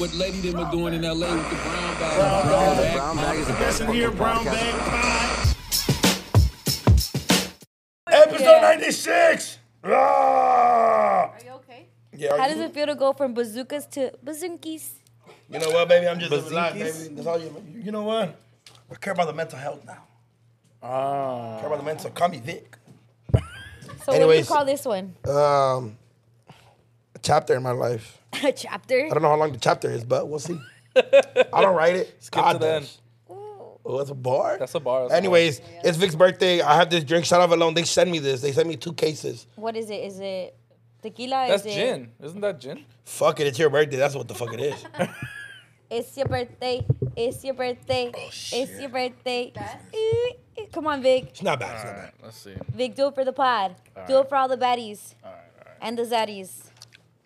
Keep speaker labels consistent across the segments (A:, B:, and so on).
A: what Lady them are doing in LA with the brown bag.
B: Brown
A: brown
B: bag.
A: bag.
C: Brown bag is the best
B: Listen here,
C: fucking
B: Brown
C: podcast.
B: Bag Pod. Episode 96! Ah!
D: Are you okay?
B: Yeah,
D: How
B: you-
D: does it feel to go from bazookas to bazookies?
B: You know what, baby? I'm just living life,
C: Bazingas.
B: baby. That's all you. You know what? I care about the mental health now. Ah. Care about the mental. Call me Vic.
D: So what do you
B: Anyways.
D: call this one?
B: Um, a chapter in my life.
D: A chapter?
B: I don't know how long the chapter is, but we'll see. I don't write it.
E: Skip
B: God
E: to the end.
B: does. Oh, that's a bar.
E: That's a bar. that's a bar.
B: Anyways, it's Vic's birthday. I have this drink. Shout out Valone. They sent me this. They sent me two cases.
D: What is it? Is it tequila?
E: That's
D: is
E: gin. Isn't that gin?
B: Fuck it. It's your birthday. That's what the fuck it is.
D: It, it's your birthday. It's your birthday.
B: Oh,
D: it's your birthday. Eh, eh, Come on, Vic.
B: It's not bad. It's not bad.
E: Let's see.
D: Vic, do it for the pod. do it for all the baddies. And the zaddies.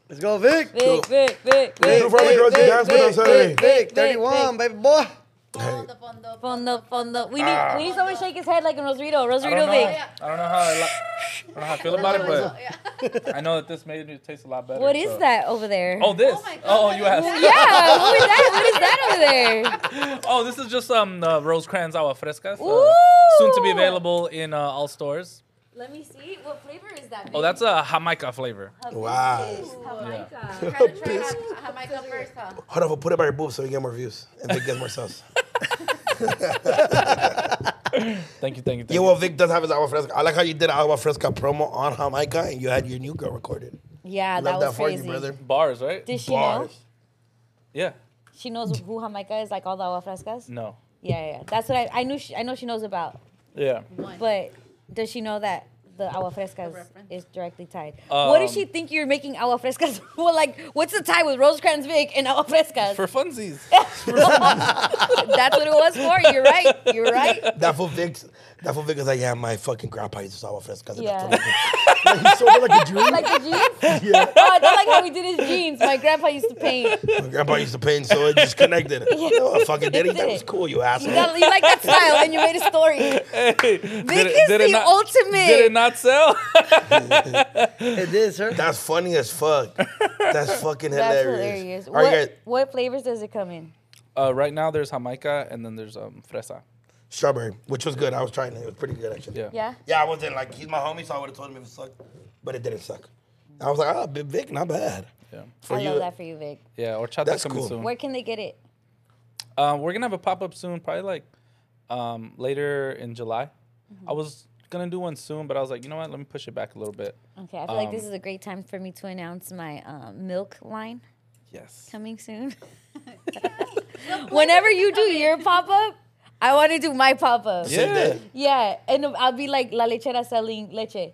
C: Let's go, Vic.
D: Vic, Vic, Vic, Vic.
B: do it for all the
C: Vic,
B: girls you
C: Vic,
B: dance with on
C: Vic,
B: Saturday.
C: Vic, Vic, 31, baby boy.
D: Fondo, fondo. We need, we need someone to shake his head like in Rosarito. Rosarito, Vic.
E: I don't know how I, li- I don't know how I feel about it, but I know that this made it taste a lot better.
D: What is
E: so-
D: that over there?
E: Oh, this. Oh, you asked.
D: Yeah, what is that? What is that over there?
E: Oh, this is just um the Rosecrans agua frescas.
D: Ooh.
E: Uh, soon to be available in uh, all stores.
D: Let me see. What flavor is that?
E: Oh, that's a Jamaica flavor.
D: Uh,
B: Wow.
D: Jamaica.
B: Hold on. We'll put it by your boob so we get more views and Vic gets more sauce.
E: Thank you, thank you, thank
B: Yeah,
E: you.
B: well, Vic does have his agua fresca. I like how you did agua fresca promo on Jamaica and you had your new girl recorded.
D: Yeah,
B: I
D: that
B: love
D: was
B: that for
D: crazy.
B: you, brother.
E: Bars, right?
D: Did she know?
B: Bars.
E: Yeah.
D: She knows who Jamaica is, like all the agua frescas.
E: No.
D: Yeah, yeah, yeah. That's what I, I knew. She, I know she knows about,
E: Yeah.
D: but does she know that the agua frescas is directly tied? what did
E: Um,
D: she think you're making agua frescas? well, like, what's the tie with Rosecrans Vic and agua frescas?
E: For funsies.
D: That's what it was for. You're right. You're right.
B: That fool Vic, that fool Vic is like, yeah, my fucking grandpa used to agua fresca.
D: Yeah.
B: like, he's sober like a Jew.
D: Like the jeans.
B: yeah.
D: Oh, I don't like how we did his jeans. My grandpa used to paint.
B: My grandpa used to paint, so it just connected. No, I fucking did it. That
D: Did
B: was
D: it.
B: cool, you
D: You,
B: asshole.
D: got, you like that style, and you made a story.
E: hey, did
D: Vic is the
E: not,
D: ultimate.
E: Did it not sell?
C: It is, sir.
B: That's funny as fuck. That's fucking
D: That's
B: hilarious.
D: hilarious.
B: All right,
D: What,
B: guys.
D: what flavors does it come in?
E: uh, right now, there's Jamaica and then there's um fresa.
B: Strawberry, which was good. I was trying it. It was pretty good, actually.
E: Yeah.
D: Yeah.
B: Yeah, I wasn't like, he's my homie, so I would have told him if it sucked, but it didn't suck. I was like, ah, Big Vic, not bad.
E: Yeah.
B: For
D: I
B: you.
D: love that for you, Vic.
E: Yeah. Horchata
B: That's
E: coming
B: cool.
E: soon.
D: Where can they get it?
E: Um, we're gonna have a pop up soon, probably like um, later in July.
D: Mm-hmm.
E: I was gonna do one soon, but I was like, you know what? Let me push it back a little bit.
D: Okay, I feel like this is a great time for me to announce my um, milk line
E: Yes.
D: coming soon. Whenever you do your pop up, I want to do my pop up. Yeah.
B: Same
E: Yeah.
B: thing.
D: and I'll be like La Lechera selling leche.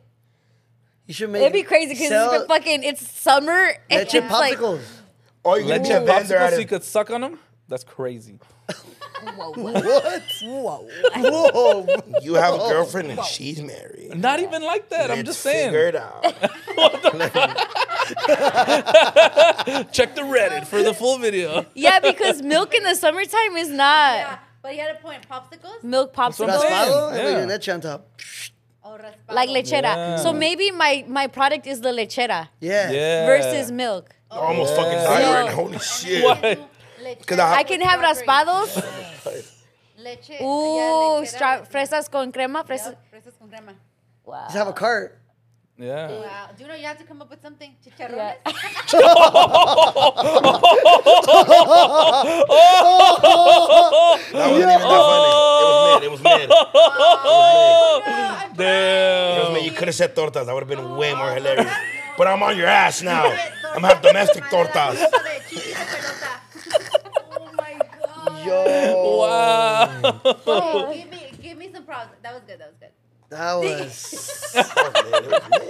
C: You should make
D: It'd be crazy because
C: sell
D: it's been fucking it's summer and
C: leche
D: it's like
C: popsicles.
B: Or Oh, you can
E: Let
B: get
E: your
B: your vendor
E: popsicles
B: at
E: so you
B: it.
E: could suck on them. That's crazy.
C: What? Whoa. Whoa.
B: Oh, You have a girlfriend and she's married.
E: Not even like that. Oh. I'm
B: Let's
E: just saying.
B: Figure it out.
E: Check the Reddit for the full video.
D: yeah, because milk in the summertime is not
F: Yeah, but you had a point. Popsicles
D: milk
E: what I'm
D: popsicle.
E: saying.
C: Raspado
E: Yeah.
C: and then leche on top.
F: or raspado?
D: Like lechera. So
E: Yeah.
D: maybe my my product is the lechera
C: Yeah.
E: Yeah.
D: versus milk.
B: I almost fucking died
D: Yeah.
B: right now. Holy shit.
E: What?
B: Cause I-
D: I can have raspados. Ooh,
F: Leche. yeah, lechera
D: stra-
F: with-
D: fresas con crema.
F: Yep,
D: Fresas.
F: fresas con crema.
D: Wow.
C: Just have a cart.
E: Yeah.
F: Wow. Do you know you have to come up with something?
D: Yeah.
F: Chicharrones?
B: That wasn't even that funny. It was mid. It was mid. It was mid.
F: I'm
B: It was
E: Damn.
B: mid. You could have said tortas. That would have been way more hilarious. But I'm on your ass now. I'm gonna have domestic tortas.
F: Oh my god.
C: Yo.
E: Wow.
F: Okay, give me give me some props. That was good. That was good.
C: That was.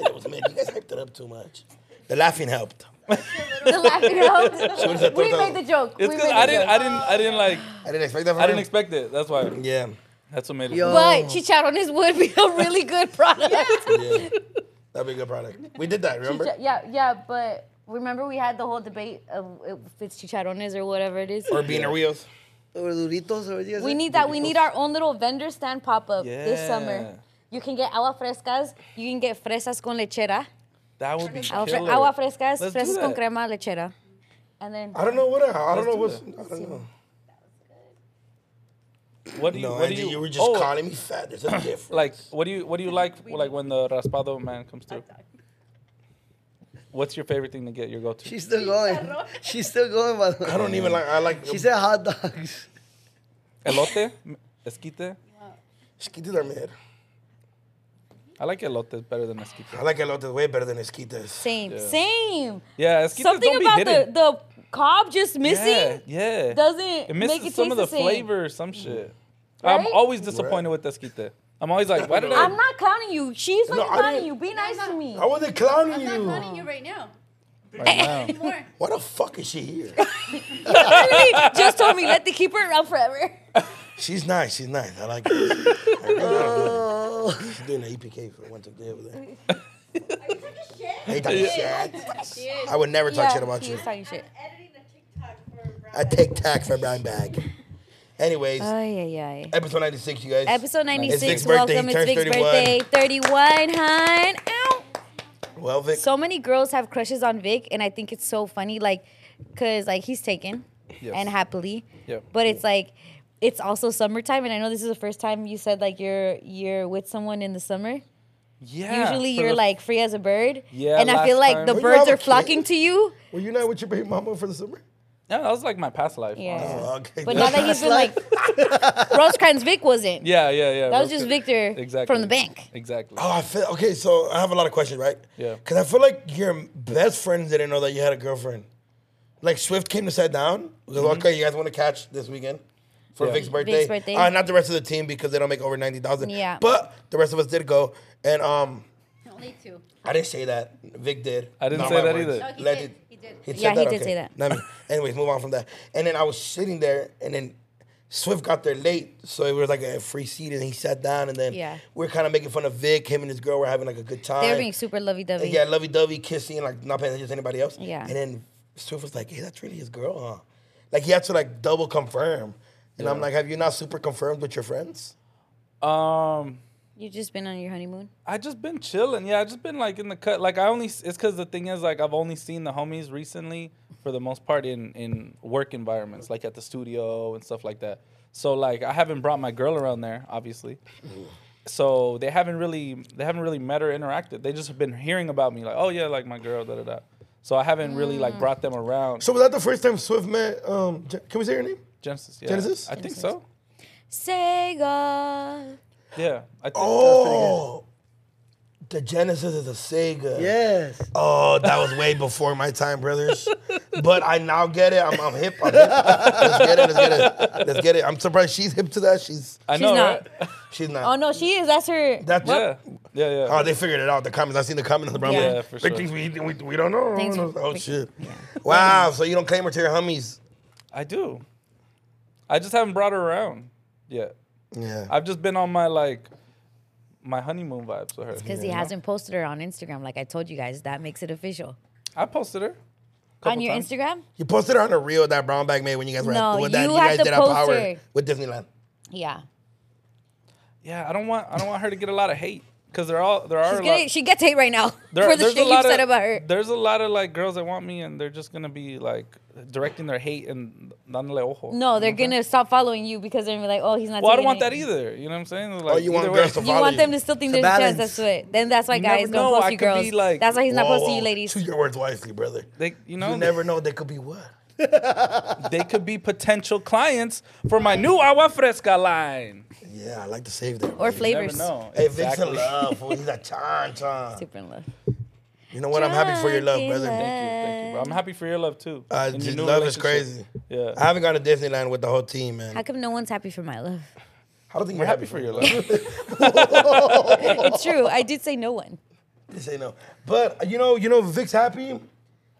B: It was mid. It was mid. You guys hyped it up too much. The laughing helped.
D: The laughing
B: Should have said
D: out. We
B: tortas.
D: made the joke.
E: It's
D: we
E: because
D: made
E: I
D: the
E: didn't,
D: joke.
E: I didn't, I didn't like,
B: I didn't expect that from
E: I didn't
B: him.
E: expect it. That's why.
B: Yeah.
E: That's what made it.
C: Yo.
D: but chicharrones would be a really good product.
B: Yeah. That'd be a good product. We did that, remember?
D: Chicha- yeah, yeah, but remember we had the whole debate of if it's chicharrones or whatever it is.
B: Or being wheels.
C: Or duritos. Or what do you guys
D: We
C: say?
D: need that. We need our own little vendor stand pop up this
E: Yeah.
D: summer. You can get agua frescas. You can get fresas con lechera.
E: That would be
D: Agua, fre-
E: killer.
D: agua frescas,
E: Let's do
D: fresas con
E: that.
D: crema lechera. And then
B: I don't know what. I, I don't
E: Let's
B: know
E: do
B: what's.
E: that.
B: I don't know.
E: What do you?
B: No,
E: what do
B: Angie,
E: you, Oh,
B: you, were just calling me fat. There's a difference.
E: Like, what do you? What do you like? Like when the raspado man comes through. What's your favorite thing to get? Your go-to.
C: She's still going. She's still going, by the way.
B: I don't even like. I like.
C: She said hot dogs.
E: elote, esquite.
B: esquites are mid.
E: I like elote better than esquite.
B: I like elotes way better than esquites.
D: same,
E: Yeah.
D: same.
E: Yeah, esquite
D: Something
E: don't
D: about
E: be
D: the,
E: hidden.
D: the cob just missing
E: Yeah, yeah.
D: doesn't
E: it
D: make
E: misses
D: it taste
E: some of the,
D: same. Mm.
E: flavor, some shit. I'm
D: Right?
E: always disappointed with esquite. I'm always like, why did I?
D: I'm not clowning you. She's
B: No,
D: fucking
B: I
D: clowning
B: didn't-
D: you. Be nice to me.
B: I wasn't clowning
F: I'm not
B: you.
F: calling you right now.
E: Right now.
F: More.
B: Why the fuck is she here?
D: Literally just told me let the keep her around forever.
B: She's nice. She's nice. I like her. I really like
E: Oh.
B: her. She's doing an EPK for one took the other day. I ain't talking shit.
F: Shit.
B: I would never talk
D: Yeah,
B: shit about
D: he
B: you.
D: is talking shit.
G: Editing a TikTok for Brad.
B: I take tack for a brown bag. Anyways,
D: Ay, ay, ay.
B: episode 96, you guys.
D: Episode
B: Vic's
D: 96.
B: birthday.
D: Welcome.
B: He
D: It's
B: turns
D: Vic's birthday. 31, hun. Ow.
B: well, Vic,
D: So many girls have crushes on Vic, and I think it's so funny, like, cause like he's taken,
E: Yes.
D: and happily.
E: Yep.
D: But it's like, it's also summertime, and I know this is the first time you said like you're you're with someone in the summer.
E: yeah.
D: Usually
E: for
D: you're
E: the-
D: like free as a bird.
E: Yeah,
D: And I feel
E: last
D: like
E: time.
D: the
E: Well,
B: you have
D: birds
B: a
D: are
B: kid.
D: flocking to you.
B: were you not with your baby mama for the summer?
E: Yeah, that was like my past life.
D: Yeah.
E: honestly.
B: Oh, okay.
D: But now that he's been like, Rosecrans Vic wasn't.
E: Yeah, yeah, yeah.
D: That was
E: real
D: just
E: quick.
D: Victor
E: Exactly.
D: from the bank.
E: Exactly.
B: Oh, I feel okay. So I have a lot of questions, right?
E: Yeah.
B: Because I feel like your best friends didn't know that you had a girlfriend. Like Swift came to sit down. Was okay. You guys want to catch this weekend for
E: Mm-hmm. Yeah.
B: Vic's birthday?
D: birthday.
B: Uh, not the rest of the team because they don't make over ninety thousand.
D: Yeah.
B: But the rest of us did go, and um,
F: Only two.
B: I didn't say that. Vic did.
E: I didn't
B: Not
E: say
B: my
E: that
B: words.
E: either.
F: No, he
B: Let
F: did.
B: it-
F: He did.
B: He said
D: Yeah,
B: that?
D: he did
B: Okay.
D: say that.
B: Not me. Anyways, move on from that. And then I was sitting there, and then Swift got there late, so it was like a free seat, and he sat down, and then
D: Yeah.
B: we are kind of making fun of Vic. Him and his girl were having like a good time.
D: They're being super lovey
B: And
D: dovey.
B: yeah, lovey dovey, kissing, like not paying attention to anybody else.
D: Yeah.
B: And then Swift was like, "Hey, that's really his girl, huh?" Like he had to like double confirm, and I'm like, "Have you not super confirmed with your friends?"
E: Um,
D: You've just been on your honeymoon.
E: I just been chilling. Yeah, I just been like in the cut. Like I only it's because the thing is like I've only seen the homies recently for the most part in in work environments, like at the studio and stuff like that. So like I haven't brought my girl around there, obviously. So they haven't really they haven't really met or interacted. They just have been hearing about me, like oh yeah, like my girl, da da da. So I haven't really like
D: Mm.
E: brought them around.
B: So was that the first time Swift met? Um, Je- can we say her name?
E: Genesis, yeah.
B: Genesis?
E: I think so.
D: Sega.
E: Yeah, I think
B: Oh, the Genesis is a Sega.
C: Yes.
B: Oh, that was way before my time, brothers. But I now get it. I'm, I'm hip. I'm hip. Let's get it. Let's get it. Let's get it. I'm surprised she's hip to that. She's
E: I
D: She's
E: know,
D: not.
E: right?
B: she's
D: Oh
B: not.
D: no, she is. That's her.
B: That's
E: Yeah, yeah, yeah.
B: Oh, they figured it out. The comments. I seen the comments on the brown.
D: Yeah.
B: bag.
E: Yeah, for
B: Big
E: sure.
B: things we, we, we don't know.
D: Things we-
B: oh
D: we-
B: shit! Wow. So you don't claim her to your homies?
E: I do. I just haven't brought her around yet.
B: Yeah.
E: I've just been on my like my honeymoon vibes with her.
D: because he hasn't posted her on Instagram, like I told you guys. That makes it official.
E: I posted her.
D: on
E: couple
D: your
E: times.
D: Instagram?
B: you posted her on a reel that brown bag made when you guys were
D: No,
B: at, with that
D: you
B: you
D: have
B: guys
D: to
B: did at
D: post
B: Power
D: her.
B: with Disneyland.
D: Yeah.
E: Yeah, I don't want I don't want her to get a lot of hate because there all there are
D: She's
E: a
D: getting,
E: lot.
D: she gets hate right now
E: There,
D: for the
E: there's
D: shit
E: a
D: you
E: lot
D: said
E: of,
D: about her.
E: There's a lot of like girls that want me, and they're just gonna be like directing their hate and dándole ojo.
D: No, they're gonna stop following you because they're gonna be like, oh, he's not.
E: Well, I don't
D: taking
E: want that
D: it.
E: either. You know what I'm saying? Like,
B: Oh, you want
E: either
B: girls to
E: way-
D: You
B: Follow
D: want them
B: you.
D: to still think
C: It's a
D: there's a chance.
C: balance.
D: That's it. Then that's why
E: never
D: guys don't
E: know.
D: post
E: I
D: you
E: could be
D: girls.
E: like-
D: that's why he's not
B: Whoa,
D: posting you
B: whoa.
D: ladies.
B: Choose your words wisely, brother.
E: They, you know,
B: You never know. They could be what.
E: they could be potential clients for my new agua fresca line.
B: Yeah, I like to save that.
D: Or
B: baby.
E: You never
D: flavors.
E: know.
B: Hey, Vic's a love. fool. He's a chon chon.
D: Super in love.
B: You know what? I'm happy for your love, brother.
E: Thank you, thank you. Bro. I'm happy for your love too.
B: Uh,
E: and your
B: j-
E: new
B: love is
E: relationship.
B: crazy.
E: Yeah.
B: I haven't gone to Disneyland with the whole team, man.
D: How come no one's happy for my love?
B: I don't think
E: We're happy for your love.
D: It's true. I did say no one.
B: They say no, but uh, you know, you know, Vic's happy.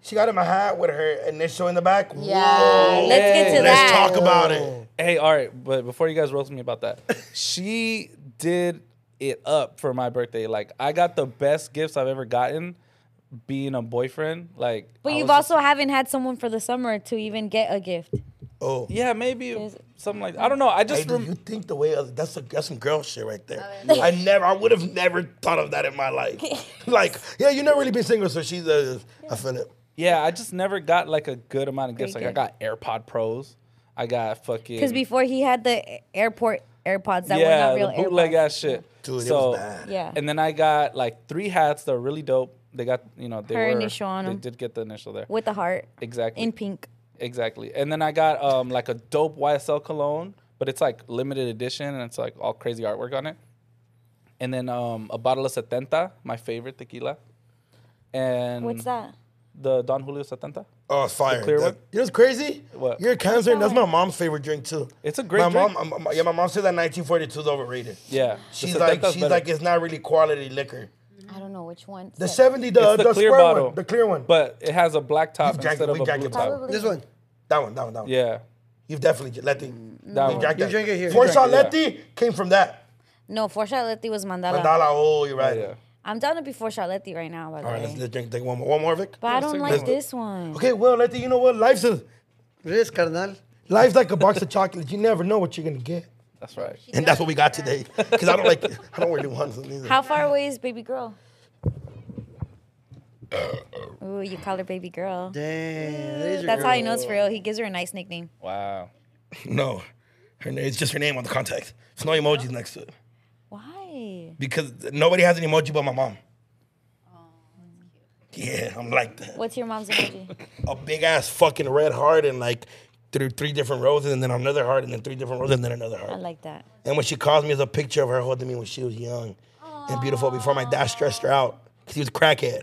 B: She got in my hat with her initial in the back. Whoa.
D: Let's get to
E: Hey,
B: Let's
D: that.
B: talk about it.
E: hey, all right, but before you guys roast me about that, she did it up for my birthday. Like I got the best gifts I've ever gotten being a boyfriend. Like
D: But
E: I
D: you've
E: was just-
D: also haven't had someone for the summer to even get a gift.
B: Oh,
E: Yeah, maybe something like I don't know. I
B: hey,
E: just
B: do
E: rem-
B: you think the way of, that's a, that's some girl shit right there.
D: Oh,
B: I never, I would have never thought of that in my life. like, yeah, you never really been single, so she's a, I feel it.
E: Yeah, I just never got like a good amount of gifts.
D: Pretty
E: Like I got AirPod Pros. I got fucking.
D: Because before he had the airport AirPods that
E: yeah,
D: were not
E: the
D: real
E: bootleg
D: AirPods.
E: ass shit.
B: Dude, it
E: So-
B: was bad.
D: Yeah.
E: And then I got like three hats that were really dope. They got you know they
D: Her
E: were
D: initial on
E: they
D: 'em.
E: did get the initial there
D: with the heart
E: exactly
D: in pink.
E: exactly. And then I got um like a dope YSL cologne, but it's like limited edition and it's like all crazy artwork on it. And then um a bottle of Setenta, my favorite tequila. And
D: What's that?
E: The Don Julio Setenta.
B: Oh, it's fire.
E: clear
B: The-
E: one?
B: You know what's crazy?
E: What?
B: You're a concert. That's my mom's favorite drink, too.
E: It's a great
B: my
E: drink.
B: Mom, um, um, yeah, my mom said that 1942 is overrated.
E: Yeah. the
B: She's like,
E: Setenta's
B: she's
E: better.
B: like, it's not really quality liquor.
D: I don't know which one.
B: The 70, the,
E: It's the
B: the
E: clear
B: square
E: bottle.
B: one. The clear one.
E: But it has a black top
B: We've drank
E: instead
B: it,
E: of a
B: we've drank
E: blue
B: it.
E: top.
D: Probably.
C: This one.
B: that one, that one, that one.
E: Yeah.
B: You've definitely, Letty.
E: That one.
B: drank
C: Mm-hmm. You
B: that.
C: drink it here.
B: Four
C: You
B: shot
E: drink it,
B: Letty came from that.
D: No, four shot Leti was mandala.
B: Mandala, oh, you're right.
E: Yeah.
D: I'm down to be four shot Leti right now, by the
B: All right,
D: way.
B: let's, let's drink, take one more. One more, Vic.
D: but I don't
E: take
D: like
E: one.
D: this one.
B: Okay, well, Letty, you know what? Life's a,
C: Riz, carnal.
B: life's like a box of chocolates. You never know what you're going to get.
E: That's right.
B: And that's what we got today. Because I don't like, I don't really want something either.
D: How far away is baby girl?
B: Uh,
D: Ooh, you call her baby girl.
C: Damn. That's
D: That's how he knows for real. He gives her a nice nickname.
E: Wow.
B: No. Her name, it's just her name on the contact. There's no emojis next to it.
D: Why?
B: Because nobody has an emoji but my mom.
D: Oh,
B: Yeah, I'm like that.
D: What's your mom's emoji?
B: A big ass fucking red heart and like through three different roses and then another heart and then three different roses and then another
D: I
B: heart.
D: like that.
B: And when she calls me, it's a picture of her holding me when she was young and beautiful before my dad stressed her out because he was a crackhead.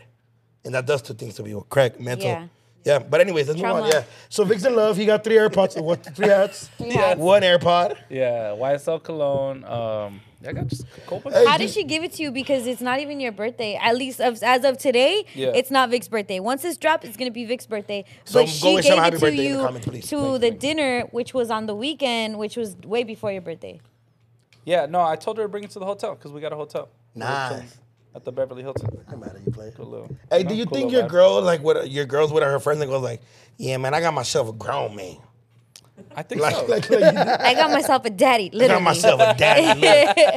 B: And that does two things to people crack, mental.
D: Yeah.
B: Yeah. but anyways, let's move
D: Trauma.
B: on. Yeah. So Vic's in love. He got three AirPods, what, three hats,
D: hats.
B: one AirPod.
E: Yeah. YSL cologne. Um. I got just a couple.
B: Hey,
D: How
B: do-
D: did she give it to you? Because it's not even your birthday. At least of, as of today,
E: Yeah.
D: it's not Vic's birthday. Once this drops, it's gonna be Vic's birthday.
B: So
D: but
B: go
D: she
B: wish
D: gave
B: him happy
D: it to
B: birthday in
D: you
B: the comments, please.
D: to
B: Thank you,
D: the
B: thank you.
D: dinner, which was on the weekend, which was way before your birthday.
E: Yeah. No, I told her to bring it to the hotel because we got a hotel
B: Nice.
E: at the Beverly Hilton.
B: I'm out of you, player.
E: Cool little-
B: Hey,
E: know,
B: do you
E: cool
B: think
E: little
B: your
E: vibe.
B: girl like what your girls with her friends and goes like, yeah, man, I got myself a grown man.
E: I think
B: Like,
E: so.
B: like, like, I
D: I got myself a daddy, literally.
B: got myself a daddy.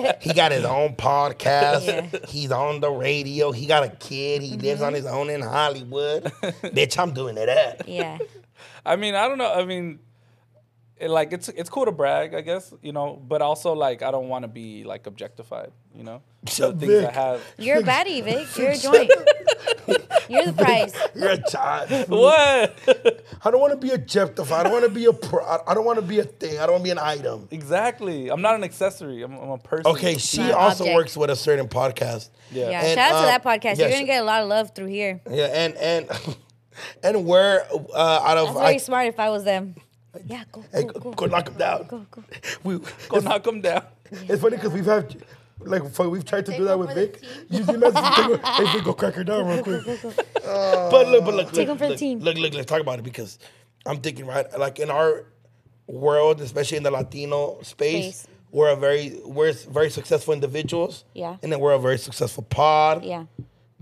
B: Look, he got his own podcast. He's on the radio. He got a kid. He lives on his own in Hollywood. Bitch, I'm doing it up.
D: yeah.
E: I mean, I don't know. I mean, it, like it's it's cool to brag, I guess, you know. But also, like, I don't want to be like objectified, you know. The things I
B: Vic.
E: have.
D: You're a baddie, Vic. You're a joint. You're the prize.
B: You're a child.
E: What?
B: I don't want to be objectified. I don't want to be a pro. I- I don't want to be a thing. I don't want to be an item.
E: exactly. I'm not an accessory. I'm, I'm a person.
B: Okay, she
D: Not an
B: also
D: object.
B: works with a certain podcast.
E: Yeah.
D: Yeah.
B: And,
D: Shout out to
B: uh,
D: that podcast. You're
B: yes.
D: gonna get a lot of love through here.
B: Yeah, and and and where uh, out of
D: That's very
B: I-
D: smart if I was them. Yeah, go,
B: Hey,
D: go,
B: go,
D: go.
B: go knock him down.
D: Go, go.
B: We,
E: Go
B: it's,
E: knock them down.
B: it's funny because we've had, like, fuck, we've tried to
F: Take
B: do that
F: one
B: with
F: for the
B: Vic.
F: team.
B: Usually, that's hey, Vic, go crack her down real quick. Uh, but look, but look,
D: Take
B: look,
D: him for the
B: look,
D: team.
B: Look, look, let's talk about it because I'm thinking, right, like in our world, especially in the Latino space,
D: Space.
B: we're a very we're very successful individuals.
D: Yeah.
B: and then we're a very successful pod
D: Yeah.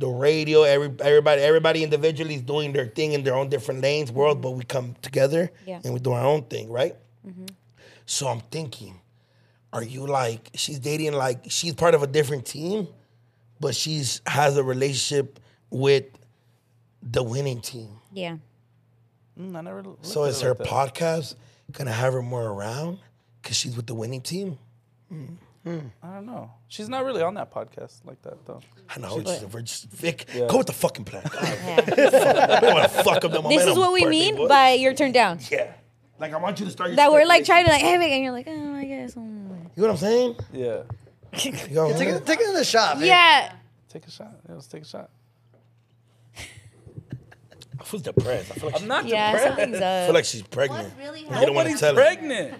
B: the radio, every, everybody, everybody individually is doing their thing in their own different lanes, world, but we come together
D: Mm-hmm. Yeah. Mm-hmm.
B: and we do our own thing, right? So I'm thinking, are you like she's dating like she's part of a different team, but she's has a relationship with the winning team.
D: Yeah.
E: Mm, I never. looked
B: So
E: at
B: is
E: it
B: her
E: like that.
B: podcast gonna have her more around because she's with the winning team?
E: I don't know. She's not really on that podcast like that though.
B: I know it's
D: But-
B: we're just Vic. Go with the fucking plan. God,
D: yeah.
B: we don't want to fuck up the
D: This
B: momentum,
D: is what we
B: birthday
D: mean
B: boy.
D: by you're turned down.
B: yeah. Like I want you to start your
D: That we're
B: speculation.
D: like trying to like, hey, Vic, and you're like, oh, I guess. mm."
B: You know what I'm saying?
E: Yeah.
B: You know what I'm
C: Take
B: saying?
C: it, take it in the shop. eh?
D: Yeah.
E: Take a shot. Yeah, let's take a shot.
B: I feel depressed. I feel like,
E: I'm not
D: Yeah,
E: depressed.
D: something's
B: I feel
D: up.
B: like she's pregnant.
F: What really
B: You don't want to
E: Nobody's
B: tell her.
E: pregnant.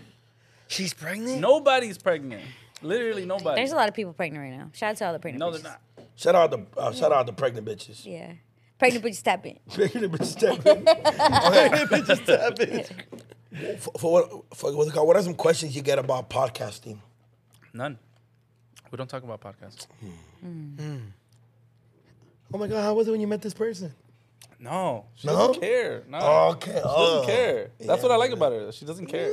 C: She's pregnant?
E: Nobody's pregnant. Literally nobody.
D: There's a lot of people pregnant right now. Shout out to all the pregnant
E: no,
D: bitches.
E: they're not.
B: Shout out the uh, shout out the pregnant bitches.
D: Yeah. Pregnant bitches tap in.
B: Pregnant bitches. tap in. Okay.
C: Just tap it.
B: for, for what? For what's it called? What are some questions you get about podcasting?
E: None. We don't talk about podcasts.
B: Oh my god, how was it when you met this person?
E: No, Oh, she
B: No?
E: doesn't care. No,
B: Okay.
E: she doesn't care. That's what I like about her. She doesn't care.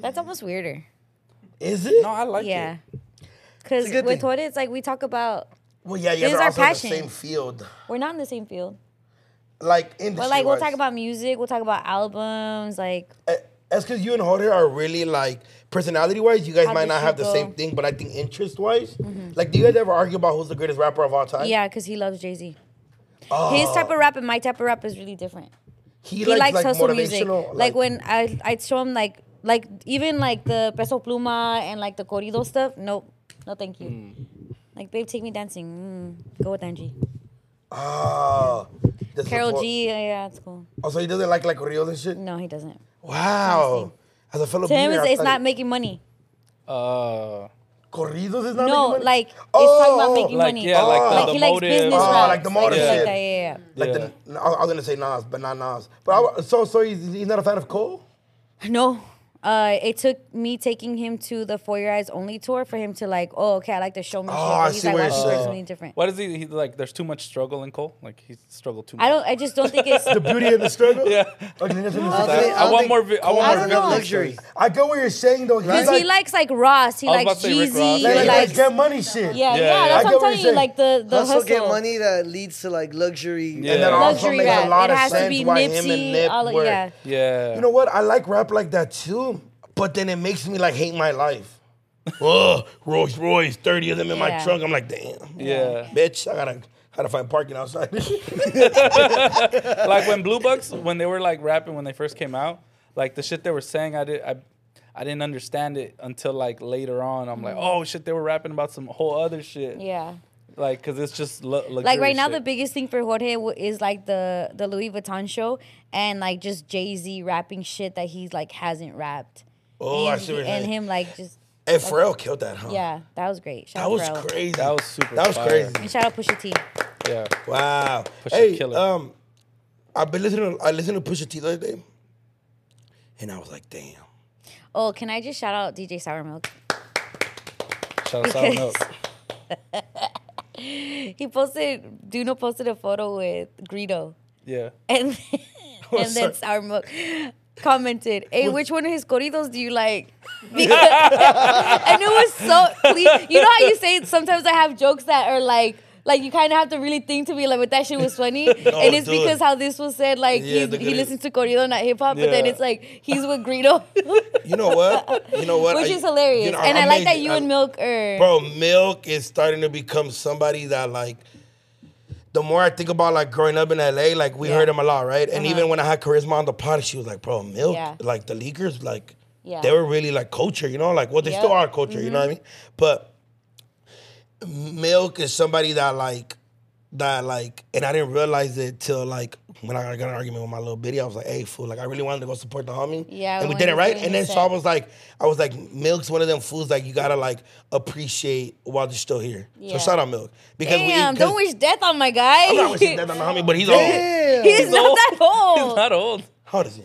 D: That's almost weirder.
B: uh, Is it?
E: No, I like
D: Yeah.
E: it.
D: Because
C: It's a good
D: with
C: thing.
D: what it's like, we talk about,
B: Well, yeah, yeah.
D: This is
B: They're
D: our
B: also in the
D: passion.
B: same field.
D: we're not in the same field.
B: like industry.
D: But like we'll talk about music, we'll talk about albums, like
B: That's because Eh, you and Jorge are really like personality wise. You guys
D: How
B: might
D: did
B: not
D: you
B: have the
D: go?
B: same thing, but I think interest wise, like, do you guys ever argue about who's the greatest rapper of all time?
D: Mm-hmm. yeah, because he loves Jay Z. His type of rap and my type of rap is really different.
B: He,
D: He, likes,
B: like,
D: hustle
B: motivational.
D: music. Like, when I I show him like like even like the peso pluma and like the corrido stuff. Nope, no thank you. Like babe, take me dancing. Mm, go with Angie.
B: ah, the
D: Carol
B: support.
D: G. Yeah, yeah, it's cool.
B: Oh, so he doesn't like like reels and shit.
D: No, he doesn't.
B: Wow. As a fellow
D: Mm-hmm. To him,
B: beaner,
D: it's,
B: I
D: it's
B: thought-
D: not making money.
E: Uh,
B: corridos. Is not
D: no,
B: making money?
D: like it's talking
B: Oh,
D: about making
E: like
D: money.
E: yeah, like the,
D: like
E: the
D: he likes
E: motive.
D: business
B: Oh,
D: raps,
B: like the motive
D: shit.
B: shit.
D: Like that, yeah, yeah.
B: like
E: yeah.
B: the. I was gonna say Nas, but not Nas. But I, wa- so so he's, he's not a fan of Cole.
D: yeah. No, uh, it took me taking him to the For Your Eyes Only tour for him to like, oh, okay, I like the showmanship.
B: Oh, I
D: He's
B: see
D: like,
B: what
D: wow,
B: you're
D: this
B: saying.
D: person's really different.
E: What is he, he like? There's too much struggle in Cole. Like he struggled too much.
D: I don't. I just don't think it's.
B: The beauty and the struggle. Oh,
E: Yeah.
B: Okay, that's what you're
C: I don't
E: I,
B: saying.
C: think-
E: I want
C: think
E: more. Vi- I
C: Cole
E: want
C: has
E: more.
D: I don't
C: enough
D: know.
C: luxury.
B: I get what you're saying though. He's
D: Because he likes like Ross, he
E: I was about
D: likes
E: to say Rick Ross.
D: Jeezy,
E: Yeah,
B: like,
D: he
B: he likes
D: likes
B: get money shit.
D: yeah, yeah,
E: Yeah,
B: I
D: That's what
B: get what
D: I'm telling
B: you're
D: you,
B: saying.
D: like the the
C: Hustle
D: hustle.
C: get money that leads to like luxury.
E: Yeah.
B: And that also
D: Luxury
B: makes a
D: rap.
B: lot
D: It
B: of
D: has to
B: sense
D: be
B: why him
D: nipsy,
B: and Nip
D: all of-
B: were.
D: yeah.
E: Yeah.
B: You know what? I like rap like that too, but then it makes me like hate my life. Ugh, Rolls Royce, 30 of them in my
D: Yeah.
B: trunk. I'm like, damn.
E: Yeah.
B: Bitch, I gotta gotta find parking outside.
E: like when Blue Bucks, when they were like rapping when they first came out, like the shit they were saying, I did I, I didn't understand it until like later on. I'm like, oh shit, they were rapping about some whole other shit.
D: Yeah.
E: Like, cause it's just lu-
D: Like right now, the
E: luxurious
D: biggest thing for Jorge w- is like the the Louis Vuitton show and like just Jay Z rapping shit that he's like hasn't rapped.
B: oh, I
D: and,
B: see what you're
D: and
B: saying.
D: him like just
B: And Pharrell killed that, huh?
D: yeah, that was great. Shout
B: That
D: out
B: was
D: Pharrell.
B: crazy.
E: shit. That was super.
B: That was
E: fire.
B: crazy.
D: And shout out Pusha T.
E: Yeah.
B: Wow.
E: Pusha
B: hey,
E: Killer.
B: um, I've been listening. To, I listened to Pusha T the other day, and I was like, damn.
D: Oh, can I just shout out DJ Sour Milk?
E: Shout out Sour Milk.
D: He posted, Duno posted a photo with Greedo,
E: Yeah.
D: and and
B: sorry.
D: then Sour Milk commented, "Hey, which one of his corridos do you like?" Because- and it was so clean. You know how you say sometimes I have jokes that are like. Like you kind of have to really think to be like, but that shit was funny, and it's
B: dude.
D: because how this was said. Like
B: Yeah,
D: he's
B: the
D: he
B: Greedo-
D: listens to corrido, not hip hop, but then
E: Yeah.
D: it's like he's with Greedo.
B: You know what? You know what?
D: Which
B: I-
D: is hilarious.
B: you know,
D: and I like that
B: amazing.
D: you
B: I-
D: and Milk are.
B: Bro, Milk is starting to become somebody that like. The more I think about like growing up in LA, like we
D: Yeah. Uh-huh.
B: heard him a lot, right? And even when I had Charisma on the pod, she was like, "Bro, Milk,
D: Yeah.
B: like the leakers, like
D: Yeah.
B: they were really like culture, you know? Like well, they
D: Yep. Mm-hmm.
B: still are culture, you know what I mean? But Milk is somebody that like that like, and I didn't realize it till like when I got in an argument with my little bitty. I was like, "Hey, fool! Like, I really wanted to go support the homie,
D: Yeah,
B: and we
D: when
B: did
D: he
B: it right."
D: came,
B: And
D: he
B: then so
D: said-
B: I was like, I was like, "Milk's one of them fools like you gotta like appreciate while they're still here."
D: Yeah.
B: So shout out Milk because
D: Damn,
B: we
D: don't wish death on my guy.
B: I'm not wishing that on the homie, but he's old.
D: He's not
E: old.
D: that
E: He's
D: old.
E: not old.
B: How old is he?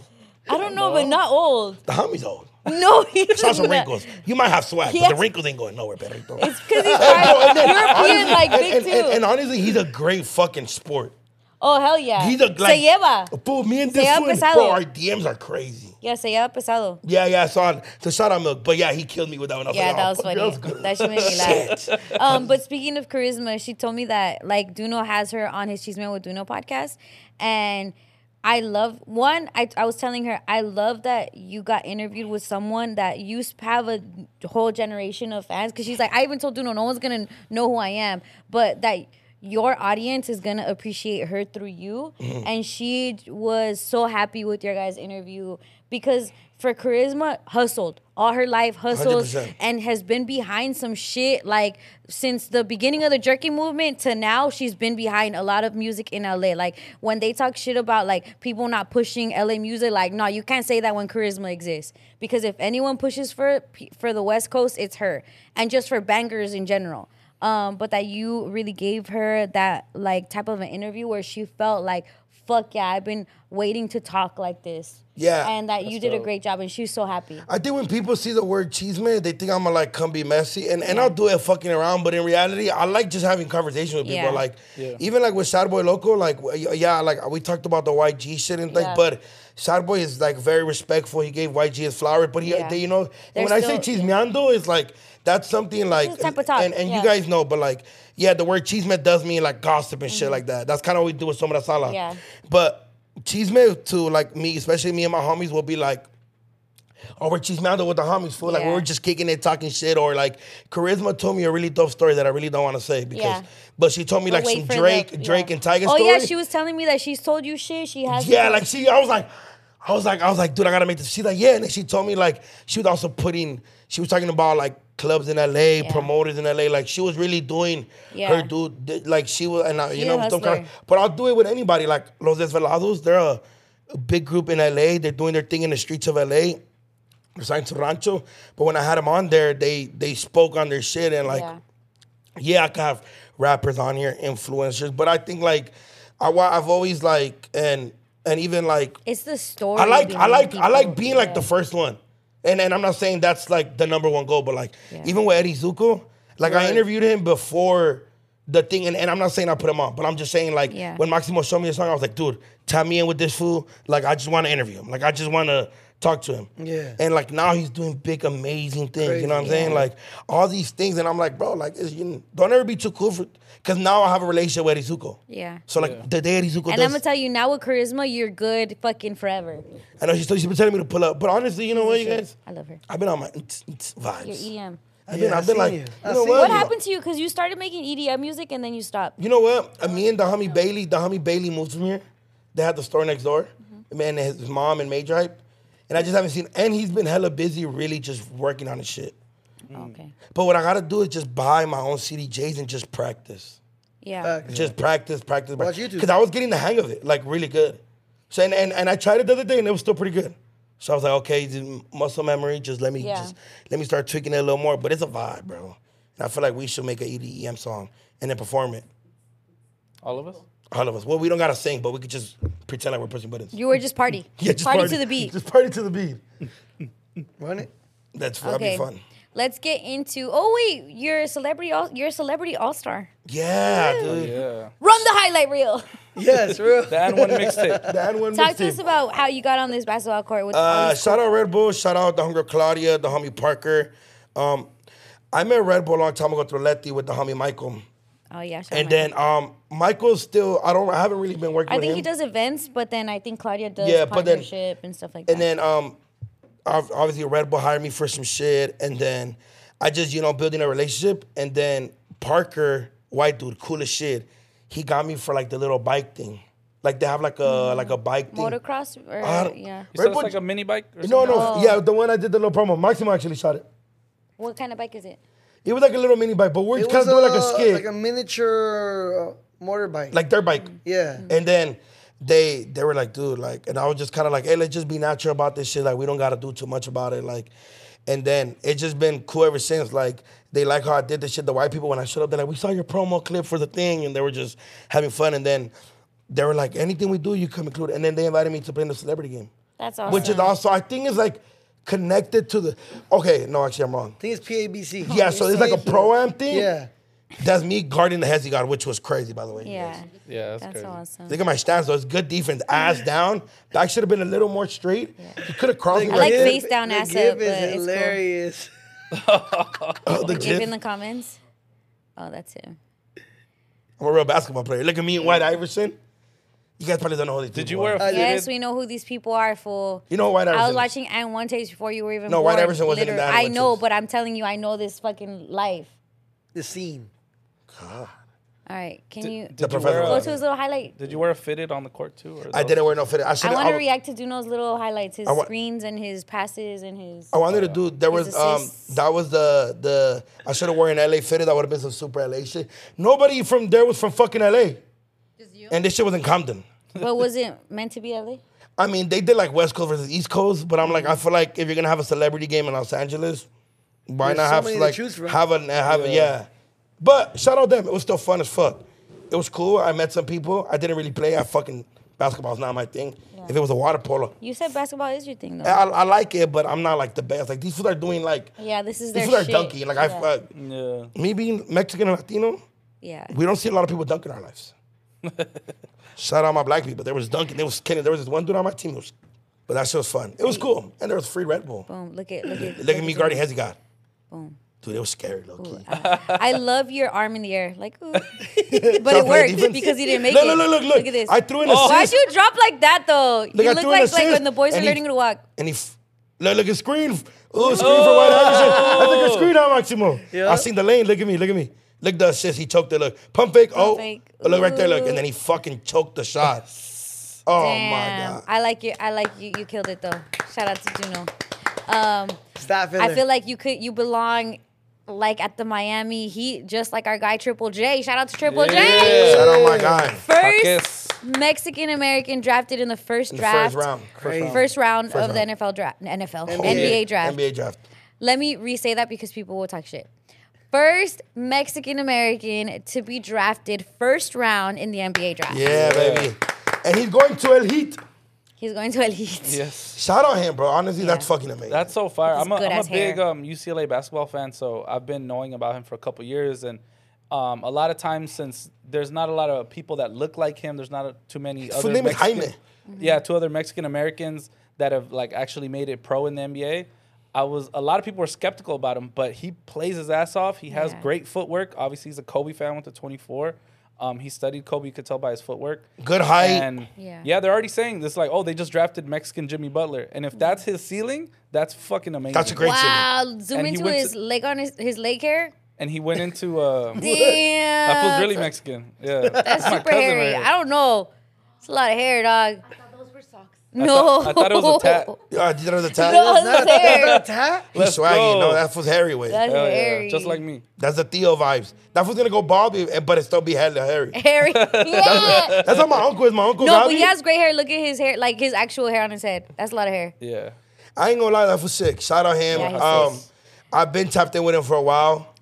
D: I don't know, but not old.
B: The homie's old.
D: No, he's
B: Shout out some
D: not.
B: wrinkles. You might have swag,
D: He
B: but the
D: has-
B: wrinkles ain't going nowhere, Pedrito.
D: It's because he's probably European, like
B: and,
D: big
B: and,
D: too.
B: and, and honestly, he's a great fucking sport.
D: oh hell yeah.
B: He's a like,
D: se lleva.
B: Fool, me and
D: Se
B: this
D: ha
B: one,
D: pesado.
B: bro, our DMs are crazy.
D: Yeah, se lleva pesado.
B: Yeah, yeah, I saw it. So shout out Milk. But yeah, he killed me with that one. I
D: Yeah,
B: like,
D: that
B: "Oh,
D: was
B: fuck,
D: funny.
B: good."
D: That shit made me laugh. Um, but speaking of charisma, she told me that like Duno has her on his Cheese Man with Duno podcast, and I love one. I I was telling her I love that you got interviewed with someone that you s- have a whole generation of fans because she's like I even told Duno no one's gonna know who I am, but that. Your audience is gonna appreciate her through you, and she j- was so happy with your guys' interview because for charisma, hustled all her life, hustles,
B: 100%.
D: and has been behind some shit like since the beginning of the jerky movement to now she's been behind a lot of music in LA like when they talk shit about like people not pushing LA music like no you can't say that when charisma exists because if anyone pushes for for the west coast it's her and just for bangers in general um but that you really gave her that like type of an interview where she felt like fuck yeah I've been waiting to talk like this.
B: Yeah.
D: And that you did a
E: dope.
D: great job and she was so happy.
B: I think when people see the word cheese man, they think I'm gonna like come be messy, and, and I'll do it fucking around. But in reality, I like just having conversations with people.
D: Yeah.
B: Like
E: Yeah.
B: even like with Sad Boy Loco, like w- yeah, like we talked about the YG shit and like,
D: Yeah.
B: but Sad Boy is like very respectful. He gave YG his flowers, but he
D: Yeah.
B: they- you know
D: They're
B: when I say
D: still-
B: cheese meando, it's like that's something like
D: type of talk,
B: and, and
D: yeah.
B: you guys know, but like yeah, the word cheese man does mean like gossip and shit like that. That's kind of what we do with Sombra Sala.
D: Mm-hmm. Yeah.
B: But cheese man to like me, especially me and my homies, will be like or we're cheese mounted with the homies, fool. Like
D: Yeah.
B: we were just kicking it, talking shit, or like Charisma told me a really dope story that I really don't want to say because.
D: Yeah.
B: But she told me
D: But
B: like
D: wait
B: some
D: for the-
B: Drake,
D: yeah.
B: Drake and Tiger
D: Oh
B: story.
D: yeah, she was telling me that she's told you shit. She has.
B: Yeah, like she, I was like, I was like, I was like, dude, I gotta make this. She's like, yeah, and then she told me like she was also putting. She was talking about like clubs in LA,
D: Yeah.
B: promoters in LA. Like she was really doing
D: Yeah.
B: her dude. th- Like she was, and I,
D: She
B: you
D: a
B: know, don't
D: hustler.
B: care. but I'll do it with anybody. Like Los Desvelados, they're a, a big group in LA. They're doing their thing in the streets of LA. They're signed to Rancho, but when I had them on there, they they spoke on their shit and like
D: Yeah.
B: yeah, I could have rappers on here, influencers, but I think like I wa- I've always like and and even like
D: It's the story.
B: I like I
D: behind
B: like I like
D: people.
B: being like the
D: Yeah.
B: first one, and and I'm not saying that's like the number one goal, but like even with Eddie Zuko, like I interviewed him before the thing, and, and I'm not saying I put him on, but I'm just saying like
D: Yeah.
B: when Maximo showed me the song, I was like, dude, tie me in with this fool. Like I just want to interview him. Like I just want to talk to him.
C: Yeah.
B: And like now he's doing big, amazing things. You know what I'm
C: Crazy.
B: saying? Like all these things, and I'm like, bro, like it's, you, don't ever be too cool for, because now I have a relationship with Eddie Zuko.
D: Yeah.
B: So like the day Eddie Zuko
D: And
B: does,
D: I'm gonna tell you now with charisma, you're good fucking forever.
B: I know she's, she's been telling me to pull up, but honestly, you know what, you guys.
D: I love her.
B: I've been on my ntz, ntz
D: Your
B: vibes.
D: EDM.
B: I've
C: Yeah,
B: been,
C: I
B: I've been
C: seen
B: like,
C: you.
B: you
C: I
B: know
C: seen
B: what?
D: What happened to you? Because you started making EDM music and then you stopped.
B: You know what? Uh, Me and the homie Bailey, the homie Bailey moved from here. They had the store next door. Man, his his mom and May Drive. And I just haven't seen, and he's been hella busy really just working on his shit. Mm.
D: Oh, Okay.
B: But what I gotta do is just buy my own CDJs and just practice.
D: Yeah.
C: Facts.
B: Just practice, practice,
C: Watch
B: practice.
C: YouTube.
B: Because I was getting the hang of it, like really good. So and, and and I tried it the other day and it was still pretty good. So I was like, okay, the muscle memory, just let me
D: Yeah.
B: just let me start tweaking it a little more. But it's a vibe, bro. And I feel like we should make E an EDM song and then perform it.
E: All of us.
B: All of us. Well, we don't gotta sing, but we could just pretend like we're pushing buttons.
D: You were just party.
B: yeah, just
D: party, to the beat.
B: Just party to the beat.
C: Run it.
B: That's
D: okay.
B: that'd be fun.
D: Let's get into. Oh wait, you're a celebrity. All, you're a celebrity all star.
B: Yeah, dude.
E: Yeah.
D: Run the highlight reel.
C: Yes, real.
E: And one mixtape.
B: That one
D: Talk to
B: mixtape.
D: us about how you got on this basketball court with. all
B: Uh,
D: these-
B: shout out Red Bull. Shout out the homie Claudia, the homie Parker. Um, I met Red Bull a long time ago through Letty with the homie Michael.
D: oh yeah. shout out
B: And
D: Michael.
B: then um, Michael's still I don't I haven't really been working
D: I
B: with
D: think
B: him.
D: he does events, but then I think Claudia does
B: Yeah, but then-
D: partnership and stuff like that.
B: And then um, ob- obviously Red Bull hired me for some shit, and then I just you know building a relationship, and then Parker, white dude, cool as shit, he got me for like the little bike thing, like they have like a like a bike thing.
D: Mm-hmm. motocross or
B: I don't-
D: yeah.
E: So it's
B: Bull-
E: like a mini bike. Or
B: No,
E: something?
B: no, yeah, the one I did the little promo. Maximo actually shot it.
D: What kind of bike is it?
B: It was like a little mini bike, but we're
C: It
B: kind of
C: was
B: doing like a skid,
C: like a miniature uh, motorbike.
B: like dirt bike.
C: yeah.
B: And then they they were like, dude, like, and I was just kind of like, hey, let's just be natural about this shit. Like, we don't gotta do too much about it. Like, and then it's just been cool ever since. Like, they like how I did this shit. The white people when I showed up, they're like, we saw your promo clip for the thing, and they were just having fun. And then they were like, anything we do, you come include. And then they invited me to play in the celebrity game,
D: That's awesome.
B: which is also I think is like connected to the. Okay, no, actually I'm wrong.
C: I think it's PABC.
B: Yeah, so it's like a pro am thing.
C: Yeah.
B: That's me guarding the Hezzy God, which was crazy, by the way. you guys.
D: Yeah,
E: Yeah, that's,
D: that's
E: crazy.
D: awesome.
B: Look at my stance though. It's good defense.
D: Mm.
B: Ass down. Back should have been a little more straight. He could have crossed me
D: I like
B: this.
D: face down,
C: the
D: ass
C: gif
D: up, but
C: is
D: it's cool.
C: hilarious.
B: Oh, the
D: Keep
B: kid.
D: in the comments. Oh, that's him.
B: I'm a real basketball player. Look at me and White Iverson. You guys probably don't know who these
E: Did you
B: people
E: wear?
B: are.
E: A
C: I
E: fitted?
C: did.
D: Yes, we know who these people are, fool.
B: You know White Iverson.
D: I was watching and one taste before you were even
B: No,
D: born.
B: White Iverson wasn't in
D: literally.
B: the
D: I
B: Iverson
D: know,
B: tapes.
D: but I'm telling you, I know this fucking life.
C: The scene.
D: All right, can you
E: Did
B: The
E: you
B: professor
E: wear
D: go
E: a-
B: was.
D: to his little highlight?
E: Did you wear a fitted on the court too? Or
B: I
E: those?
B: didn't wear no fit. I should.
D: I want
B: I,
D: to react to Duno's little highlights, his
B: I wa-
D: screens and his passes and his.
B: I wanted to do. There
D: His
B: was um.
D: assists.
B: That was the the. I should have worn an LA fitted. That would have been some super LA shit. Nobody from there was from fucking LA,
F: Just you.
B: and this shit was in Compton.
D: But was it meant to be LA?
B: I mean, they did like West Coast versus East Coast, but I'm like,
C: Mm-hmm.
B: I feel like if you're gonna have a celebrity game in Los Angeles, why
C: There's
B: not
C: so
B: have
C: many to
B: like
C: choose from.
B: have a have a yeah. But shout out them, it was still fun as fuck. It was cool. I met some people. I didn't really play. I fucking Basketball's not my thing. If it was a water polo,
D: You said basketball is your thing though.
B: I, I like it, but I'm not like the best. Like these fools are doing like
D: yeah, this
B: these
D: is their
B: fools are
D: shit.
B: dunking. Like I,
D: yeah.
B: uh,
E: Yeah.
B: me being Mexican and Latino,
D: yeah.
B: we don't see a lot of people dunking our lives. Shout out my black people. There was dunking. There was kidding. There was this one dude on my team. Who was, but that shit was fun. It was cool, and there was free Red Bull.
D: Boom. Look at look at
B: Look at me guarding heads God.
D: Boom.
B: Dude, it was scary, low key.
D: I love your arm in the air, like, ooh. but
B: Trying
D: it
B: to play
D: worked
B: defense.
D: because you didn't make
B: look,
D: it.
B: Look, look, look, look.
D: Look at this. Oh.
B: I threw in a
D: Why'd you drop like that though?
B: I
D: you look
B: threw an
D: like like
B: assist,
D: when the boys are
B: and he-
D: learning to walk.
B: And he f- look, look at screen. Oh, screen for White Anderson. I took a screen on Maximo.
C: Yeah.
B: I seen the lane. Look at me. Look at me. Look at the assist. He choked it. Look, pump fake. oh,
D: fake.
B: Oh, look right there. Look,
D: Ooh.
B: and then he fucking choked the shot. Oh
D: Damn.
B: my god.
D: I like you. I like you. You killed it though. Shout out to Juno. Um,
C: Stop it.
D: I feel like you could. You belong. Like at the Miami Heat, just like our guy Triple J. Shout out to Triple J.
B: Shout out my guy.
D: First
E: Paques.
D: Mexican American drafted in the first
B: In the
D: draft,
B: first round. First
C: Crazy.
B: round.
D: first round
B: First
D: of
B: round.
D: the NFL draft, NFL
B: Oh,
D: NBA
B: yeah.
D: draft.
B: NBA draft.
D: Let me re-say that because people will talk shit. First Mexican American to be drafted first round in the NBA draft.
B: Yeah, baby. And he's going to El Heat.
D: He's going to Elite.
E: Yes.
B: Shout out him, bro. Honestly, that's
D: Yeah.
B: fucking amazing.
E: That's so fire.
D: With his
E: I'm a, I'm
D: good-ass
E: a big
D: hair.
E: um, UCLA basketball fan, so I've been knowing about him for a couple years. And um, a lot of times, since there's not a lot of people that look like him, there's not a, too many other
B: name is
E: Mexican- Mm-hmm.
B: Jaime.
E: Yeah, two other Mexican Americans that have like actually made it pro in the NBA. I was a lot of people were skeptical about him, but he plays his ass off. He has
D: Yeah.
E: great footwork. Obviously, he's a Kobe fan with the 24. Um, he studied Kobe. You could tell by his footwork.
B: Good height.
E: And
D: Yeah.
E: yeah. they're already saying this like, oh, they just drafted Mexican Jimmy Butler, and if that's his ceiling, that's fucking amazing.
B: That's a great wow.
D: Wow, zoom
E: And he
D: into
E: went
D: his
E: to-
D: leg on his, his leg hair.
E: And he went into uh,
D: Damn.
E: that was really Mexican. Yeah,
D: That's super hairy. I don't know. It's a lot of hair, dog.
F: I thought those were socks.
D: no.
E: I thought it was a tat.
B: Uh, did you know the tag?
D: No,
B: He's
D: it's
C: Not
D: hair.
C: that hat.
B: swaggy.
E: go.
B: No, that was Harry way.
D: That's
E: Hell yeah,
D: hairy.
E: just like me.
B: That's the Theo vibes. That fool's gonna go bald, eh, but it still be hella hairy.
D: Hairy. Yeah.
B: That's how my uncle is. My uncle
D: no, but
B: Robbie,
D: he has gray hair. Look at his hair, like his actual hair on his head. That's a lot of hair.
E: Yeah,
B: I ain't gonna lie, that was sick. Shout out him.
D: Yeah, he's
B: um,
D: sick.
B: I've been tapped in with him for a while,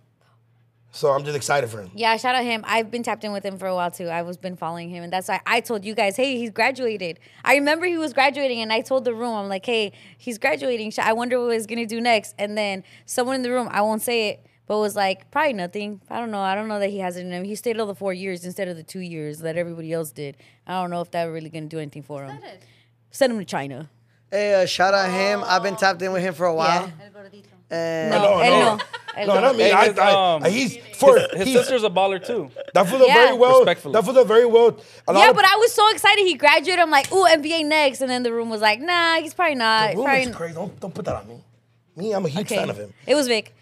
B: so I'm just excited for him.
D: Yeah, shout out him. I've been tapped in with him for a while too. I was been following him, and that's why I told you guys, hey, he's graduated. I remember he was graduating, and I told the room, I'm like, hey, he's graduating. Sh- I wonder what he's gonna do next. And then someone in the room, I won't say it, but was like, probably nothing. I don't know. I don't know that he has it in him. He stayed all the four years instead of the two years that everybody else did. I don't know if that really gonna do anything for him.
F: Got it.
D: Send him to China.
C: Hey, uh, shout out him. I've been tapped in with him for a while.
F: El gordito.
C: And
D: No,
B: Oh, no,
D: él
B: no.
D: no. Él
B: No, not me.
E: Hey,
B: I,
E: his,
B: I,
E: um,
B: I- he's for
E: his
B: he's,
E: sister's a baller too.
B: that fool's a
D: Yeah.
B: very well.
E: Respectfully.
B: That fool's a very well. A lot
D: Yeah,
B: of,
D: but I was so excited he graduated. I'm like, ooh, MBA next. And then the room was like, nah, he's probably not.
B: Ooh,
D: probably
B: it's crazy. Don't, don't put that on me. Me, I'm a huge fan of him.
D: It was Vic.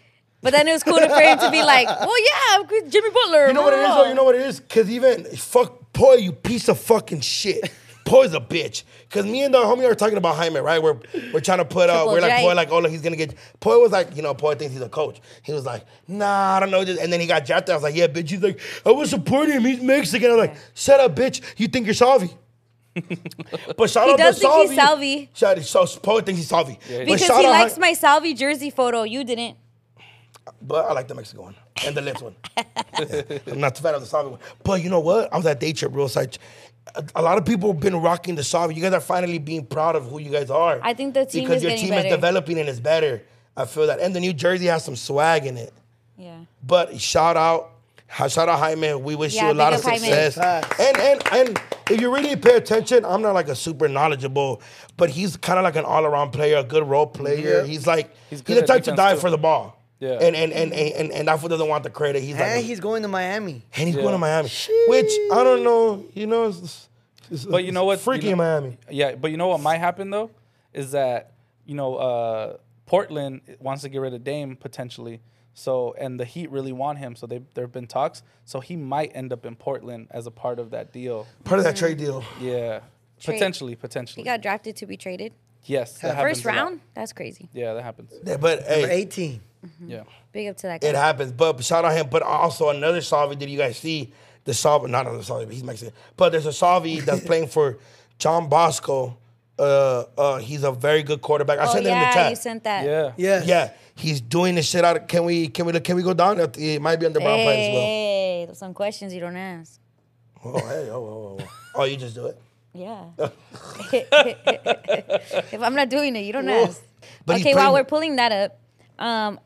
D: But then it was cool to- for him to be like, well, yeah, I'm good- Jimmy Butler.
B: You know what it is,
D: blah,
B: though? You know what it is? Because even, fuck, Poi, you piece of fucking shit. Poi's a bitch. Because me and the homie are talking about Jaime, right? We're, we're trying to put out,
D: Triple
B: we're like,
D: J.
B: Poi, like, oh, look, he's going to get. Poi was like, you know, Poi thinks he's a coach. He was like, nah, I don't know. Just, and then he got jacked. I was like, yeah, bitch. He's like, I was supporting him. He's Mexican. I'm like, shut up, bitch. You think you're Salvi. but shout
D: He
B: out to
D: does think
B: Salvi.
D: he's Salvi.
B: Shout, so Poi thinks he's Salvi. But
D: Because
B: shout
D: he
B: out
D: likes
B: Jaime-
D: my Salvi jersey photo. You didn't.
B: but I like the Mexican one and the lips one. Yeah. I'm not too fan of the Savi one. But you know what? I was at Day Trip real side. A, a lot of people have been rocking the Savi. You guys are finally being proud of who you guys are.
D: I think the team
B: because
D: is
B: your
D: getting
B: team is
D: better.
B: developing and it's better. I feel that. And the new jersey has some swag in it.
D: Yeah.
B: But shout out, ha- shout out Jaime. We wish
D: Yeah,
B: you a lot of
D: big up Jaime.
B: success.
C: Facts.
B: And and and if you really pay attention, I'm not like a super knowledgeable, but he's kind of like an all around player, a good role player.
C: Yeah.
B: He's like he's,
E: He's good
B: the
E: at
B: type to
E: defense,
B: die
E: too.
B: for the ball.
E: Yeah.
B: And and and and and, and that fool doesn't want the credit. He's like
C: and he's going to Miami.
B: and he's
E: Yeah.
B: going to Miami, which I don't know. You know, it's, it's, it's-
E: But you know
B: it's
E: what?
B: Freaky
E: You know-
B: in Miami.
E: Yeah, but you know what might happen though is that you know uh, Portland wants to get rid of Dame potentially. So and the Heat really want him. So they there have been talks. So he might end up in Portland as a part of that deal.
B: Part of that trade deal.
E: Yeah,
D: Trade.
E: potentially,
D: He
E: potentially.
D: got drafted to be traded.
E: yes, that happens
D: First
E: a lot.
D: round? That's crazy.
E: Yeah, that happens.
B: Yeah, but
C: Number
B: hey,
C: 18.
D: Mm-hmm.
E: Yeah.
D: Big up to that guy.
B: it happens. But shout out him. But also another Salvi. Did you guys see the Salvi? Not another Salvi, but he's Mexican. But there's a Salvi that's playing for John Bosco. Uh, uh, he's a very good quarterback. I
D: Oh,
B: sent it in the
D: yeah,
B: chat.
D: you sent that.
E: Yeah.
C: Yeah.
B: yeah, he's doing the shit out. Of, can we? Can we? look- Can we go down? It might be on the brown plan as well.
D: Hey, there's some questions you don't ask.
B: Oh, hey, oh, oh, oh, oh. oh, you just do it.
D: Yeah. if I'm not doing it, you don't ask.
B: But he's
D: okay, while
B: playing-
D: we're pulling that up, um,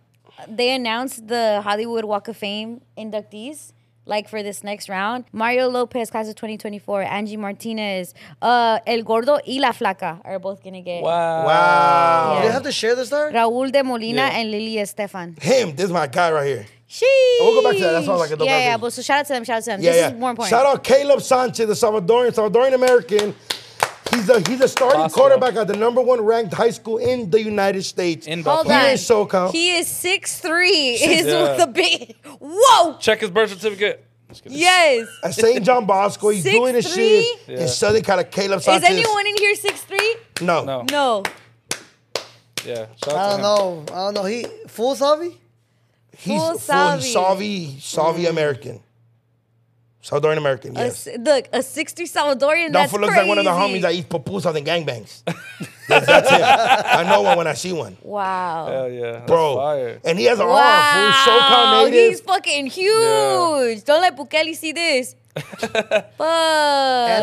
D: they announced the Hollywood Walk of Fame inductees. Like for this next round, Mario Lopez, class of 2024, Angie Martinez, uh, El Gordo y La Flaca are both gonna get
E: Wow.
B: Wow.
C: Do they
D: Yeah.
C: have to share this star?
D: Raul de Molina
E: Yeah.
D: and Lily Estefan.
B: Him, this is my guy right here.
D: She.
B: We'll go back to that. That sounds like a dope
D: Yeah, yeah.
B: idea.
D: But so shout out to them. Shout out to them.
B: Yeah,
D: this
B: yeah.
D: is more important.
B: Shout out Caleb Sanchez, the Salvadorian, Salvadorian American. He's a he's a starting
E: Possible.
B: quarterback at the number one ranked high school in the United States.
E: In
D: Hold
E: Buffalo.
D: on.
B: He is SoCal.
D: He is 6'3", Is
E: Yeah.
D: the big. Whoa.
E: Check his birth certificate. Just kidding.
D: Yes.
B: at St. John Bosco, he's
D: Six,
B: doing his
D: three?
B: shit
E: Yeah.
B: in Southern Cal. Caleb
D: Is
B: Sanchez.
D: anyone in here six three?
B: No.
E: No.
D: No.
E: Yeah. Shout
C: I
E: out
C: don't
E: to him.
C: know. I don't know. He full Savi?
B: He's
D: Full Mm.
B: full Salvi,
D: Salvi.
B: Salvi, American. Salvadorian American,
D: A
B: yes.
D: s- look, a 60 Salvadorian.
B: That
D: That's
B: fool looks like one of the
D: crazy.
B: homies that eats pupusas and gangbangs. that's, that's him. I know one when I see one.
D: Wow.
E: Hell yeah. That's
B: Bro.
E: Fire.
B: And he has an arm, Oh, fool.
D: Wow.
B: SoCal native.
D: He's fucking huge. Don't let Bukele see this.
C: And
D: Fuck.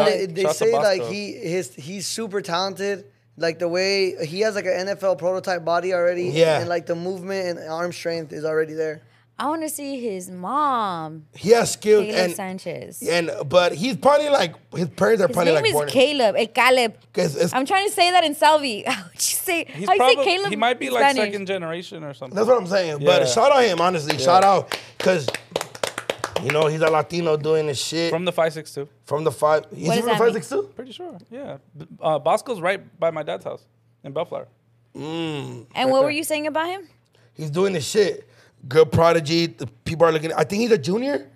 C: they, they
E: Shout out to
C: say like
E: Bosco.
C: he his he's super talented. Like the way he has like an NFL prototype body already.
B: Yeah.
C: And like the movement and arm strength is already there.
D: I want to see his mom,
B: He has skill
D: Caleb
B: and
D: Sanchez.
B: and but he's probably like his parents are
D: His
B: probably
D: name
B: like
D: is
B: born.
D: Caleb. El Caleb.
B: It's- it's-
D: I'm trying to say that in Salvi. How would you say?
E: He's
D: how Oh, you
E: probably,
D: say Caleb?
E: he might be
D: in
E: like
D: Spanish?
E: second generation or something.
B: that's what I'm saying. But
E: Yeah.
B: shout out him honestly. Shout out because you know he's a Latino doing his shit
E: From
B: from,
E: the 562.
B: the five. Is
D: What
B: he
D: does
B: from the
D: that
B: five
D: mean?
B: six two?
E: Pretty sure. Yeah. B- Uh, Bosco's right by my dad's house in Bellflower.
D: And what
E: there.
D: were you saying about him?
B: He's doing his shit. Good prodigy. The people are looking. I think he's a junior.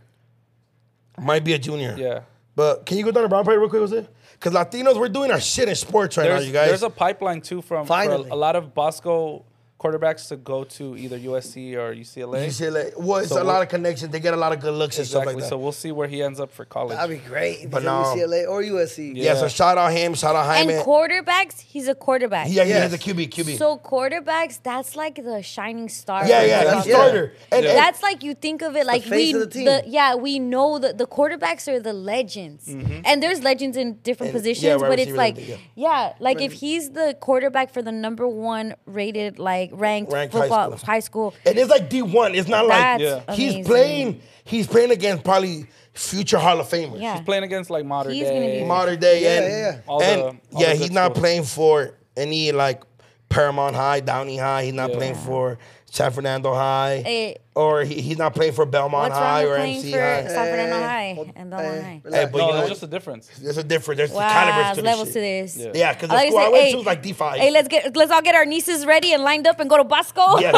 B: Might be a junior.
E: Yeah.
B: But can you go down to Brown Parade real quick, was it? Because Latinos, we're doing our shit in sports right
E: There's,
B: now, you guys.
E: there's a pipeline too from for
C: Finally.
E: a lot of Bosco quarterbacks to go to either USC or UCLA.
B: you see, like, well, it's
E: So
B: a
E: we'll-
B: lot of connections. They get a lot of good looks
E: exactly.
B: and stuff like that.
E: so we'll see where he ends up for college.
C: That'd be great.
B: But
C: But
B: no.
C: UCLA or USC.
E: Yeah.
B: yeah, so shout out him. Shout out Jaime.
D: and quarterbacks, he's a quarterback.
B: yeah, yeah,
C: Yes.
B: he's a QB, QB.
D: So quarterbacks, that's like the shining star.
B: yeah,
D: for
B: yeah, that's
D: football
C: that's-
D: team.
C: yeah.
B: starter. And, and-
D: That's like you think of it like we
C: face of the team.
D: yeah we know that the quarterbacks are the legends and there's legends in different
B: Mm-hmm. And- yeah,
D: positions
B: wide
D: but it's
B: receiver,
D: like
B: yeah.
D: yeah, like if he's the quarterback for the number one rated like ranked,
B: Ranked high
D: football high
B: school.
D: school,
B: and it's like D one. It's not like
D: That's Yeah.
B: he's
D: amazing.
B: playing. He's playing against probably future Hall of Famers.
D: yeah
E: He's playing against like modern
D: He's gonna be-
E: day.
B: modern day
C: Yeah,
B: and,
C: yeah, yeah.
E: All the-
B: and
E: all
B: yeah,
E: the
B: he's
E: good
B: not
E: schools.
B: playing for any like Paramount High, Downey High. He's not
E: Yeah.
B: playing for San Fernando High,
D: Eh.
B: or he, he's not playing for Belmont
D: what's wrong
B: High
D: with
B: or
D: playing
B: MC
D: for
B: High.
D: San Fernando High
C: hold-
D: and Belmont
C: eh,
D: High
B: Hey,
C: relax.
B: but you
E: no,
B: know,
E: there's just a difference.
B: there's a difference. There's
D: wow
B: calibers to this
D: levels
B: shit.
D: to this yeah,
B: Yeah, because the
D: Like I
B: school I
D: said,
B: went
D: hey,
B: to was like D five.
D: Hey, let's get let's all get our nieces ready and lined up and go to Bosco.
B: Yeah.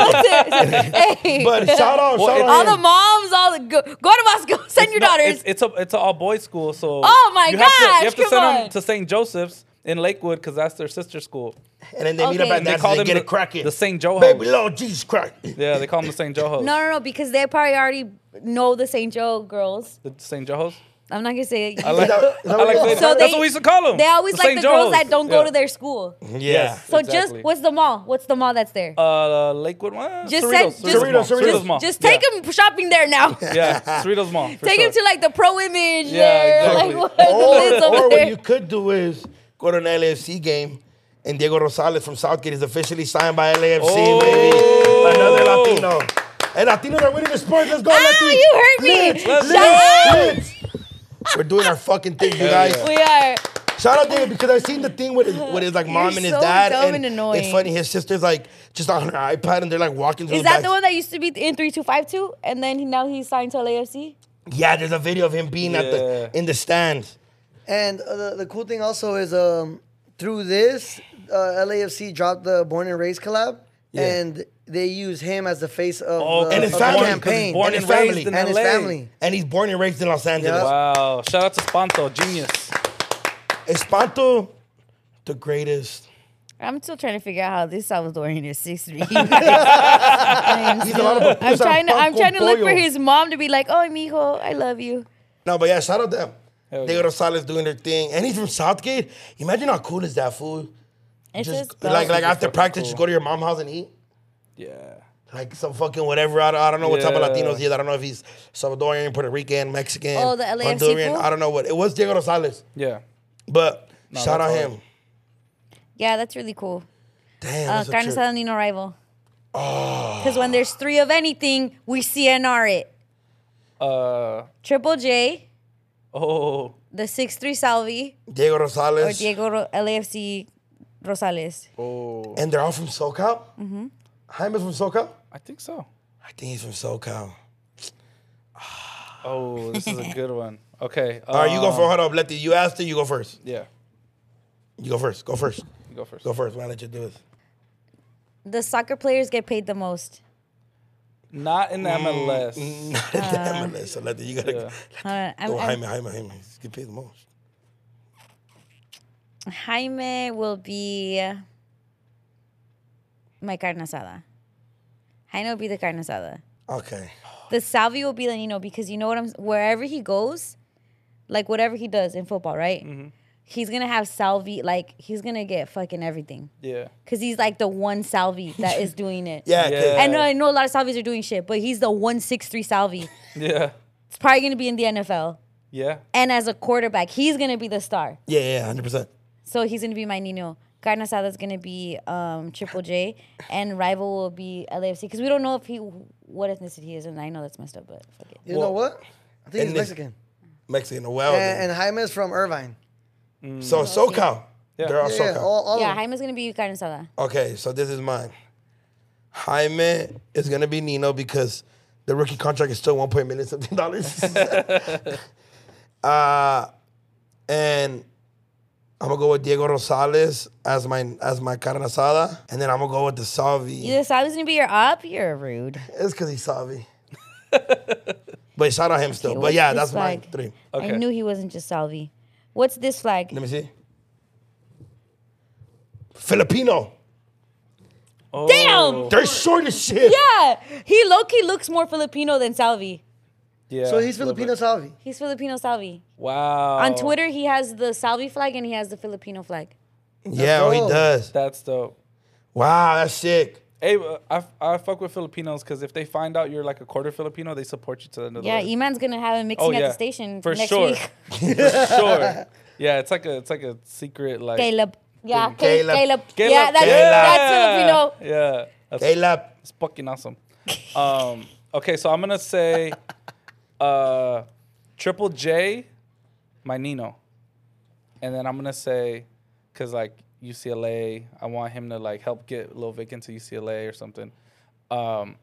D: Hey.
B: but shout out,
E: Well,
B: shout
E: it's-
B: out
D: all
B: him.
D: the moms, all the go, go to Bosco. Send your
E: No,
D: daughters.
E: It's, it's a it's an all boys school, so
D: Oh my
E: you have to,
D: gosh,
E: you have to
D: come
E: send
D: on.
E: them to St. Joseph's in Lakewood because that's their sister school.
B: and then they meet up
D: Okay.
B: at
D: They
B: that
E: call
B: and they
E: them
B: get
E: the-
B: it cracking.
E: the St. Joe
B: Baby
E: hoes.
B: Lord Jesus Christ.
E: Yeah, they call them the St. Joe hoes.
D: No, no, no, because they probably already know the St. Joe girls.
E: The St. Joe hoes.
D: I'm not gonna say it.
E: I like,
B: that- is that
E: I like
B: what
E: St.
B: you
D: so
E: That's
D: they,
E: what we used to call them.
D: They always like the girls that don't go to their school.
B: Yeah.
E: Yes.
D: So
E: Exactly.
D: just what's the mall? What's the mall that's there?
E: uh, Lakewood one.
D: Just
E: Cerritos,
D: send- just-
E: Cerritos, Mall,
B: Cerritos, Cerritos.
E: Mall.
D: Just take
E: yeah.
D: them shopping there now.
E: Yeah, Cerritos Mall. for
D: take
E: sure.
D: them to like the pro image
E: Yeah,
D: there.
E: exactly.
D: Like what the lids
B: or,
D: over
B: or
D: there.
B: what you could do is go to an LAFC game, and Diego Rosales from Southgate is officially signed by LAFC, baby. Another
E: Oh.
B: Latino. And Latinos are winning the sport. Let's go,
D: ah,
B: Latinos.
D: you heard me.
E: Let's
D: Shout out.
B: We're doing our fucking thing, you
E: Hell
B: guys.
E: yeah.
D: We are.
B: Shout out David because I've seen the thing with his, with his like mom
D: Uh, You're
B: and his
D: so
B: dad.
D: dumb and
B: It's
D: annoying.
B: funny. His sister's like just on her iPad and they're like walking through
D: Is
B: the
D: that the
B: back-
D: one that used to be in three two five two, and then he, now he's signed to LAFC?
B: Yeah, there's a video of him being at the
E: Yeah.
B: in the stands.
C: And uh, the, the cool thing also is um, through this, uh, LAFC dropped the Born and Raised collab,
B: Yeah.
C: and they use him as the face of
E: Oh,
C: the,
B: And
C: of
B: his
C: the
B: family, 'cause he's
C: campaign
E: born
B: and his
E: and raised
B: family.
E: in
C: and his
E: LA.
C: family.
B: And he's born and raised in Los Angeles.
C: Yeah.
E: Wow! Shout out to Spanto, genius.
B: Espanto, the greatest.
D: I'm still trying to figure out how this Salvadorian is six three. I'm
B: He's a lot of
D: I'm trying to I'm
B: Paco
D: trying to look for
B: Pollo.
D: his mom to be like, oh mijo, I love you.
B: No, but yeah, shout out them.
E: Hell
B: Diego Rosales doing their thing, and he's from Southgate. Imagine how cool is that fool.
D: It's
B: Just
D: just,
B: like like
D: dope.
B: after
E: fucking
B: practice,
E: cool.
B: just go to your mom's house and eat.
E: Yeah.
B: Like some fucking whatever. I don't, I don't know what type of
E: Yeah.
B: Latinos he is. I don't know if he's Salvadorian, Puerto Rican, Mexican,
D: Oh, the LAFC
B: Honduran.
D: pool?
B: I don't know what. It was Diego Rosales.
E: Yeah.
B: But Shout out
E: that's
B: him.
E: all.
D: Yeah, that's really cool.
B: Damn.
D: Uh,
B: that's a
D: carne
B: trip. Oh.
D: asada Nino rival. Because when there's three of anything, we CNR it.
E: Uh
D: Triple J,
E: oh.
D: the six three Salvi,
B: Diego
D: or
B: Rosales.
D: Diego Ro- LAFC Rosales.
E: Oh.
B: And they're all from SoCal? Mm-hmm. Jaime's from SoCal?
E: I think so.
B: I think he's from SoCal.
E: Oh, this is a good one. Okay.
B: All right, you go
E: um,
B: first. Hold up, Letty. You asked it, you go first.
E: Yeah.
B: You go first. Go first.
E: You go first.
B: Go first. Why don't you do this?
D: The soccer players get paid the most.
E: Not in MLS.
D: Mm,
B: Not in the MLS. So, Letty, you gotta
E: yeah.
D: Hold on, Uh, I'm-
B: go.
D: I'm-
B: Jaime, Jaime, Jaime. He's getting paid the most.
D: Jaime will be my carne asada. Jaime will be the carne asada.
B: Okay.
D: The Salvi will be the Nino because you know what I'm. Wherever he goes, like whatever he does in football, right? He's gonna have Salvi. Like he's gonna get fucking everything
E: Yeah.
D: because he's like the one Salvi that is doing it.
B: Yeah, 'cause-
E: Yeah.
D: I know. I know a lot of Salvis are doing shit, but he's the one six three Salvi.
E: Yeah.
D: It's probably gonna be in the NFL.
E: Yeah.
D: And as a quarterback, he's gonna be the star.
B: yeah, yeah, 100%.
D: So he's gonna be my Nino. Carne asada is gonna be um, Triple J, and rival will be LAFC because we don't know if he what ethnicity he is, and I know that's messed up, but fuck it.
C: You know what? I think he's
B: and this-
C: Mexican.
B: Mexican.
E: Oh,
B: Well,
C: And, and Jaime's from Irvine.
B: then. so SoCal.
E: Yeah.
B: They're all
C: Yeah,
B: SoCal.
C: yeah, all, all
D: Yeah,
C: of them.
D: Jaime's gonna be carne asada.
B: Okay, so this is mine. Jaime is gonna be Nino because the rookie contract is still one point million something dollars. uh, and I'm gonna go with Diego Rosales as my as my carne asada, and then I'm gonna go with the Salvi.
D: You decide who's gonna be your op. You're rude.
B: It's because he's Salvi. but shout out him still. but
D: what's
B: yeah,
D: this
B: that's my
D: flag?
B: three.
E: Okay.
D: I knew he wasn't just Salvi. What's this flag?
B: Let me see. Filipino.
E: Oh.
D: Damn!
B: They're short as shit.
D: Yeah, he low key looks more Filipino than Salvi.
E: Yeah.
C: So he's
E: a little bit.
C: Filipino Salvi.
D: He's Filipino Salvi.
E: Wow.
D: On Twitter, he has the Salvi flag and he has the Filipino flag.
B: Yeah, oh, he
C: dope.
B: does.
E: That's dope.
B: Wow, that's sick.
E: Hey, uh, I, I fuck with Filipinos because if they find out you're like a quarter Filipino, they support you to the end of
D: Yeah,
E: the
D: Iman's gonna have him mixing
E: Oh,
D: at
E: yeah.
D: the station
E: For
D: next
E: sure.
D: week.
E: yeah, sure. Yeah, it's like a it's like a secret like
D: Caleb. Yeah, Ca-
B: Caleb.
D: Caleb.
E: Caleb.
D: Yeah, that's,
B: Caleb.
D: that's Filipino.
E: Yeah, that's
B: Caleb.
E: it's fucking awesome. Um, okay, so I'm gonna say, uh, Triple J, my Nino, and then I'm gonna say, cause like UCLA, I want him to like help get Lil Vic into UCLA or something. Um,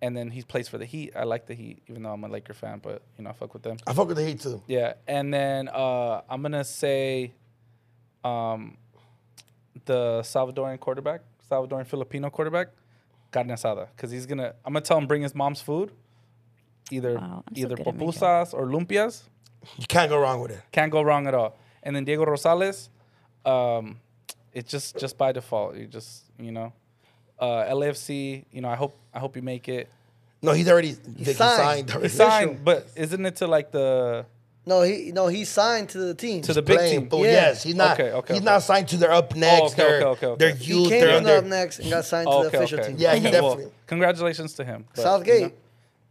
E: and then he plays for the Heat. I like the Heat, even though I'm a Laker fan, but you know I fuck with them.
B: I fuck with the Heat too.
E: Yeah, and then uh, I'm gonna say, um, the Salvadoran quarterback, Salvadoran Filipino quarterback, carne asada, because he's gonna. I'm gonna tell him bring his mom's food, either
D: Wow, I'm so
E: either
D: good at making-
E: pupusas or lumpias.
B: You can't go wrong with it.
E: Can't go wrong at all. And then Diego Rosales, um, it's just just by default. You just you know, uh, LAFC. You know, I hope I hope you make it.
B: No, he's already Vic,
C: signed.
B: already.
E: He signed, but isn't it to like the
C: No, he no he signed to the team.
E: to the big
B: Playing,
E: team?
B: but
C: Yeah.
B: Oh, yes, he's not.
E: Okay, okay,
B: he's
E: okay. Oh,
B: not signed to their up next.
E: okay,
B: they're,
E: okay, okay,
B: they're
E: okay.
B: youth.
C: he came
B: they're
C: from the
B: under-
C: up next and got signed to the official team.
B: Yeah, he
E: Oh, Okay,
B: definitely.
E: congratulations to him. but, you
C: Southgate.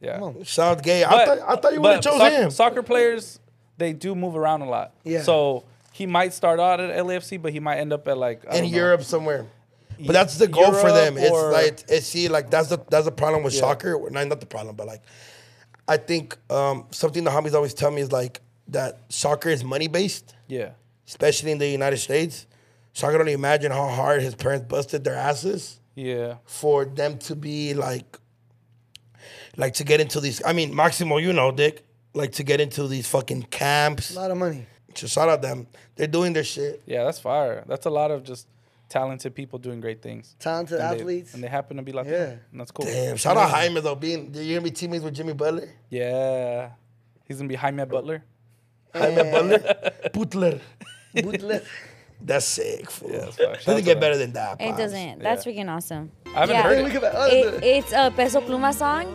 E: know, yeah.
B: Southgate. I thought I thought you would have
E: but
B: chose
E: soc-
B: him.
E: Soccer players, they do move around a lot.
C: Yeah.
E: So he might start out at LAFC, but he might end up at like I
B: in
E: don't know.
B: Europe somewhere. But that's the goal for them.
E: Europe
B: It's
E: or-
B: like it's see, like that's the that's the problem with
E: Yeah.
B: soccer. Well, Not not the problem, but like I think um, something the homies always tell me is like that soccer is money based.
E: Yeah.
B: especially in the United States. So I can only imagine how hard his parents busted their asses
E: Yeah.
B: for them to be like, like to get into these. I mean, Maximo, you know, Dick, like to get into these fucking camps.
C: A lot of money.
B: So shout out them. They're doing their shit.
E: Yeah, that's fire. That's a lot of just talented people doing great things.
C: Talented
E: And they-
C: athletes.
E: and they happen to be Latino.
C: Yeah.
E: And that's cool.
B: Damn. Shout out Jaime though. Being you're gonna be teammates with Jimmy Butler.
E: Yeah. He's gonna be Jaime Butler.
B: Jaime Butler. Butler.
C: Bootleg.
B: That's sick. Fool.
E: that's fire. Shout out
B: Doesn't
E: to
B: get
E: them.
B: better than that.
D: It
B: Pops.
D: doesn't. That's freaking awesome. I
E: haven't heard
C: Look at that.
D: It, it's a Peso Pluma song,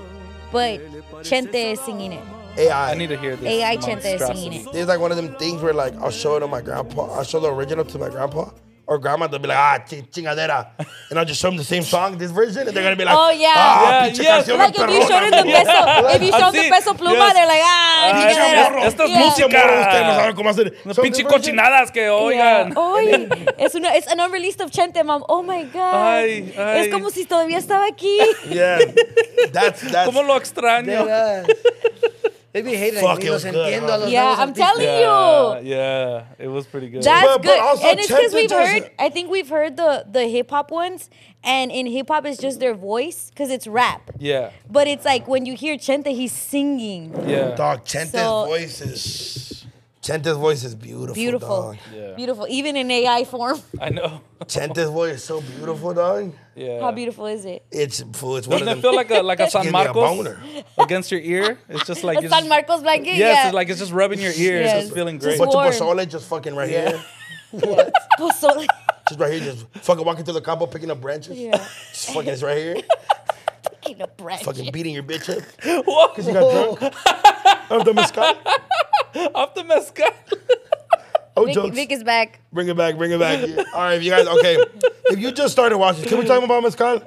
D: but Chente is singing it.
B: AI.
E: I need to hear this.
D: AI Chente is
E: monstrosity.
D: singing it.
B: It's like one of them things where like I'll show it to my grandpa. I'll show the original to my grandpa, or grandma, they'll be like, ah, chi- chingadera. And I'll just show them the same song, this version, and they're gonna be like,
D: Oh, yeah.
B: Ah,
E: Yeah,
B: pinche
E: yes.
B: canción
D: Like if you
B: perrona."
D: showed them the peso, if you
E: I've
D: showed the
E: seen-
D: peso pluma,
E: yes.
D: they're like, ah,
E: Ah,
B: Pinche
E: yeah.
B: morro,
E: Esto es
B: pinche
E: música.
B: morro, ustedes no saben cómo hacer.
E: Unas
B: Son
E: pinches
B: this version.
E: cochinadas que oigan.
B: Oh.
D: Oye, es, una, es an unreleased of Chente, mom. Oh my God.
E: Ay, ay.
D: Es como si todavía estaba aquí.
B: Yeah. That's, that's.
E: ¿Cómo lo extraño?
C: Deadass. they be hating.
B: Fuck,
C: Fuck,
B: it
C: los
B: was good,
C: entiendo
B: huh?
C: a los
D: Yeah,
C: nuevos
D: I'm
C: artistas.
D: telling
E: Yeah,
D: you.
E: yeah, it was pretty good.
D: That's
B: But- but
D: good.
B: also
D: and it's
B: Chente
D: because we've
B: doesn't-
D: heard, I think we've heard the, the hip hop ones, and in hip hop, it's just their voice because it's rap.
E: yeah,
D: But it's like when you hear Chente, he's singing.
E: yeah,
B: Dog, Chente's
D: So-
B: voice is. Chente's voice is beautiful.
D: Beautiful.
B: Dog.
E: Yeah.
D: Beautiful. Even in AI form.
E: I know.
B: Chente's voice is so beautiful, dog.
E: Yeah.
D: How beautiful is it?
B: It's fool. It's one
E: Doesn't
B: of
E: it
B: them.
E: feel like a like a
B: Give
E: San
B: me a
E: Marcos
B: boner.
E: against your ear? It's just like
D: A
E: it's
D: San Marcos blanket?
E: Yes,
D: yeah.
E: it's like it's just rubbing your ears.
D: Yes.
E: It's feeling
D: Just
E: great.
D: what-
B: But
D: warm.
B: your pozole just fucking right here.
D: Pozole.
B: Just right here, just fucking walking through the combo, picking up branches.
D: Yeah.
B: Just fucking, it's right here.
D: Fucking a branch.
B: fucking beating your bitch up.
E: What?
B: Because you got drunk. Of the mezcal.
E: Off the mezcal.
B: Oh,
D: Vic,
B: jokes.
D: Vic is back.
B: Bring it back, bring it back. Yeah. All right, if you guys, okay. If you just started watching, can we talk about mezcal?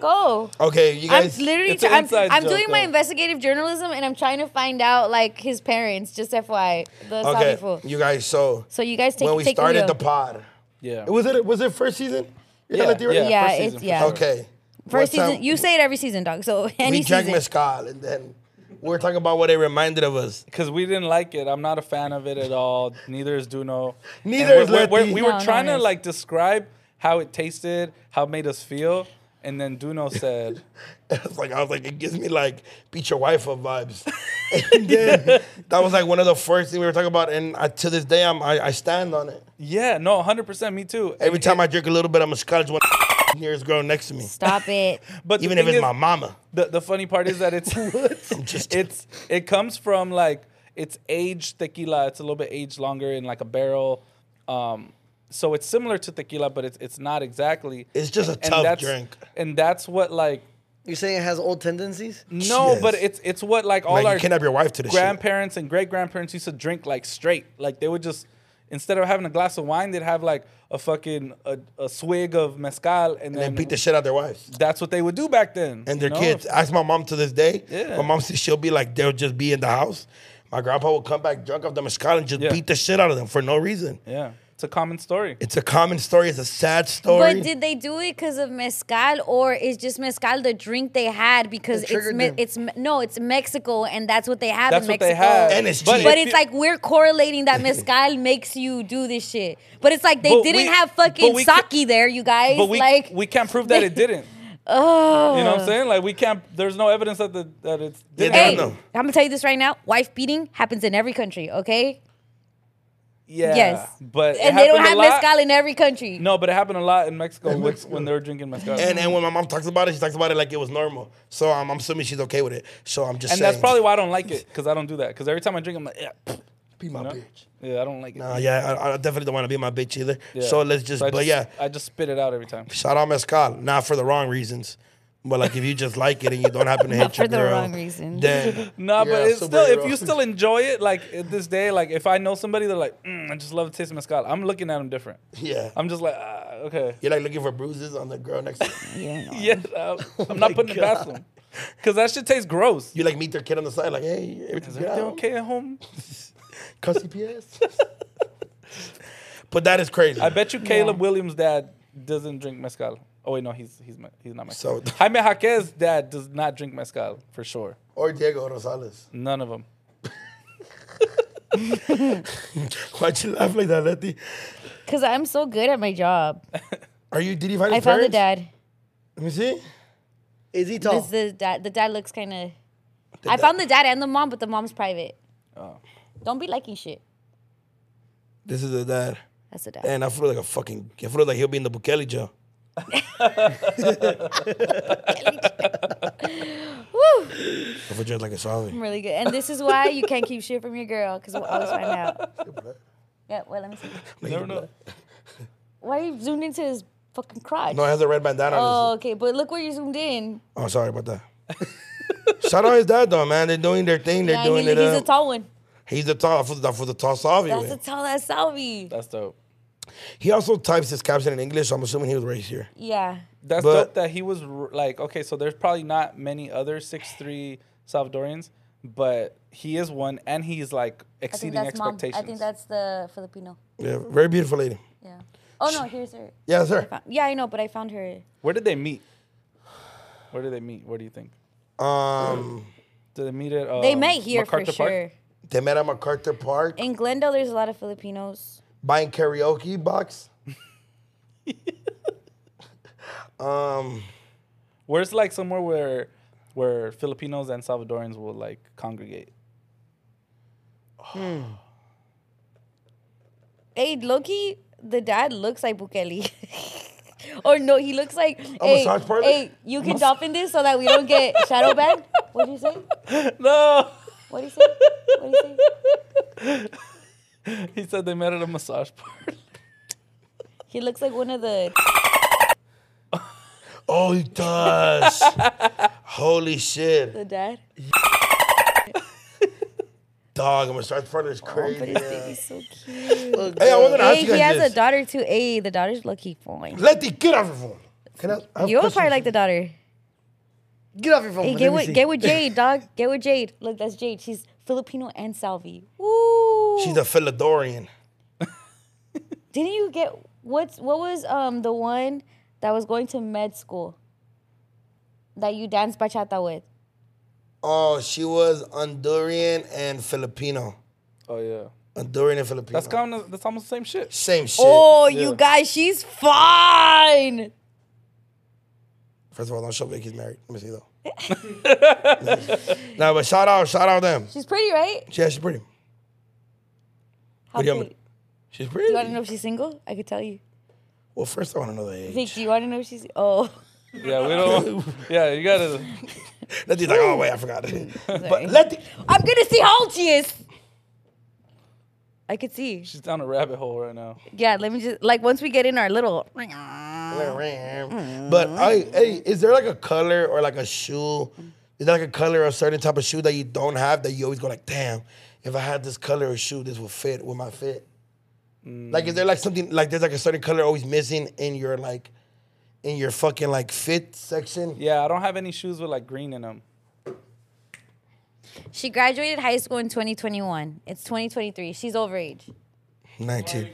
D: Go.
B: Okay, you
D: I'm
B: guys.
D: literally
E: it's an
D: try- I'm,
E: inside
D: I'm
E: joke,
D: doing my
E: though.
D: investigative journalism and I'm trying to find out like his parents, just FY. The Saudi fool.
B: okay, you guys, so
D: So you guys take
B: when we
D: take
B: started the
D: the
B: pod,
E: Yeah.
B: was it was it first season? You
E: Yeah,
B: got the theory?
E: yeah.
D: Yeah,
E: first
D: it's
E: season for
D: yeah.
E: sure.
B: Okay. One
D: First season
B: time
D: you say it every season, dog. So any
B: we drank
D: season.
B: mezcal and then we were talking about what it reminded of us.
E: Because we didn't like it. I'm not a fan of it at all. Neither is Duno. And
B: Neither
E: we're-
B: is
E: we're- we're-
B: Lefty.
E: We
D: No,
E: were
D: no
E: trying
D: one
E: to
D: is.
E: like describe how it tasted, how it made us feel. And then Duno said,
B: It's like I was like, it gives me like beat your wife up vibes. and then that was like one of the first things we were talking about, and I, to this day, I'm, I I stand on it.
E: Yeah, no, 100%. Me too.
B: Every time I drink a little bit, I'm a Scottish one years girl next to me,
D: Stop it.
E: but the
B: even if
E: thing
B: it's
E: is-
B: my mama.
E: The, the funny part is that it's
B: just-
E: it's it comes from like it's aged tequila. It's a little bit aged longer in like a barrel, um, so it's similar to tequila, but it's it's not exactly.
B: It's just a
E: And
B: tough
E: that's-
B: drink.
E: and that's what like
C: You're saying it has old tendencies?
E: no,
B: Yes.
E: but it's it's what like all
B: Like, you
E: our
B: kidnap your wife to this shit.
E: grandparents and great grandparents used to drink like straight. Like they would just instead of having a glass of wine, they'd have like a fucking a, a swig of mezcal, and,
B: And
E: then
B: then beat the shit out of their wives
E: that's what they would do back then.
B: and
E: you
B: their
E: know?
B: kids. Ask my mom to this day.
E: Yeah.
B: My mom says she'll be like, they'll just be in the house. My grandpa will come back drunk off the mezcal and just
E: Yeah.
B: beat the shit out of them for no reason.
E: Yeah, it's a common story.
B: It's a common story. It's a sad story.
D: But did they do it because of mezcal, or is just mezcal the drink they had because it's
C: It triggered
D: me-
C: them.
D: it's me- no, it's Mexico and that's what they have
E: That's
D: in
E: what
D: Mexico.
E: they have.
B: And it's cheap.
D: But
E: if
D: it's
E: you-
D: like we're correlating that mezcal makes you do this shit. But it's like they
E: But
D: didn't
E: we-
D: have
E: but
D: fucking
E: we
D: sake
E: ca-
D: there, you guys.
E: but we
D: like,
E: we can't prove that it didn't.
D: oh.
E: You know what I'm saying? Like we can't. There's no evidence that the, that it's
B: Yeah,
E: didn't.
B: I
D: Hey,
B: don't know.
D: I'm gonna tell you this right now. Wife beating happens in every country, okay?
E: yeah.
D: yes.
E: But it
D: and they don't have
E: happened a lot.
D: mezcal in every country.
E: No, but it happened a lot in Mexico, with, when they were drinking mezcal.
B: and and when my mom talks about it, she talks about it like it was normal. So I'm, I'm assuming she's okay with it. So I'm just
E: And
B: saying.
E: that's probably why I don't like it because I don't do that. Because every time I drink, I'm like, yeah,
B: be my
E: no.
B: bitch.
E: yeah I don't like it.
B: Uh, yeah, I, I definitely don't want to be my bitch either.
E: Yeah.
B: So let's just,
E: I
B: but yeah,
E: I just spit it out every time.
B: shout out mezcal, not for the wrong reasons, but like if you just like it and you don't happen to hit
D: for
B: your
D: the
B: girl,
D: wrong reasons.
B: Then
E: No,
B: you're
E: but
B: a
E: it's still if you
B: superhero.
E: still enjoy it, like at this day, like if I know somebody, they're like, mm, I just love the taste of mezcal. I'm looking at them different.
B: yeah,
E: I'm just like, ah, okay.
B: you're like looking for bruises on the girl next. to you.
D: Yeah, no.
E: Yeah,
B: Oh
E: I'm, I'm not putting it past them because that shit tastes gross.
B: You like meet their kid on the side, like hey, everything's
E: Is everything okay at home?
B: Call CPS. but that is crazy.
E: I bet you Caleb Williams' dad doesn't drink mezcal. Oh wait, no, he's he's me- he's not
B: So-
E: Mexican. Jaime Jaquez's dad does not drink mezcal for sure.
B: Or Diego Rosales.
E: None of them.
B: Why'd you laugh like that, Letty?
D: Cause I'm so good at my job.
B: Are you? Did you find?
D: I
B: his
D: found the
B: parents?
D: dad.
B: Let me see.
C: Is he
D: This
C: tall?
D: the dad. The dad looks kind of. I found the dad and the mom, but the mom's private. Don't be liking shit.
B: This is the dad.
D: That's the dad.
B: And I feel like a fucking. I feel like he'll be in the Bukele jail.
D: Woo!
B: I feel just like a zombie.
D: I'm really good. And this is why you can't keep shit from your girl, because we'll always find out. Yeah. Well, let me see.
E: Never know.
D: Why are you zoomed into his fucking crotch?
B: No, it has a red bandana.
D: oh,
B: on
D: okay. But look where you zoomed in.
B: his- Oh, sorry about that. Shout out his dad though, man. They're doing their thing. They're
D: Yeah,
B: doing
D: he-
B: it. uh,
D: he's a
B: up.
D: tall one.
B: He's a tall. For the tall Salvi.
D: That's a tall ass Salvi.
E: That's dope.
B: He also types his caption in English, so I'm assuming he was raised here.
D: Yeah.
E: That's
B: But-
E: dope that he was r- like, okay, so there's probably not many other six three Salvadorians, but he is one, and he's like
D: I think
E: exceeding
D: that's mom.
E: expectations.
D: I think that's the Filipino.
B: Yeah, very beautiful lady.
D: Yeah. Oh no, here's her.
B: Yeah, sir.
D: Yeah, I know, but I found her.
E: Where did they meet? Where did they meet? What do you think?
B: Um,
E: Did they meet at? Um,
D: They met here
E: MacArthur
D: for
E: Park?
D: sure.
B: they met at MacArthur Park
D: In Glendale, there's a lot of Filipinos.
B: buying karaoke box. um,
E: Where's like somewhere where where Filipinos and Salvadorians will like congregate?
D: Hey, Loki, the dad looks like Bukele. or no, he looks like.
B: A
D: hey,
B: massage parlor?
D: hey, you can soften this so that we don't get shadow banned. What do you say?
E: No.
D: What do you say? What do you say?
E: He said they met at a massage parlor.
D: He looks like one of the.
B: oh, he does. Holy shit,
D: The dad.
B: dog! Oh, I'm gonna start part of this
D: But
B: crazy.
D: his baby's so cute.
C: Uh,
B: Hey, I wanted to ask
D: hey,
B: you
D: he
B: guys
D: has
B: this.
D: a daughter too. Hey, the daughter's lucky boy.
B: Letty, get off your phone. Can I? I have
D: You always
B: questions.
D: probably like the daughter.
C: Get off your phone.
D: Hey,
C: let
D: get
C: me
D: with
C: see.
D: get with Jade, dog. Get with Jade. Look, that's Jade. She's Filipino and Salvi. Woo!
B: She's a Philidorian.
D: Didn't you get what's what was um the one that was going to med school that you danced bachata with?
B: Oh, she was Honduran and Filipino.
E: Oh yeah,
B: Honduran and Filipino.
E: that's kind of that's almost the same shit.
B: Same shit.
D: Oh,
E: yeah.
D: you guys, she's fine.
B: First of all, don't show Vicky's married. Let me see though. no, but shout out, shout out them.
D: She's pretty, right?
B: Yeah, she's pretty.
D: How
B: What do you want
D: pretty?
B: me- She's pretty.
D: You want to know if she's single? I could tell you.
B: Well, first I want to know the age.
D: Vic, do you want to know if she's? Oh,
E: Yeah, we don't. Yeah, you gotta.
B: Letty's like, oh wait, I forgot. but Letty,
D: I'm gonna see how old she is. I could see.
E: She's down a rabbit hole right now.
D: Yeah, let me just like once we get in our little.
B: but I, hey, is there like a color or like a shoe? Is there like a color or a certain type of shoe that you don't have that you always go like, damn, if I had this color or shoe, this would fit with my fit. Like, is there like something like there's like a certain color always missing in your like, in your fucking like fit section?
E: Yeah, I don't have any shoes with like green in them.
D: She graduated high school in 2021. It's 2023. She's overage.
B: Nineteen.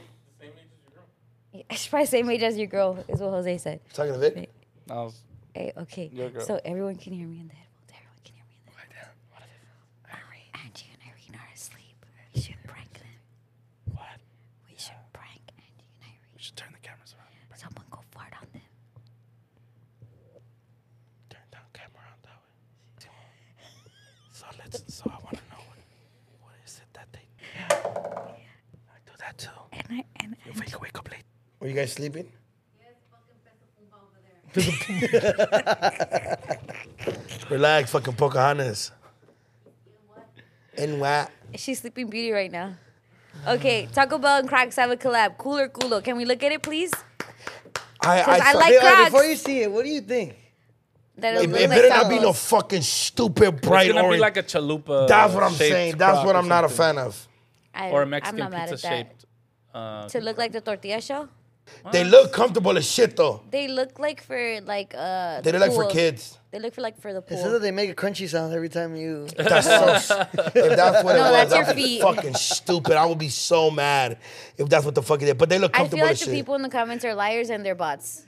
D: Yeah, She's probably same age as your girl, is what Jose said.
B: Talking to Vic.
E: I was
D: Hey, Eh, okay.
E: Your girl.
D: So everyone can hear me in the headphones. Everyone can hear me in the headphones. Alright, Angie and Irene are asleep. We should prank them.
E: What?
D: We should prank Angie and Irene.
E: We should turn the cameras around.
D: Someone go fart on them.
B: Turn down camera on that way. So let's. So I want to know what, what is it that they. I do that too.
D: And I and
B: If we can wake up late. Were you guys sleeping? Relax, fucking Pocahontas. And what?
D: she's sleeping beauty right now. Okay, Taco Bell and Crocs have a collab. Cooler Culo. Can we look at it please?
B: I,
D: Says, I
B: saw-
D: like
B: It-
C: Hey,
D: Crocs.
C: before you see it, what do you think?
D: That
B: It,
D: it'll look
B: better not be
D: tacos.
B: no fucking stupid bright
E: It's gonna
B: orange.
E: be like a chalupa.
B: That's what I'm
E: shaped
B: saying. That's
E: crock
B: what
E: or
B: I'm not a
E: something.
B: fan of.
D: I-
E: Or a
D: I'm
E: Mexican
D: not mad
E: pizza
D: at that.
E: shaped. Uh,
D: To look like the tortilla shell?
B: They look comfortable as shit though.
D: They look like for like uh.
B: They
D: the
B: look like for
D: pool.
B: kids.
D: They look for like for the
C: It says that
D: pool.
C: they make a crunchy sound every time you.
B: That's so, if that's what it
D: No,
B: was,
D: that's
B: that
D: your
B: would be
D: feet.
B: fucking stupid. I would be so mad if that's what the fuck it is. But they look
D: I feel
B: comfortable
D: like
B: as
D: the
B: shit.
D: people in the comments are liars and they're bots.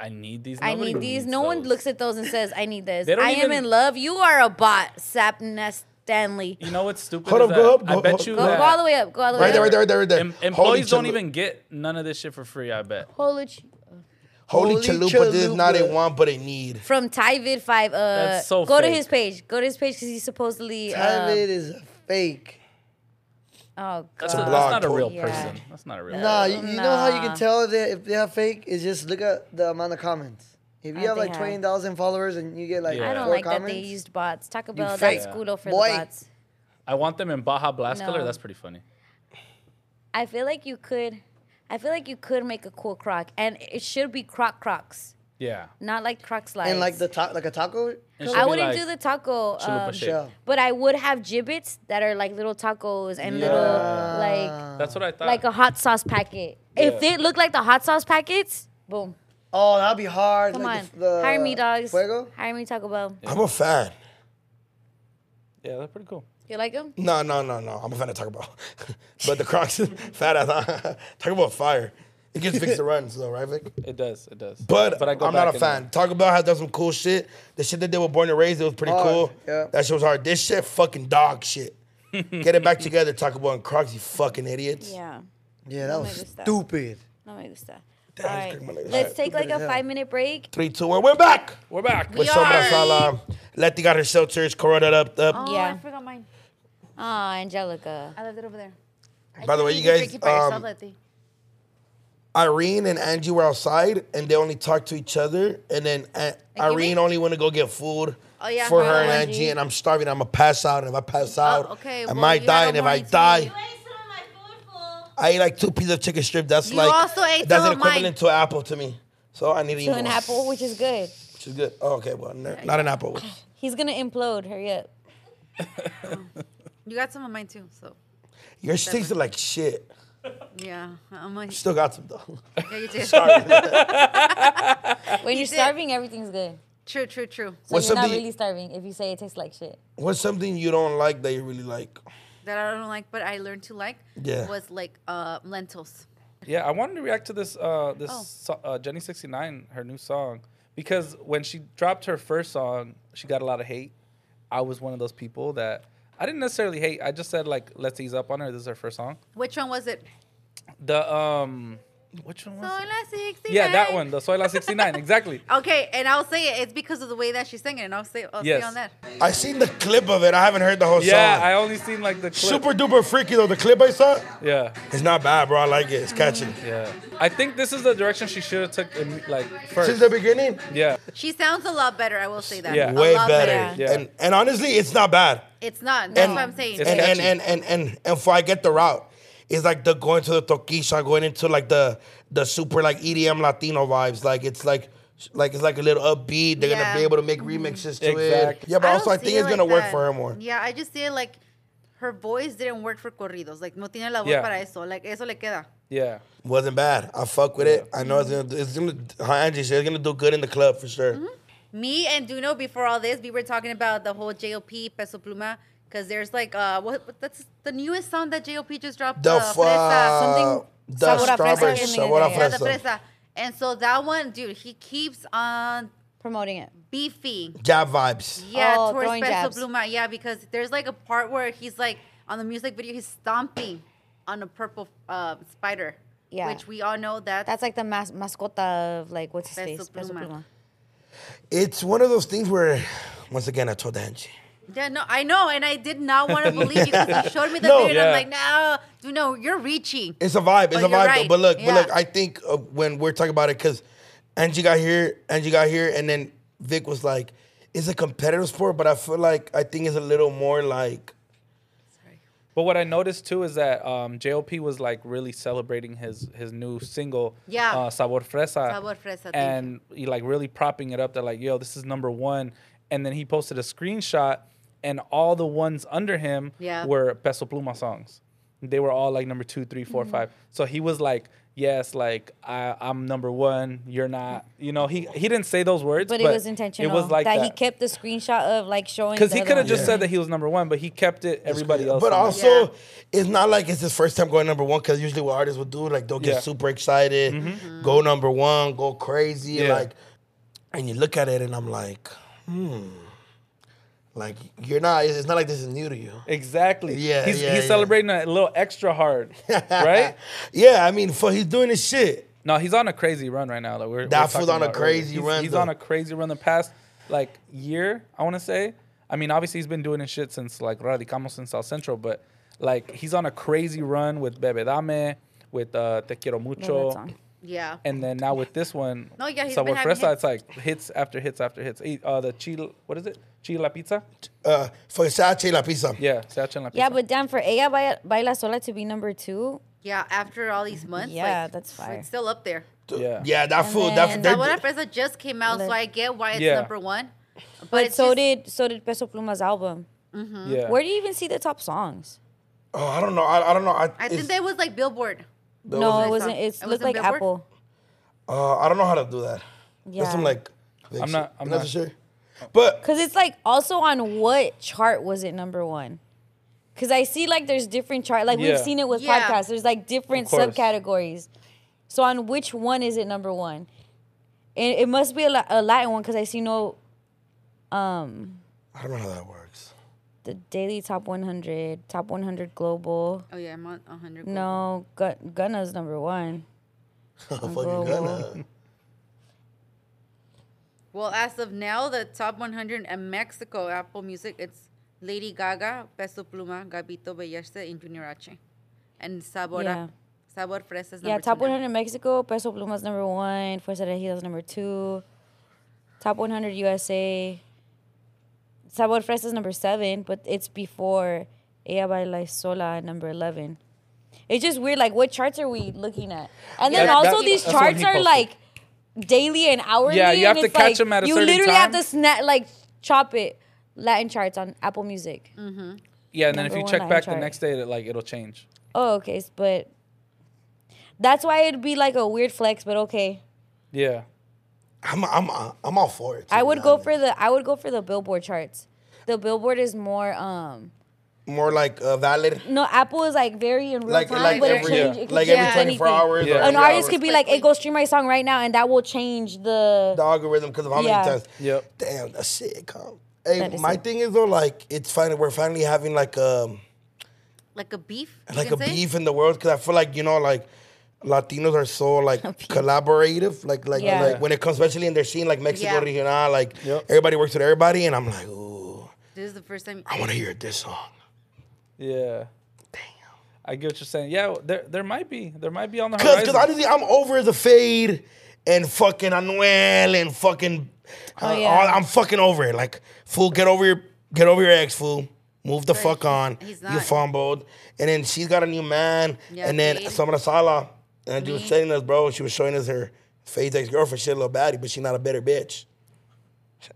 E: I need these.
D: I
E: Nobody
D: need these.
E: needs
D: No one
E: those.
D: looks at those and says, "I need this."
E: They don't
D: I am
E: even-
D: in love. You are a bot, Sapna Stanley.
E: You know what's stupid?
B: Hold
E: is
B: up, go
E: that
B: up,
E: I
B: go-
E: bet
B: go-
E: you
D: Go,
E: that
D: go all the way up. Go all the way
B: Right there,
D: up.
B: right there, right there, right there.
E: em-
B: Holy
E: employees don't
B: chalu-
E: even get none of this shit for free. I bet.
D: Holy ch-
B: Holy
C: Holy
B: chalupa, this is not a
C: chalupa.
B: want, but a need.
D: From Tyvid Five. Uh,
E: That's so
D: go to
E: fake.
D: his page. Go to his page because he's supposedly.
C: Time
D: um,
C: it is fake.
D: oh
E: That's,
D: god.
E: a- that's
B: blog
E: not a real
B: post.
D: Yeah.
E: person. That's not a real.
C: Nah, you, you know how you
D: Oh, Nah.
C: can tell if they if they have fake is just look at the amount of comments. If
D: Oh,
C: you have
D: they
C: like
D: have.
C: twenty thousand followers and you get like
E: Yeah.
D: I don't
C: four
D: like that
C: comments,
D: they used bots. Taco Bell.
C: fake
D: That's Kudo for
C: boy.
D: the bots.
E: I want them in Baja Blast
D: No.
E: color. That's pretty funny.
D: I feel like you could. I feel like you could make a cool croc, and it should be croc crocs.
E: Yeah.
D: not like crock slides.
C: And like the ta- like a taco.
E: And she'll
D: I
E: be
D: wouldn't
E: like,
D: do the taco,
E: chalupa
D: um,
E: shape.
C: Shell.
D: but I would have gibbets that are like little tacos and little like
E: That's what I thought.
D: like a hot sauce packet. If
E: Yeah.
D: they look like the hot sauce packets, boom.
C: Oh, that'd be hard.
D: Come
C: like
D: on,
C: the- the
D: hire me, dogs.
C: Fuego.
D: Hire me, Taco Bell.
B: I'm a fan.
E: yeah, that's pretty cool.
D: You like them?
B: No, no, no, no. I'm a fan of Taco Bell. but the Crocs, fat ass. Taco Bell fire. It gets Vic the runs though, right, Vic?
E: It does. It does.
B: But,
E: I go
B: I'm not
E: back
B: a
E: and-
B: fan. Taco Bell has done some cool shit. The shit they did with Born and Raised, it was pretty
C: Hard,
B: cool.
C: yeah.
B: That shit was hard. This shit fucking dog shit. Get it back together, Taco Bell and Crocs, you fucking idiots.
D: Yeah.
C: Yeah, that
D: Oh my
C: was
D: goodness.
C: stupid.
D: No me gusta.
B: That was
D: Alright,
B: good, my nigga.
D: Let's take
C: Alright.
D: like a five minute break.
B: Three, two, one, we're back.
E: We're back.
D: We
B: With Sombra
D: are.
B: Sala. Letty got her shelters, Corona up. up.
F: Oh,
D: Yeah.
F: I forgot mine.
D: Oh, Angelica.
F: I left it over there. I
B: By the
F: think
B: way, you
F: can
B: guys,
F: drink it by yourself,
B: um,
F: Letty.
B: Irene and Angie were outside and they only talked to each other. And then uh,
F: Like, you
B: Irene
F: mean-
B: only went to go get food
F: Oh, yeah,
B: for
F: her
B: her and
F: and
B: Angie.
F: Angie. Oh,
B: And I'm starving. I'm going to pass out. And if I pass out,
F: okay,
B: I
F: well,
B: might
F: you
B: die.
F: had a
B: And if I
F: warning to
B: die,
F: eat.
G: You ate some of my food, fool.
B: I ate like two pieces of chicken strip. That's
F: You
B: like
F: also ate
B: that's
F: some
B: an
F: of mine.
B: equivalent to an apple to me. So I need to eat
D: To an
B: more,
D: apple, which is good.
B: which is good. Oh, okay, well, n- not an apple. which-
D: He's gonna implode. Hurry up.
F: You got some of mine too, so
B: Your sticks are like shit.
F: yeah. I'm like,
B: Still got some though.
F: yeah, you did.
D: When you're
F: did.
D: starving, everything's good.
F: True, true, true.
D: So
B: What's
D: you're not
B: something-
D: really starving if you say it tastes like shit.
B: What's something you don't like that you really like?
F: That I don't like, but I learned to like
B: Yeah.
F: was like uh, lentils.
E: Yeah, I wanted to react to this uh, this
F: Oh.
E: so- uh, Jenny sixty nine her new song because when she dropped her first song, she got a lot of hate. I was one of those people that I didn't necessarily hate. I just said like, let's ease up on her. This is her first song.
F: Which one was it?
E: The um, which one was?
F: Soy
E: it?
F: la Oh. 69.
E: Yeah, that one. The Soy La sixty nine. exactly.
F: Okay, and I'll say it. It's because of the way that she sang it, and I'll say I'll
E: Yes.
F: say on that.
B: I seen the clip of it. I haven't heard the whole
E: Yeah,
B: song.
E: I only seen like the clip.
B: Super duper freaky though. The clip I saw,
E: Yeah,
B: it's not bad, bro. I like it. It's catchy.
F: Mm-hmm.
E: yeah. I think this is the direction she should have took in, like
B: Since
E: first.
B: the beginning,
E: Yeah,
F: She sounds a lot better. I will say that.
E: Yeah.
F: A
B: way
F: lot
B: better.
D: better.
E: Yeah.
B: And and honestly, it's not bad.
F: It's not. That's
B: And-
F: what I'm saying.
E: It's
B: and, and
E: catchy.
B: and and and and before I get the route, it's like the going to the toquisha, going into like the the super like EDM Latino vibes. Like it's like like it's like a little upbeat. They're
F: Yeah.
B: gonna be able to make remixes to it.
E: Exactly.
B: Yeah, but
F: don't
B: also I
F: see
B: think
F: it
B: it's gonna
F: like
B: work
F: that.
B: for her more.
F: Yeah, I just see it like her voice didn't work for corridos. Like no tiene la voz
E: Yeah.
F: para eso. Like eso le queda.
E: yeah.
B: Wasn't bad. I fuck with it. I know it's gonna do- it's gonna how Angie said it's gonna do good in the club for sure.
F: Mm-hmm. Me and Duno before all this, we were talking about the whole JLP Peso Pluma because there's like uh what what- that's the newest song that JLP just dropped.
B: The
F: uh,
B: fu-
F: Fresa.
D: Something-
B: the
D: Sabor a fresa
B: strawberry
D: or something
B: sabor a
D: like
F: Yeah, the
B: fresa.
F: Fresa. And so that one, dude, he keeps on
D: Promoting it.
F: beefing.
B: Jab vibes.
F: Yeah,
D: Oh,
F: towards
D: throwing
F: Peso
D: jabs.
F: Pluma. Yeah, because there's like a part where he's like on the music video, he's stomping on a purple uh, spider.
D: Yeah.
F: Which we all know that.
D: That's like the mas- mascota of like what's his
F: Peso
D: face? Peso
F: Pluma.
D: Pluma.
B: It's one of those things where once again I told Angie.
F: yeah, no, I know, and I did not want to believe you because you showed me the
B: No.
F: video.
E: Yeah.
F: And I'm like, no, dude, no, you're reaching.
B: It's a vibe. It's
F: But
B: a
F: you're
B: vibe.
F: right.
B: But look, but look,
F: Yeah.
B: I think uh, when we're talking about it, because Angie got here, Angie got here, and then Vic was like, "It's a competitive sport," but I feel like I think it's a little more like
E: But what I noticed too is that um, JLP was like really celebrating his his new single,
F: Yeah.
E: uh, Sabor Fresa,
F: Sabor Fresa, thank
E: and he like really propping it up. That like, yo, this is number one. And then he posted a screenshot, and all the ones under him
F: Yeah.
E: were Peso Pluma songs. They were all like number two, three, four, five. So he was like, "Yes, like I, I'm number one. You're not." You know, he he didn't say those words,
D: But it was intentional.
E: It was like
D: that,
E: that,
D: he kept the screenshot of like showing.
E: because
D: the
E: he
D: other
E: could have
D: one.
E: just said that he was number one, but he kept it. Everybody else,
B: But
E: on there.
B: also,
F: Yeah.
B: it's not like it's his first time going number one. Because usually what artists would do, like they'll get
E: Yeah.
B: super excited,
E: Mm-hmm.
B: go number one, go crazy,
E: Yeah.
B: like. And you look at it, and I'm like, hmm, like you're not. It's not like this is new to you.
E: Exactly.
B: Yeah,
E: He's,
B: yeah,
E: he's
B: yeah.
E: celebrating a little extra hard, right?
B: yeah, I mean, for he's doing his shit.
E: No, he's on a crazy run right now. Like we're,
B: That
E: we're
B: fool's
E: talking
B: on a
E: about earlier.
B: crazy
E: He's-
B: run,
E: He's
B: though.
E: on a crazy run. The past like year, I want to say. I mean, obviously he's been doing his shit since like Radicamos in South Central, but like he's on a crazy run with Bebe Dame, with uh, Te Quiero
D: that
E: Mucho,
D: song.
F: Yeah.
E: and then now with this one,
F: No, yeah, he's
E: Sabor
F: been having
E: Fresa, it's
F: hits.
E: like hits after hits after hits. Eh, Uh, the chile, what is it? Chile la pizza?
B: Uh, for Sache La Pizza.
E: Yeah, se hacen la pizza.
D: Yeah, but damn, for Ella Baila Sola to be number two
F: Yeah, after all these months.
D: Yeah,
F: like,
D: that's
F: pff,
D: fire.
F: It's still up there.
E: Yeah.
B: Yeah, that
D: And
B: food.
D: then-
B: That,
F: La
B: that,
F: Buena Fresa just came out, so
D: Like-
F: I get why it's
E: Yeah.
F: number one. But,
D: But
F: it's
D: so
F: just-
D: did so did Peso Pluma's album.
E: Yeah.
D: Where do you even see the top songs?
B: oh, I don't know. I, I don't know. I,
F: I think
B: it's-
F: that was like Billboard.
B: that
D: no,
B: was-
D: it wasn't.
F: It
D: It's looked
F: wasn't
D: like
F: Billboard?
D: Apple.
B: Uh, I don't know how to do that. Yeah.
D: Yeah.
B: That's some like.
E: I'm not- I'm
B: not,
E: not-
B: sure. But
D: Cause it's like also on what chart was it number one? Cause I see like there's different chart. Like
E: Yeah.
D: we've seen it with
F: Yeah.
D: podcasts. There's like different
E: Of course.
D: subcategories. So on which one is it number one? It, it must be a, la- a Latin one because I see no. Um,
B: I don't know how that works.
D: the daily top 100, top 100 global.
F: Oh yeah, I'm on 100.
D: No, Gun- Gunna's number one.
B: Fucking
D: go-
B: Ghana.
F: Well, as of now, the top 100 in Mexico Apple Music it's Lady Gaga, Peso Pluma, Gabito Belleza, and Junior H. And Sabor,
D: Yeah.
F: Sabor Fresa is
D: yeah,
F: number
D: top
F: two now.
D: 100 Mexico, Peso Pluma's number one, Fuerza Regida's number two, top 100 USA, Sabor Fresa's number seven, but it's before Ella Baila Sola at number 11. It's just weird, like, what charts are we looking at? And then
E: Yeah,
D: also,
E: that-
D: these
E: that's what
D: charts
E: he
D: are
E: posted.
D: like daily and hourly.
E: Yeah, you
D: and
E: have to
D: it's,
E: catch
D: like,
E: them at a
D: You
E: certain
D: literally have to
E: time.
D: snap, like, chop it. Latin charts on Apple Music.
E: Mm. Yeah, and then if
D: Number
E: you
D: one
E: check
D: Latin
E: back
D: chart.
E: the next day, that like it'll change.
D: Oh, okay, s- but that's why it'd be like a weird flex, but okay.
E: Yeah.
B: I'm I'm I'm all for it. to
D: I
B: be
D: would go
B: honest.
D: for the I would go for the Billboard charts. The Billboard is more um
B: more like uh, valid.
D: no Apple is like very in real
B: Like
D: time,
B: like
D: but
B: every
D: it change, it could
B: like
D: change
B: every 24
D: anything.
B: hours.
E: Yeah.
B: Or
D: An
B: every
D: artist
B: hour.
D: could be like, "Hey, go stream my song right now," and that will change the.
B: the algorithm because of how
D: Yeah.
B: many times.
E: Yep.
B: Damn, that's sick. Huh? Hey,
D: That is
B: my
D: sick.
B: thing is though, like it's finally we're finally having like a
F: Like a beef? you
B: like a
F: can say?
B: beef in the world because I feel like you know like Latinos are so like collaborative, like like
D: Yeah.
B: like when it comes especially in their scene like Mexico
F: Yeah.
B: regional, like
E: Yep.
B: everybody works with everybody, and I'm like, ooh,
F: This is the first time.
B: I want to hear this song.
E: Yeah. Damn. I get what you're saying. Yeah, there there might be there might be on the
B: Cause, cause
E: horizon.
B: honestly, I'm over the fade and fucking Anuel and fucking.
F: Oh,
B: uh,
D: yeah.
B: all- I'm fucking over it. Like, fool, get over your get over your ex, fool. Move the fuck on.
F: he's
B: You
F: not.
B: fumbled, and then she's got a new man,
F: Yeah,
B: and then
F: Fade.
B: Samara Sala, and she was showing us, bro. She was showing us her Fade's ex girlfriend. She's a little baddie, but she's not a bitter bitch.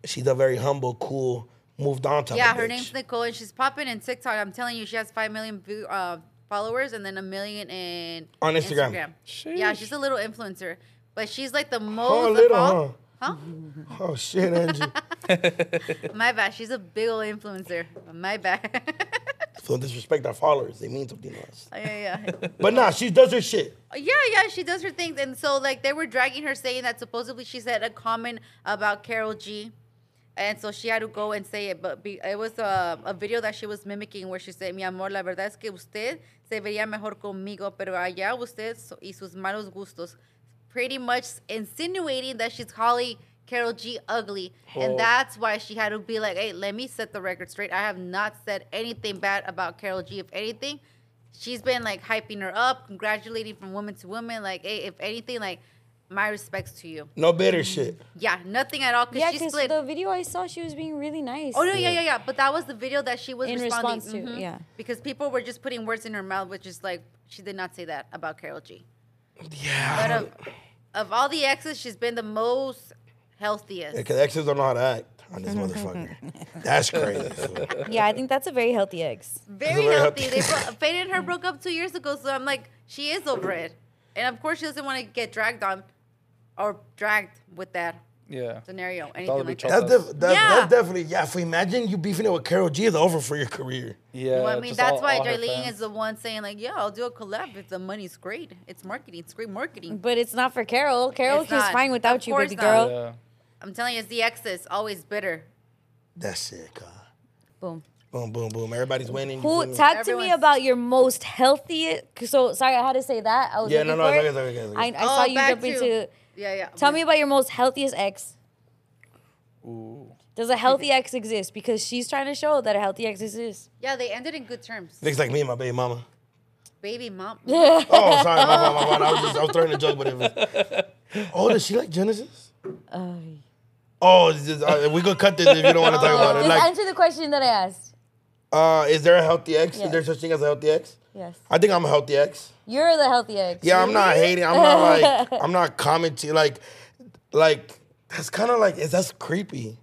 B: She's a very humble, cool, moved on type.
F: Yeah,
B: of
F: her
B: bitch.
F: name's Nicole, and she's popping in TikTok. I'm telling you, she has five million view, uh, followers and then a million in
B: On Instagram.
F: Yeah,
E: Sheesh.
F: she's a little influencer, but she's like the most.
B: Oh,
F: of
B: little,
F: all-
B: huh? Oh shit, Angie.
F: My bad. She's a big old influencer. My bad.
B: so disrespect our followers. They mean something to us.
F: yeah, yeah.
B: But nah, she does her shit.
F: Yeah, yeah, she does her things. And so, like, they were dragging her, saying that supposedly she said a comment about Carol G. And so she had to go and say it. But be, it was uh, a, a video that she was mimicking where she said, Mi amor, la verdad es que usted se vería mejor conmigo, pero allá usted so- y sus malos gustos. Pretty much insinuating that she's calling Carol G ugly.
E: Oh.
F: And that's why she had to be like, hey, let me set the record straight. I have not said anything bad about Carol G. If anything, she's been like hyping her up, congratulating from woman to woman. Like, hey, if anything, like, my respects to you.
B: No bitter shit.
F: Yeah, nothing at all. Cause
D: Yeah,
F: she
D: because
F: split.
D: the video I saw, she was being really nice.
F: oh no, yeah, yeah, yeah. But that was the video that she was
D: In
F: responding
D: response to,
F: Mhm.
D: yeah.
F: Because people were just putting words in her mouth, which is like she did not say that about Carol G. But
B: Yeah.
F: of, of all the exes, she's been the most healthiest.
B: Because exes don't know how to act on this motherfucker. That's crazy. fool.
D: yeah. I think that's a very healthy ex.
F: Very
B: very
F: healthy.
B: healthy.
F: they bro- Faye and her broke up two years ago, so I'm like, she is over it. And of course, she doesn't want to get dragged on or dragged with that
E: yeah.
F: scenario.
E: all
F: Anything
E: the
F: like
E: betrothed.
F: that.
B: That's, def- that's,
F: Yeah.
B: that's definitely, yeah. If we imagine you beefing it with Carol G, it's over for your career.
E: Yeah.
F: well, I mean,
E: just
F: that's
E: all-
F: why
E: all her
F: Darlene is
E: fans.
F: the one saying like, "Yeah, I'll do a collab if the money's great. It's marketing. It's great marketing."
D: But it's not for Carol. Carol
F: It's
D: is
F: not.
D: fine
F: Of
D: without you,
F: course
D: baby
F: not.
D: girl.
E: Yeah.
F: I'm telling you, it's the exes always bitter.
B: That's it, huh?
D: Boom.
B: Boom, boom, boom. Everybody's winning. you feel
D: Who
B: me?
D: talk to me
F: Everyone's-
D: about your most healthy? So sorry, I had to say that. I was
B: Yeah,
D: looking
B: no, no,
D: for
B: it's
D: it.
B: okay, it's okay, it's
D: I,
B: okay.
D: I saw
F: Oh,
D: you
F: back
D: jump
F: to-
D: into.
F: Yeah, yeah.
D: Tell me about your most healthiest ex.
E: Ooh.
D: Does a healthy ex exist? Because she's trying to show that a healthy ex exists.
F: Yeah, they ended in good terms.
B: Looks like me and my baby mama.
F: Baby mom.
B: Oh, sorry, my bad, my bad. I was just, I was throwing a joke, but it was. Oh, does she like Genesis? Oh, it's just, uh, we could cut this if you don't want to talk about
D: Just
B: it. Like,
D: answer the question that I asked.
B: uh, is there a healthy ex?
D: Oh. Yeah.
B: Is there such thing as a healthy ex?
D: Yes.
B: I think I'm a healthy ex.
D: You're the healthy ex.
B: Yeah, I'm not hating. I'm not like I'm not commenting. Like, like that's kind of like is that's creepy.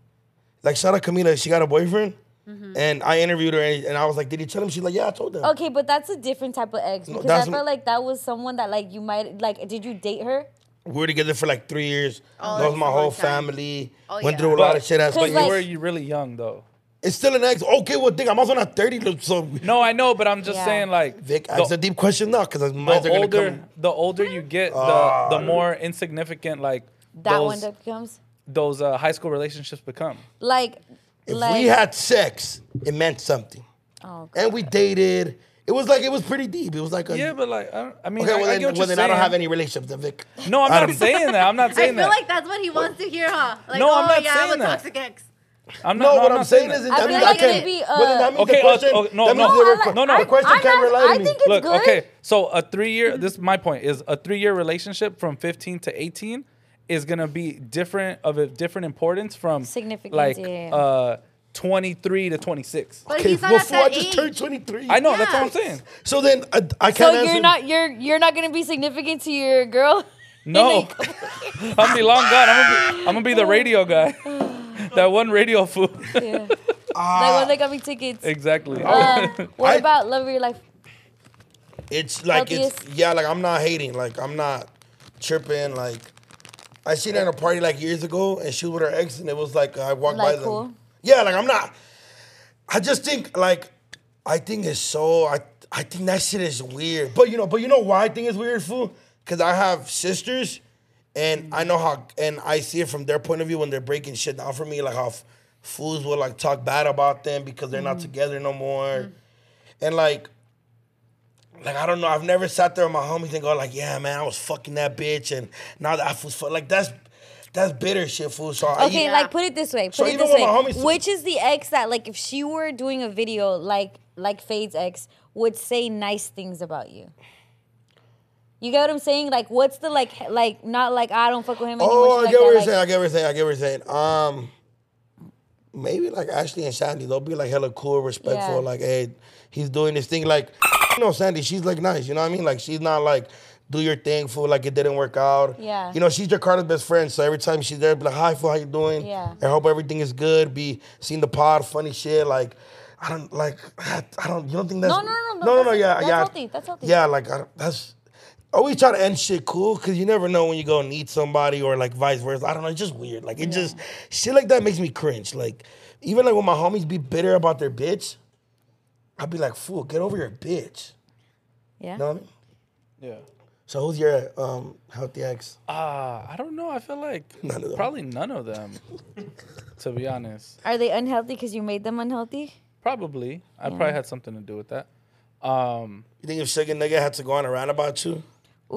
B: Like shout out Camila, she got a boyfriend,
F: Mm-hmm.
B: and I interviewed her and, and I was like, did you tell him? She's like, yeah, I told him.
D: Okay, but that's a different type of ex because I
B: that's
D: felt
B: n-
D: like that was someone that like you might like. Did you date her?
B: We were together for like three years.
F: Oh,
B: that was
F: that's
B: my
F: a long
B: whole
F: time.
B: family.
F: Oh,
B: Went
F: yeah.
B: through a lot of shit. As
E: But
D: Cause
E: you
D: like-
E: were you really young though.
B: it's still an ex. Okay, well, dick, I'm also not thirty, look, so
E: No, I know, but I'm just
D: Yeah.
E: saying like
B: Vic,
E: the,
B: ask a deep question now because
E: the
B: mine's are gonna
E: older
B: come.
E: the older you get, the
B: Ah.
E: the more insignificant like
D: That
E: those
D: one that becomes
E: those uh, high school relationships become.
D: like
B: If
D: like
B: we had sex, it meant something,
D: oh, God.
B: and we dated. It was like it was pretty deep. It was like a
E: Yeah, but like I, don't, I mean,
B: Okay,
E: I,
B: well,
E: I
B: then,
E: get what
B: well,
E: you're
B: then I don't
E: saying.
B: have any relationships, then, Vic.
E: No, I'm
B: I
E: not
B: don't-
E: saying that. I'm not
F: I
E: saying
F: feel
E: that.
F: like that's what he wants to hear, huh? Like,
E: No,
F: oh,
E: I'm not
F: yeah,
E: saying
F: I'm a
E: that.
F: toxic ex.
E: I'm not.
B: No,
E: no
B: what
E: I'm
B: I'm
E: not
B: saying
E: that.
B: is, that
D: I feel
B: means
D: like
B: I can.
D: it'd be,
B: well, then that means
E: Okay,
B: the
E: uh,
B: question.
E: oh, no,
B: that
E: no. No,
B: means the
E: I
B: requ-
E: like- no,
B: the
E: I-
B: question
D: I'm
B: can't
D: not-
B: relate
D: I
B: to me.
D: think it's
E: Look,
D: good.
E: okay. So a three-year. This is my point. Is a three-year relationship from 15 to 18 is gonna be different of a different importance from
D: Significance,
E: like
D: yeah, yeah, yeah.
E: uh 23 to 26.
F: But
B: okay,
F: he's not
B: well,
F: at
B: fool, I
F: that
B: just
F: age.
B: turned 23.
E: I know. That's what
F: yeah.
E: I'm saying.
B: So then I, I
D: So
B: can't answer.
D: you're not you're you're not gonna be significant to your girl.
E: No, I'm gonna be long gone. I'm gonna be, I'm gonna be the radio guy. that one radio fool.
D: yeah. Like
B: Ah,
D: when they got me tickets.
E: exactly.
D: Uh, what
B: I-
D: about love of your life?
B: it's like it's
D: healthiest.
B: yeah, like I'm not hating. Like I'm not tripping. Like I seen her at a party like years ago, and she was with her ex, and it was like I walked
D: Like,
B: by
D: cool?
B: them. Yeah, like I'm not. I just think like I think it's so I I think that shit is weird. But you know, but you know why I think it's weird, fool? Cause I have sisters
D: Mm.
B: and I know how and I see it from their point of view when they're breaking shit down for me, like how f- fools will like talk bad about them because they're
D: Mm.
B: not together no more. And like like I don't know, I've never sat there with my homies and go like, yeah, man, I was fucking that bitch and now that I fool's fuck like that's that's bitter shit, fool. So I
D: Okay,
F: Yeah.
D: like put it this way. Put
B: So
D: it
B: even
D: this
B: with
D: way.
B: my homies-
D: Which is the ex that like if she were doing a video like like Fade's ex would say nice things about you. You get what I'm saying? Like what's the like he- like not like I don't fuck with him anymore.
B: Oh, I
D: shit like
B: get
D: that,
B: what you're
D: like-
B: saying. I get what you're saying. I get what you're saying. Um, maybe like Ashley and Sandy, they'll be like hella cool, respectful.
D: Yeah.
B: Like, hey, he's doing this thing. Like, you know, Sandy, she's like nice. You know what I mean? Like, she's not like do your thing, fool. Like it didn't work out.
D: Yeah.
B: You know, she's your Jakarta's best friend. So every time she's there, be like, hi, fool, how you doing?
D: Yeah.
B: I hope everything is good. Be seeing the pod, funny shit. Like, I don't like. I don't. You don't think that's
D: no, no, no,
B: no, no, no.
D: that's-
B: Yeah,
D: that's
B: yeah.
D: healthy, that's healthy.
B: Yeah, like I, don't- that's always try to end shit cool because you never know when you go need somebody or like vice versa. I don't know. It's just weird. Like it just shit like that makes me cringe. Like even like when my homies be bitter about their bitch, I'd be like, fool, get over your bitch.
D: Yeah.
B: You know what I mean?
E: Yeah.
B: So who's your um healthy ex?
E: Uh, I don't know. I feel like
B: None of them.
E: probably none of them. to be honest.
D: Are they unhealthy because you made them unhealthy?
E: Probably. I
B: Mm.
E: probably had something to do with that. Um,
B: You think if Sugar Nigga had to go on a rant about you?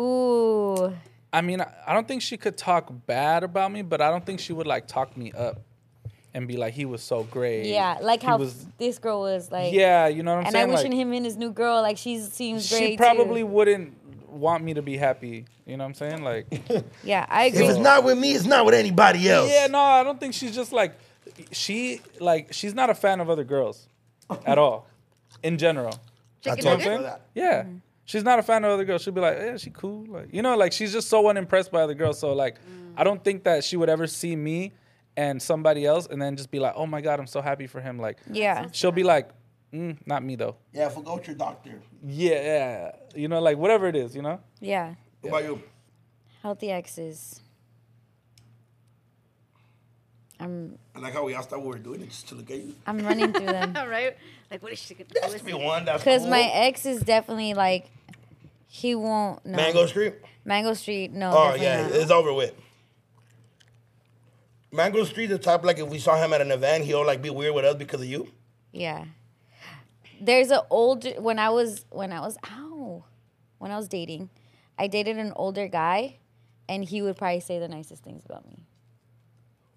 D: Ooh.
E: I mean, I I don't think she could talk bad about me, but I don't think she would like talk me up and be like, he was so great.
D: Yeah. Like
E: He
D: how
E: was-
D: this girl was like
E: yeah, you know what I'm
D: And I
E: saying?
D: wishing
E: Like,
D: him and his new girl, like she seems great.
E: she probably
D: too.
E: wouldn't want me to be happy. You know what I'm saying? Like,
D: Yeah, I
B: If
D: agree.
B: it's not with me, it's not with anybody else.
E: yeah, no, I don't think she's just like, she, like, she's not a fan of other girls at all in general.
B: I
F: Chicken
B: told
F: nugget?
B: you
E: saying?
B: that.
E: Yeah.
F: Mm.
E: She's not a fan of other girls. She'd be like, yeah, she cool. Like, you know, like she's just so unimpressed by other girls. So like
F: Mm.
E: I don't think that she would ever see me and somebody else and then just be like, Oh my god, I'm so happy for him. Like
D: yeah.
E: she'll be like, mm, not me though.
B: Yeah, for go to your doctor.
E: Yeah, yeah. You know, like whatever it is, you know?
D: Yeah.
B: What about you?
D: Healthy exes. I'm
B: I like how we asked that we were doing it just to look at you.
D: I'm running through them.
F: All right. Like, what is she gonna
B: That's
F: do?
B: me one. That's
D: Cause
B: cool.
D: my ex is definitely like he won't no.
B: Mango Street.
D: Mango Street, no.
B: Oh
D: definitely
B: yeah,
D: not.
B: it's over with. Mango Street, the type like if we saw him at an event, he'll like be weird with us because of you.
D: Yeah. There's an older when I was when I was ow, when I was dating, I dated an older guy, and he would probably say the nicest things about me.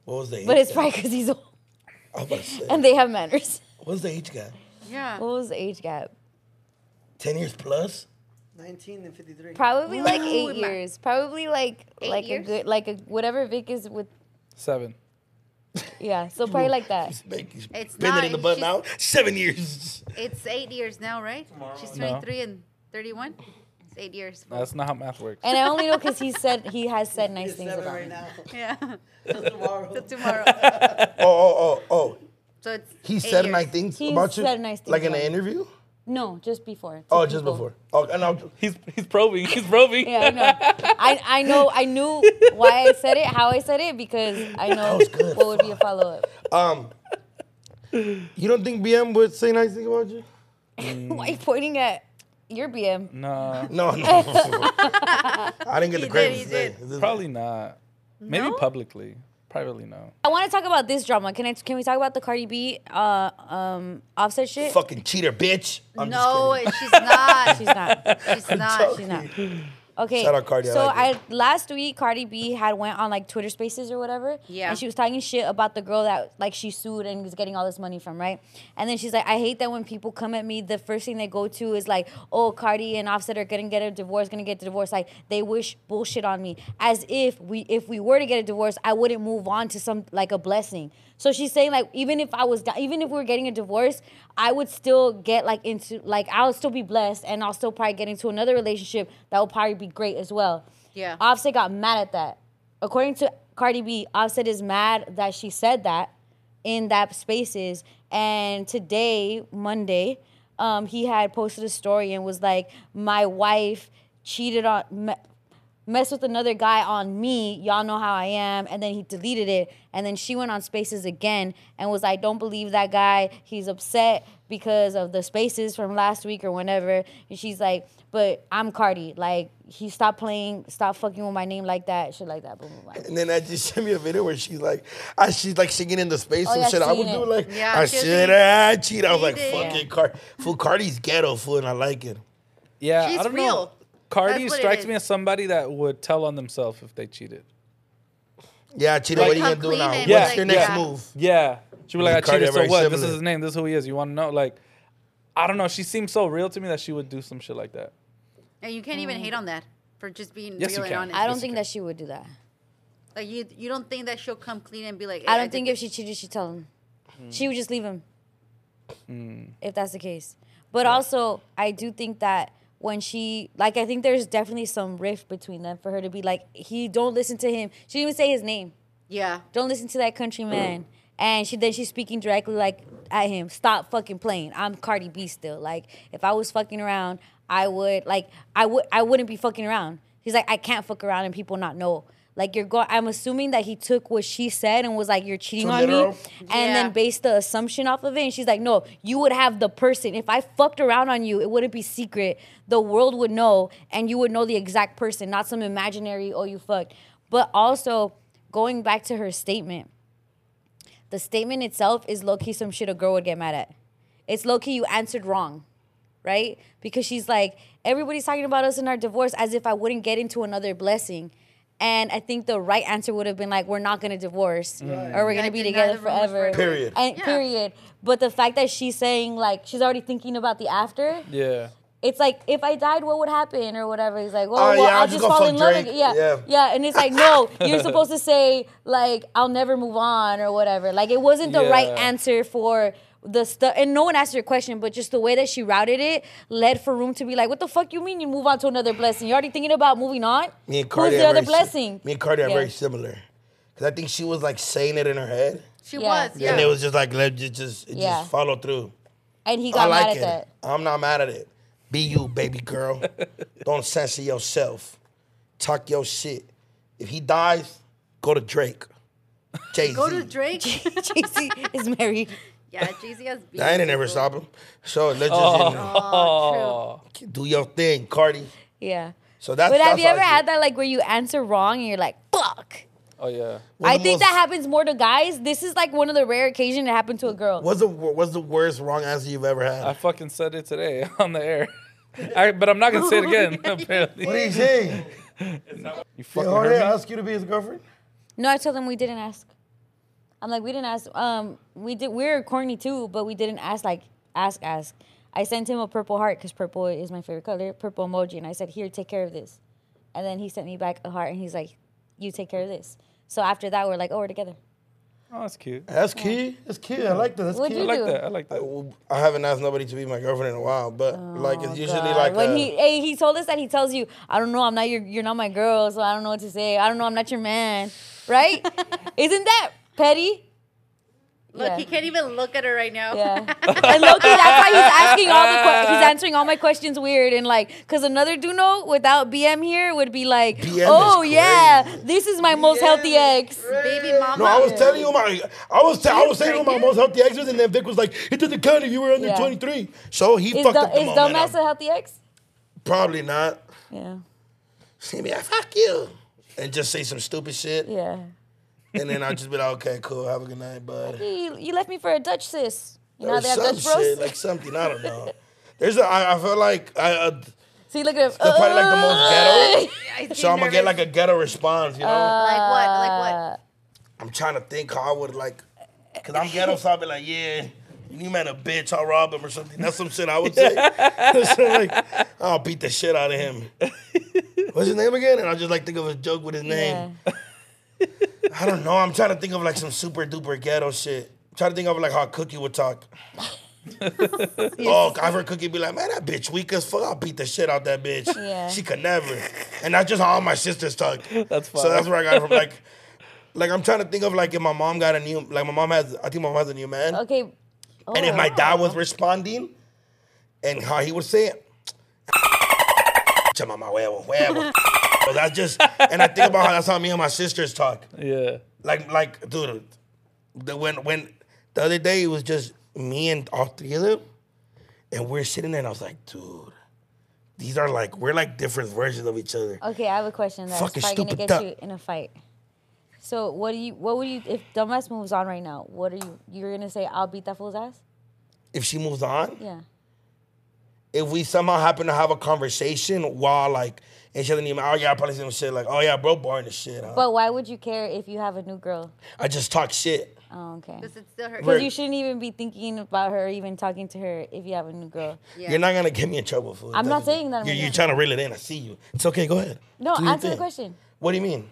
B: What was the age?
D: But it's
B: guy?
D: probably because he's old
B: I was about to say,
D: and they have manners.
B: what was the age guy?
F: Yeah.
D: What was the age gap?
B: Ten years plus.
C: 19 and 53.
D: Probably like eight
F: Ooh, ma-
D: years. Probably like
F: Eight
D: like
F: years?
D: a good like a whatever Vic is with.
E: Seven.
D: Yeah, so probably like that.
B: It's big. He's
F: It's
B: been
F: not,
B: in the
F: and
B: butt
F: she's-
B: now. Seven years.
F: It's eight years now, right? She's
E: No.
F: 23 and 31. eight years. fool.
E: That's not how math works.
D: And I only know because he said he has said nice
C: It's
D: things
C: seven
D: about
C: right
D: me.
C: now.
F: yeah.
C: Till tomorrow.
F: Till tomorrow.
B: Oh, oh, oh, oh.
F: So it's
B: He
F: eight
B: said
F: years.
B: nice things
D: He
B: about you.
D: said nice things
B: Like in an
D: about me.
B: interview.
D: No, just before. to
B: Oh, just
D: people.
B: before. Oh, and I'm,
E: He's he's probing. He's probing.
D: Yeah, I know. I, I know. I knew why I said it, how I said it, because I know
B: was good.
D: what would be a follow up.
B: um, you don't think BM would say nice things about you? Mm.
D: Why are you pointing at your BM?
E: No,
B: No, no. I didn't get the
F: did,
B: credit
F: he
B: today.
F: did.
B: This is-
E: probably not. Maybe
F: No?
E: publicly. Privately, no.
D: I want to talk about this drama. Can I? Can we talk about the Cardi B, uh, um, offset shit? Ah,
B: Fucking cheater, bitch. I'm just
F: no,
B: kidding.
F: she's not.
D: She's
F: She's
D: not.
F: not. She's
D: Ah, She's
F: not.
D: not. Okay.
B: Shout out Cardi, I
D: So I,
B: like
D: last week Cardi B had went on like Twitter Spaces or whatever.
F: Yeah.
D: And she was talking shit about the girl that like she sued and was getting all this money from, right? And then she's like, I hate that when people come at me, the first thing they go to is like, oh, Cardi and Offset are gonna get a divorce, gonna get a divorce. Like they wish bullshit on me, as if we if we were to get a divorce, I wouldn't move on to some like a blessing. So she's saying like even if I was di- even if we we're getting a divorce, I would still get like into like I'll still be blessed and I'll still probably get into another relationship that will probably be great as well.
F: Yeah.
D: Offset got mad at that. According to Cardi B, Offset is mad that she said that in that spaces. And today, Monday, um, he had posted a story and was like, "My wife cheated on." Me- messed with another guy on me y'all know how i am and then he deleted it and then she went on spaces again and was like don't believe that guy he's upset because of the spaces from last week or whenever and she's like but i'm cardi like he stopped playing stop fucking with my name like that shit like that blah, blah, blah.
B: And then I just sent me a video where she's like, I, she's like singing in the space
D: Oh,
B: and
D: yeah,
B: shit. I
D: I've
B: would
D: seen
B: do
D: it.
B: like,
F: Yeah,
B: I
F: she was
B: should
F: like,
B: have cheated. I was
F: she
B: like,
F: did.
B: fuck
D: Yeah.
B: it, Card. Fool, Cardi's ghetto, fool, and I like it.
E: Yeah,
F: She's
E: I don't know.
F: real.
E: Cardi
F: That's what it
E: strikes me
F: is.
E: as somebody that would tell on themselves if they cheated.
B: Yeah, cheater, what are you
F: come
B: gonna do
F: clean
B: now?
F: and
B: What's
E: Yeah,
B: your
E: yeah.
B: next move?
E: Yeah. She was like,
B: Did
E: I
B: Cardi
E: cheated,
B: ever
E: so what? This
B: similar?
E: is his name. This is who he is. You want to know? Like, I don't know. She seems so real to me that she would do some shit like that.
F: And you can't even hate on that for just being
E: Yes, you
F: real and
E: can.
F: honest.
D: i don't
E: Yes,
D: think
E: okay.
D: that she would do that
F: like you, you don't think that she'll come clean and be Hmm. like.
D: i
F: "Hey,
D: don't
F: did
D: think
F: this."
D: if she cheated she'd tell him she would just leave him
F: Hmm.
D: if that's the case but also i do think that when she like i think there's definitely some rift between them for her to be like he don't listen to him she didn't even say his name
F: Yeah.
D: don't listen to that country man. And she then she's speaking directly like at him. Stop fucking playing. I'm Cardi B still. Like if I was fucking around, I would like I would I wouldn't be fucking around. He's like I can't fuck around and people not know. Like you're going. I'm assuming that he took what she said and was like you're cheating
B: Too
D: on
B: literal.
D: me, and then
F: Yeah.
D: based the assumption off of it. And she's like, no, you would have the person. If I fucked around on you, it wouldn't be secret. The world would know, and you would know the exact person, not some imaginary oh you fucked. But also going back to her statement the statement itself is low key some shit a girl would get mad at. It's low key you answered wrong, right? Because she's like, everybody's talking about us in our divorce as if I wouldn't get into another blessing. And I think the right answer would have been like, we're not gonna divorce or we're gonna
F: Like,
D: be
F: deny
D: together
F: the rumors
D: forever.
F: forever.
B: Period.
D: And
F: Yeah.
D: period. But the fact that she's saying like she's already thinking about the after,
E: Yeah.
D: it's like if I died, what would happen or whatever. He's like, well,
B: Oh,
D: well,
B: yeah,
D: I'll
B: I'm
D: just,
B: just gonna
D: fall
B: fuck
D: in love
B: Drake.
D: again. Yeah,
B: Yeah.
D: yeah, And it's like, no, you're supposed to say like I'll never move on or whatever. Like it wasn't the right
E: Yeah.
D: answer for the stuff. And no one asked your question, but just the way that she routed it led for room to be like, what the fuck you mean you move on to another blessing? You're already thinking about moving on.
B: Me and
D: Who's
B: Cardi
D: the
B: are
D: other
B: very si-
D: blessing?
B: Me and Cardi are
D: Yeah.
B: very similar. Because I think she was like saying it in her head.
F: She
D: Yeah.
F: was. Yeah.
B: And it was just like, let just, just, it
D: Yeah.
B: just follow through.
D: And he
B: I
D: got
B: like
D: mad at
B: it.
D: that.
B: I'm not mad at it. Be you, baby girl. Don't censor yourself. Talk your shit. If he dies, go to Drake. Jay Z.
F: Go to Drake.
D: JC is married.
F: yeah, Jay Z has. beef
B: I ain't
F: with
B: never
F: people.
B: stop him. So let's just
F: Oh, true.
B: do your thing, Cardi.
D: Yeah.
B: So that's.
D: But have
B: that's
D: you
B: how I
D: ever
B: feel.
D: had that like where you answer wrong and you're like, fuck?
E: Oh, yeah.
B: One
D: I
B: of the
D: think
B: most-
D: that happens more to guys. This is like one of the rare occasions it happened to a girl.
B: What's the wor- what's the worst wrong answer you've ever had?
E: I fucking said it today on the air. I, but I'm not going to say it again, apparently.
B: did he say?
E: You fucking heard me?
B: you to be his girlfriend?
D: No, I told them we didn't ask. I'm like, we didn't ask. Um, we did. We're corny too, but we didn't ask. Like, ask, ask. I sent him a purple heart because purple is my favorite color, purple emoji, and I said, here, take care of this. And then he sent me back a heart, and he's like, you take care of this. So after that, we're like, oh, we're together.
E: Oh, that's cute.
B: That's key. That's key. I like that. That's
D: What'd
E: I
B: key.
D: you
E: like
D: do?
E: that. I like that.
B: I, I haven't asked nobody to be my girlfriend in a while, but like it's usually
D: Oh, God.
B: like
D: when
B: a-
D: he hey, he told us that he tells you, I don't know, I'm not your you're not my girl, so I don't know what to say. I don't know, I'm not your man, right? Isn't that petty?
F: Look,
D: Yeah.
F: he can't even look at her right now.
D: Yeah. and Loki, that's why he's asking all the que- he's answering all my questions weird and like cuz another Duno without BM here would be like,
B: BM is
D: "Oh yeah,
B: crazy.
D: this is my most healthy ex."
F: Baby mama.
B: No, I was telling you my, I was, te- I was saying who my most healthy ex was, and then Vic was like, "It doesn't count if you were under
D: Yeah.
B: 23." So he
D: Is,
B: fucked
D: dumb-
B: up the
D: is
B: moment.
D: dumbass a
B: I'm-
D: healthy ex?
B: Probably not.
D: Yeah.
B: See me, I fuck you, and just say some stupid shit,
D: Yeah.
B: and then I'll just be like, "Okay, cool, have a good night, bud."
D: You, you left me for a Dutch sis. You know
B: Or
D: how they have
B: some
D: Dutch bros.
B: shit, like something I don't know. There's a, I, I feel like I, uh,
D: See, look at him.
B: they're probably like the most ghetto.
F: I
B: So I'm gonna get like
F: nervous.
B: a ghetto response, you know?
D: Uh,
F: Like what? Like what?
B: I'm trying to think how I would like, cause I'm ghetto, so I'll be like, yeah, you man a bitch, I'll rob him or something. That's some shit I would say. so like, I'll beat the shit out of him. What's his name again? And I'll just like think of a joke with his
D: Yeah.
B: name. I don't know. I'm trying to think of like some super duper ghetto shit. I'm trying to think of like how Cookie would talk. oh, I've heard Cookie be like, man, that bitch weak as fuck. I'll beat the shit out that bitch.
D: Yeah.
B: She could never. And that's just how all my sisters talk.
E: That's
B: So
E: fire.
B: that's where I got it from. Like, like I'm trying to think of like if my mom got a new, like my mom has, I think my mom has a new man.
D: Okay. Oh,
B: And if my dad was responding, and how he would say it, "Chamama huevo, huevo." So that's just, and I think about how that's how me and my sisters talk.
E: Yeah.
B: Like, like, dude, the, when when the other day it was just me and all three of them, and we're sitting there, and I was like, dude, these are like we're like different versions of each other.
D: Okay, I have a question that's
B: Fucking
D: probably gonna
B: stupid
D: get
B: duck.
D: you in a fight. So what do you? What would you? If dumbass moves on right now, what are you? You're gonna say I'll beat that fool's ass?
B: If she moves on,
D: Yeah.
B: if we somehow happen to have a conversation while like and she doesn't even, oh yeah, I probably some shit like, oh yeah, bro, boring as shit. Huh?
D: But why would you care if you have a new girl?
B: I just talk shit.
D: Oh, okay.
F: Does it still hurt?
B: Right.
D: Because you shouldn't even be thinking about her, or even talking to her if you have a new girl.
F: Yeah.
B: You're not gonna get me in trouble for
D: I'm not saying that I'm
B: You're,
D: gonna-
B: you're trying to reel it in. I see you. It's okay. Go ahead.
D: No,
B: Do your
D: answer the
B: thing.
D: question.
B: What do you mean?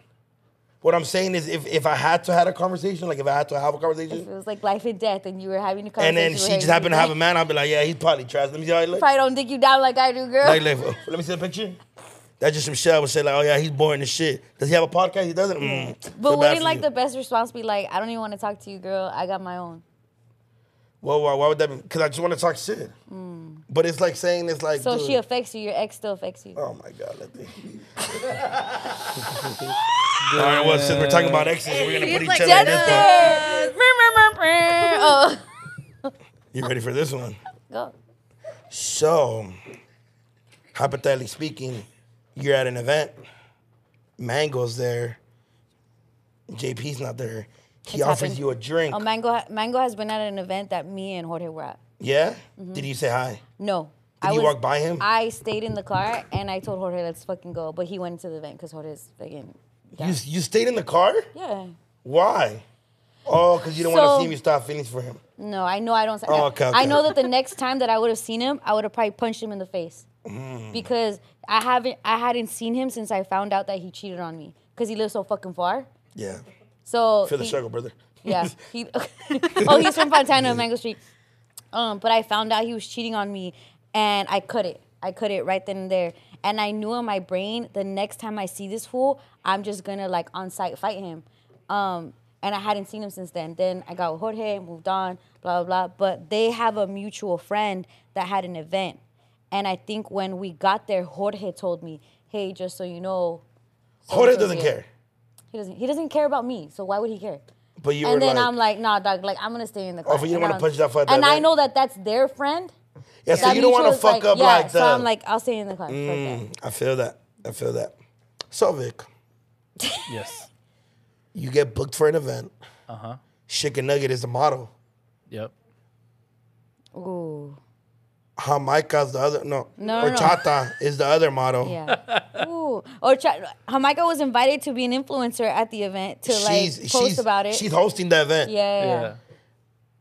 B: What I'm saying is, if, if I had to had a conversation, like if I had to have a
D: If it
B: conversation,
D: was like life and death, and you were having a
B: and
D: conversation,
B: then
D: with
B: she
D: her,
B: just
D: you'd
B: happened
D: be
B: to have a
D: like,
B: man, I'd be like, yeah, he's probably trash. Let me see how he looks.
D: Probably don't dig you down like I do, girl.
B: Like, like, oh, let me see the picture. That's just some shit I would say, like, oh yeah, he's boring as shit. Does he have a podcast? He doesn't. Mm, feel
D: but
B: bad
D: wouldn't
B: for
D: like
B: you.
D: the best response be like, I don't even want to talk to you, girl. I got my own.
B: Well, why, why would that be? Because I just want to talk shit. But it's like saying it's like.
D: Mm. So
B: dude,
D: she affects you. Your ex still affects you.
B: Oh my god, let me. All right, well, since we're talking about exes, we're gonna put each
F: like
B: other in
F: Jennifer.
B: this one.
D: Brr, brr, brr, brr. Oh,
B: You ready for this one?
D: go.
B: So, hypothetically speaking, you're at an event. Mango's there. JP's not there. He
D: It's
B: offers
D: happened.
B: you a drink.
D: Oh, Mango, ha- Mango has been at an event that me and Jorge were at.
B: yeah. Did you say hi?
D: No.
B: Did
D: Mm-hmm. I
B: you walk by him?
D: I stayed in the car and I told Jorge, let's fucking go. But he went into the event because Jorge's fucking.
B: You you stayed in the car.
D: Yeah.
B: Why? Oh, because you don't want
D: So-
B: to see him. You stop feelings for him.
D: No, I know I don't.
B: Oh, okay, okay.
D: I know that the next time that I would have seen him, I would have probably punched him in the face
B: Mm.
D: because I haven't, I hadn't seen him since I found out that he cheated on me because he lives so fucking far.
B: Yeah.
D: So
B: Feel the
D: he-
B: struggle, brother.
D: Yeah. He, oh, he's from Fontana, Mango Street. Um, but I found out he was cheating on me, and I cut it. I cut it right then and there. And I knew in my brain, the next time I see this fool, I'm just gonna like on site fight him. Um, and I hadn't seen him since then. Then I got with Jorge, moved on, blah blah blah. But they have a mutual friend that had an event, and I think when we got there, Jorge told me, "Hey, just so you know." so-and-so's
B: Jorge doesn't
D: here."
B: care.
D: He doesn't. He doesn't care about me. So why would he care?
B: But you
D: and
B: were
D: then
B: like-
D: I'm like, nah, dog. Like I'm gonna stay in the car.
B: but you didn't
D: And
B: wanna
D: I'm-
B: punch that fool at the
D: And I
B: event?
D: know that that's their friend.
B: Yeah, so
D: That
B: you don't want
D: mutual
B: to
D: is
B: fuck up
D: yeah,
B: like
D: So
B: that. Mm.
D: I'm like, I'll stay in the car. Fuck that.
B: I feel that. I feel that. So Vic,
E: Yes.
B: you get booked for an event. Uh huh.
E: Uh-huh.
B: Chicken nugget is the model.
E: Yep.
D: Ooh,
B: Jamaica's the other no.
D: No, no, no.
B: Horchata is the other model.
D: yeah. Ooh. Or Ch- Jamaica was invited to be an influencer at the event to like post
B: she's,
D: about it.
B: She's hosting the event.
D: yeah.
E: Yeah.
D: yeah.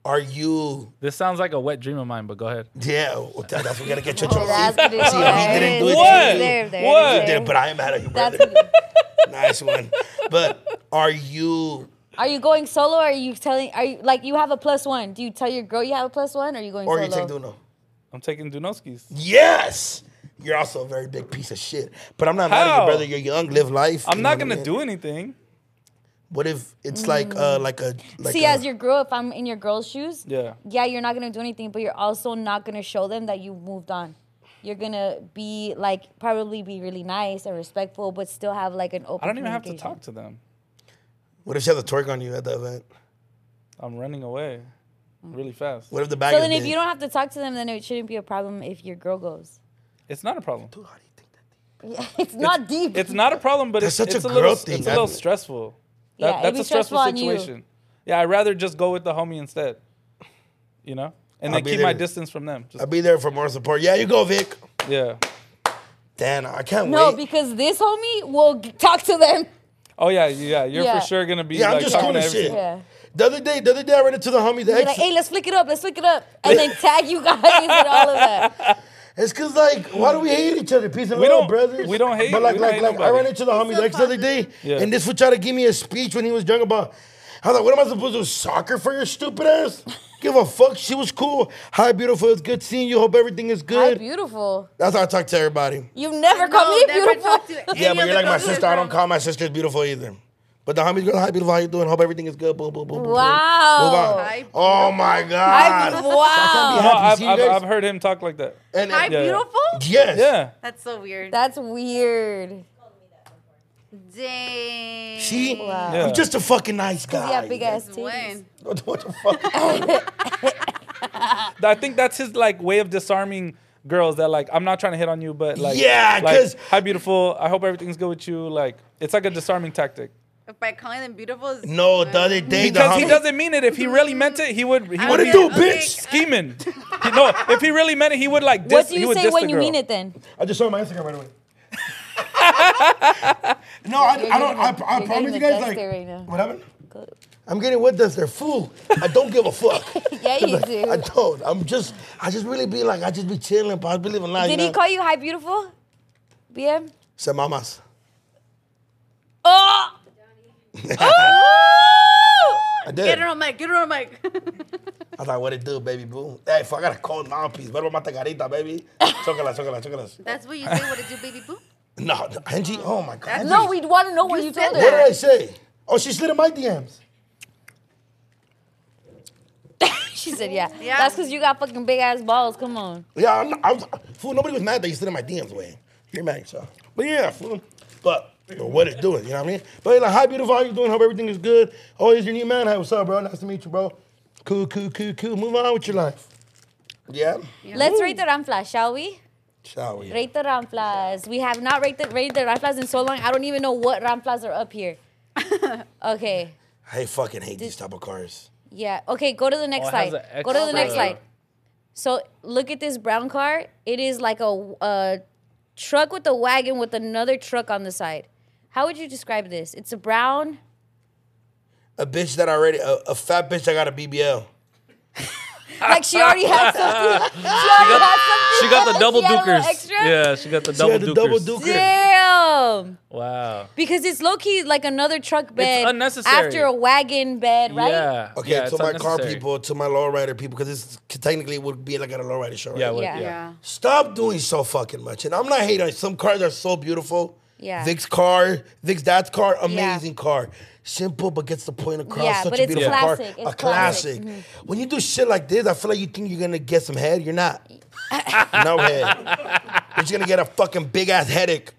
B: Are you?
E: This sounds like a wet dream of mine, but go ahead.
B: Yeah. well, that- That's we gotta get your trophy.
D: Oh, That's what it is.
B: See, we didn't do it.
E: What?
B: to you.
D: There, there,
E: What?
B: You did it, but I am out of you,
D: That's
B: brother. nice one. But are you
D: Are you going solo? Or are you telling? Are you like you have a plus one? Do you tell your girl you have a plus one? Or are you going
B: Or
D: solo?
B: you take Duno.
E: I'm taking Dunowski's.
B: Yes. You're also a very big piece of shit. But I'm not mad at you,
E: How?
B: brother. You're young, live life.
E: I'm
B: you
E: not
B: know what
E: gonna
B: I mean?
E: do anything.
B: What if it's like uh like a like
D: Mm. See,
B: a,
D: as your girl, if I'm in your girl's shoes,
E: Yeah.
D: yeah, you're not gonna do anything, but you're also not gonna show them that you moved on. You're gonna be like probably be really nice and respectful, but still have like an open.
E: I don't even have to talk
D: communication.
E: to them.
B: what if she has a twerk on you at the event?
E: I'm running away
D: Mm.
E: really fast.
B: What if the bag
D: So
B: is
D: then, if
B: big?
D: you don't have to talk to them, then it shouldn't be a problem if your girl goes.
E: It's not a problem.
B: Dude, how do you think that thing-
D: Yeah, it's not deep.
E: It's not a problem, but
B: That's
E: it's,
B: such
E: it's a,
B: a
E: little
B: girl thing.
E: it's a
B: I-
E: little stressful.
D: Yeah,
E: That-
D: it'd
E: that's
D: be
E: a stressful,
D: stressful on you.
E: situation. Yeah, I'd rather just go with the homie instead. You know? And
B: I'll
E: then
B: be
E: keep my
B: there.
E: distance from them. Just,
B: I'll be there for more support. Yeah, you go, Vic.
E: yeah.
B: Damn, I can't
D: no,
B: wait.
D: because this homie will g- talk to them.
E: Oh yeah, yeah. You're
D: Yeah.
E: for sure gonna be
B: Yeah, I'm
E: like
B: just
E: talking
B: cool
E: to
B: as shit.
E: everyone.
D: Yeah.
B: The other day, the other day I ran into the homie. The
D: Be like,
B: ex,
D: hey, let's flick it up, let's flick it up, and then tag you guys and all of that.
B: it's cause like, why do we hate each other? Peace and
E: We
B: love,
E: don't-
B: brothers.
E: we don't hate-
B: But like,
E: we don't
B: like,
E: hate
B: like, I
E: nobody.
B: ran into the homie the ex the other day,
E: Yeah.
B: and this fool tried to give me a speech when he was young about. I was like, what am I supposed to do? Soccer for your stupid ass? Give a fuck. She was cool. Hi, beautiful. It's good seeing you. Hope everything is
D: Hi,
B: good.
D: beautiful.
B: That's how I talk to everybody.
D: You've never called
F: No,
D: me
F: never
D: beautiful.
F: talk to
B: Yeah,
F: any
B: but
F: other
B: you're like
F: girl
B: my
F: who lives
B: sister. I don't
F: around.
B: call my sisters beautiful either. But the homies girl, hi, beautiful. How you doing? Hope everything is good. Boom, boom, boom. boom, boom.
D: Wow.
F: Hi,
B: Move on. Oh my
D: I
B: god.
D: mean, wow.
E: No,
B: Happy to
E: I've,
B: see you
E: I've,
B: guys.
E: I've heard him talk like that.
B: And,
F: Hi,
B: and-
E: Yeah.
F: beautiful.
B: yes.
E: Yeah.
F: That's so weird.
D: That's weird.
F: Dang.
B: See,
E: Yeah.
B: I'm just a fucking nice guy.
D: Yeah, big ass titties.
F: When?
B: what the fuck?
E: I think that's his like way of disarming girls that like I'm not trying to hit on you, but like
B: Yeah,
E: like,
B: 'cause-
E: hi beautiful, I hope everything's good with you. Like it's like a disarming tactic
F: By calling them beautiful is
B: no, the other day the
E: because he
B: homie-
E: doesn't mean it. If he really meant it, he would. He
F: I
E: would
B: What
F: don't
B: it
E: be
B: do,
F: get- okay,
B: bitch?
E: scheming. He- no, if he really meant it, he would like. Dis,
D: What do
E: he
D: you
E: would
D: say
E: diss
D: when
E: the
D: you
E: girl.
D: mean it then?
B: I just saw my Instagram right away. no, I, I don't. I, I
D: You're
B: promise
D: getting
B: you
D: the
B: guys.
D: dust
B: Like,
D: there right now.
B: what happened? I'm getting with this. They're fool. I don't give a fuck.
D: Yeah, you do.
B: I don't. I'm just. I just really be like. I just be chilling. But I be living life.
D: Did
B: you
D: he
B: know?
D: call you hi, beautiful? BM?
B: Se mamas.
D: Oh!
B: I did.
F: Get her on mic. Get her on mic.
B: I was like, what it do, baby boo? Hey, fuck, I got a cold mouthpiece. What about my tagarita, baby? Chocolate, chocolate, chocolate.
F: That's what you say. What did you, baby boo?
B: No, Angie, oh my God. Angie,
D: No, we'd want to know what
F: You
D: you
F: said
D: told
B: What did
D: her.
B: I say? Oh, she slid in my DMs.
D: She said, yeah.
F: Yeah.
D: That's because you got fucking big ass balls. Come on.
B: Yeah, I'm, I'm, fool, nobody was mad that you slid in my DMs, way. You're mad at yourself. But yeah, fool. But but what it doing, you know what I mean? But you're like, hi, beautiful, how you doing? Hope everything is good. Oh, here's your new man. Hey, what's up, bro? Nice to meet you, bro. Cool, cool, cool, cool. Move on with your life. Yeah?
D: Let's rate the Ramfla, shall we?
B: Shall we?
D: Rate the Ramflas. We have not rated, rated the Ramflas in so long. I don't even know what Ramflas are up here. okay.
B: I fucking hate these type of cars.
D: Yeah. Okay, go to the next
E: Oh, it has
D: slide.
E: a
D: Go to the
E: extra-
D: next slide. So look at this brown car. It is like a, a truck with a wagon with another truck on the side. How would you describe this? It's a brown.
B: A bitch that already, a, a fat bitch that got a BBL.
D: Like she already had something.
E: She got the double
D: She had a little
E: dukers.
D: extra?
E: Yeah, she got the
B: She
E: double
B: had the double
E: dukers.
B: duker.
D: Damn.
E: Wow.
D: Because it's low key like another truck bed.
E: unnecessary.
D: After a wagon bed, right?
E: Yeah.
B: Okay,
E: yeah,
B: to
E: it's
B: my car
E: unnecessary.
B: people, to my lowrider people, because this technically would be like at a lowrider show. Right?
E: Yeah, well,
D: Yeah.
E: yeah.
F: Yeah.
B: Stop doing so fucking much. And I'm not hating. on it. Some cars are so beautiful.
D: Yeah.
B: Vic's car, Vic's dad's car,
D: Yeah.
B: amazing car. Simple but gets the point across.
D: Yeah,
B: Such
D: but
B: a
D: it's
B: beautiful
D: classic. Mm-hmm.
B: car.
D: It's
B: a classic. When you do shit like this, I feel like you think you're gonna get some head. You're not. no head. You're just gonna get a fucking big ass headache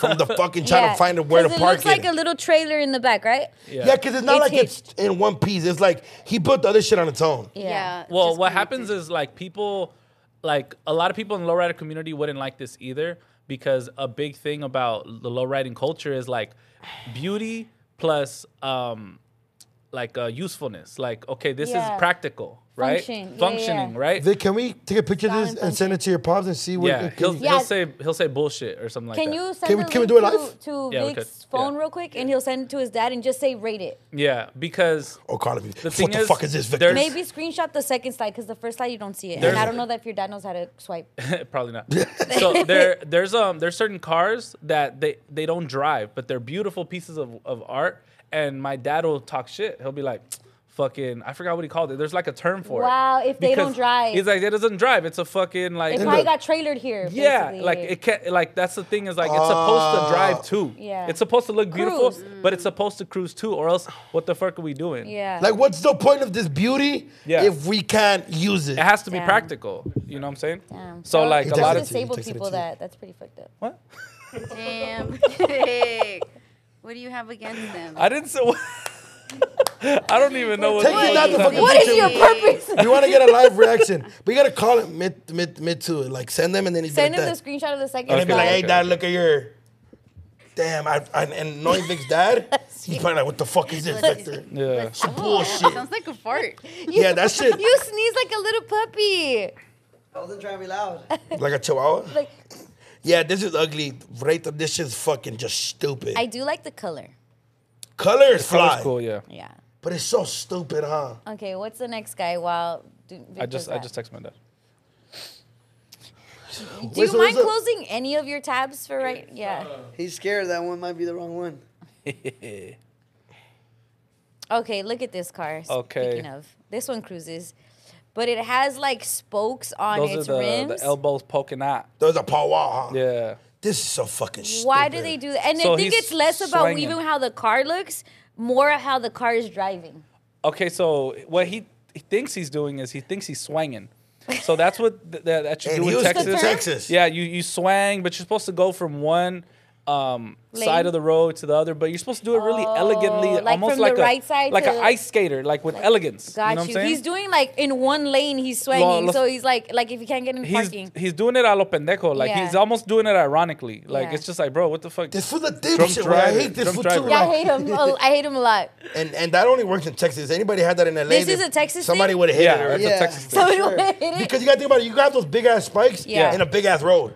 B: from the fucking trying
D: Yeah.
B: to find where to
D: 'Cause
B: park
D: It looks like
B: it.
D: a little trailer in the back, right?
E: Yeah.
B: yeah, because it's not
D: It's
B: like it's in one piece. It's like he built the other shit on its own.
F: Yeah.
E: Well, what happens is like people, like a lot of people in the lowrider community wouldn't like this either because a big thing about the lowriding culture is like beauty plus um like uh, usefulness. Like okay, this
D: Yeah.
E: is practical, right?
D: Function. Yeah,
E: Functioning,
D: yeah.
E: right?
B: Vic, can we take a picture of this
D: Silent
B: and send it to your pops and see what?
E: yeah,
B: can
E: he'll,
B: you-
D: Yeah.
E: he'll say he'll say bullshit or something like
D: Can
E: that.
D: you send
B: Can we-
D: the
B: can we
D: link
B: do it live?
D: to, to
E: Yeah, we
D: Vic's
E: could.
D: phone
E: Yeah.
D: real quick, and he'll send it to his dad and just say rate it.
E: Yeah, because
B: Oh, Carla, what the
E: thing is,
B: fuck is this, Victor?
E: there's-
D: Maybe screenshot the second slide because the first slide you don't see it,
E: There's-
D: and I don't know that if your dad knows how to swipe.
E: probably not. so there, there's um, there's certain cars that they they don't drive, but they're beautiful pieces of, of art, and my dad will talk shit. He'll be like, fucking, I forgot what he called it. There's like a term for
D: Wow,
E: it.
D: if they don't
E: Because
D: drive.
E: He's like, it doesn't drive. It's a fucking like.
D: It probably
B: look-
D: got trailered here.
E: Yeah,
D: basically.
E: like it can't. Like that's the thing is like it's supposed to drive too.
D: Ah. Yeah.
E: it's supposed to look beautiful,
D: Cruise.
E: but it's supposed to cruise too, or else what the fuck are we doing?
D: yeah.
B: Like, what's the point of this beauty
E: Yeah.
B: if we can't use it?
E: It has to be
D: Damn.
E: practical. You know what I'm saying?
D: Damn.
E: So
D: Well,
E: like
D: it
E: a
D: takes
E: lot
B: it
E: of
B: to-
D: disabled
B: takes it
D: people
B: to-
D: that that's pretty fucked up.
E: what?
F: Damn. Dick. what do you have against them?
E: I didn't say. I don't even know what.
B: Take it out the fucking
D: What is
B: picture.
D: your purpose?
B: If you want to get a live reaction, but you gotta call it mid mid mid to it. Like send them and then he's
D: Send
B: like
D: him the
B: that.
D: screenshot of the second
B: and then be like,
D: slide.
B: hey dad, look at your. Damn, I, I, and knowing Vic's dad, he's probably like, what the fuck is this, Victor?
E: Yeah.
B: Some
D: Oh,
B: bullshit.
F: Sounds like a fart.
B: Yeah, that shit.
D: You sneeze like a little puppy.
C: I wasn't trying to be loud.
B: Like a chihuahua.
D: Like
B: Yeah, this is ugly. Right, this shit's fucking just stupid.
D: I do like the color.
B: Colors fly,
E: That's cool. Yeah.
D: Yeah.
B: but it's so stupid, huh?
D: Okay, what's the next guy? While do,
E: I just I
D: Victor's
E: just
D: at?
E: text my dad.
D: Do
B: Wait,
D: you
B: so
D: mind
B: is it-
D: closing any of your tabs for right? Yeah.
C: He's scared that one might be the wrong one.
D: Okay, look at this car.
E: Okay.
D: Speaking of, this one cruises, but it has like spokes on
E: Those are
D: its
E: the,
D: rims.
E: the elbows poking out.
B: There's a powwow, huh?
E: Yeah.
B: This is so fucking stupid.
D: Why do they do that? And
E: So
D: I think
E: he's
D: it's less about
E: swinging.
D: even how the car looks, more how the car is driving.
E: Okay, so what he, he thinks he's doing is he thinks he's swanging. So that's what th- that, that you
B: And
E: do in
B: Houston,
E: Texas.
B: Texas.
E: Yeah, you you swang, but you're supposed to go from one um,
D: Lane? Oh,
E: side of the road to the other, but you're supposed to do it really elegantly,
D: like
E: almost
D: from the
E: like a
D: right side
E: like
D: to
E: an
D: the-
E: ice skater, like with elegance.
D: Got
E: you know what I'm
D: you.
E: saying?
D: He's doing like in one lane. He's
E: Well,
D: swinging,
E: let's-
D: so he's like, like if you can't get in
E: he's,
D: parking.
E: he's doing it a lo pendejo. Like
D: Yeah.
E: he's almost doing it ironically. Like
D: Yeah.
E: it's just like, bro, what the fuck?
B: This for the
E: Drunk
B: dipshit. Right? I
E: driver,
B: hate this
E: drunk
B: for
E: driver.
B: too.
D: Yeah, I
B: right?
D: hate him. Oh, I hate him a lot.
B: And and that only works in Texas. Anybody had that in LA?
D: This is
B: they-
D: a Texas
B: Somebody
D: thing?
B: would have hit
E: yeah,
B: it.
E: that's
B: Right?
E: a
C: Yeah.
E: Texas thing.
D: Somebody
C: sure.
D: will hit it.
B: Because you gotta think about it. You got those big ass spikes
D: Yeah.
B: in a big ass road.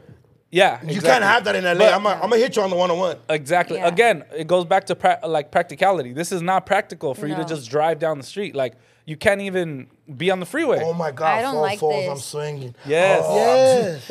E: Yeah,
B: You can't
E: exactly.
B: have that in LA.
E: But-
B: I'm gonna hit you on the one on one.
E: Exactly.
D: Yeah.
E: Again, it goes back to pra- like practicality. This is not practical for you to
D: No.
E: just drive down the street. Like you can't even be on the freeway.
B: Oh my god,
D: I don't
B: four
D: like
B: fours,
D: this.
B: I'm swinging.
E: Yes.
B: Oh,
C: Yes.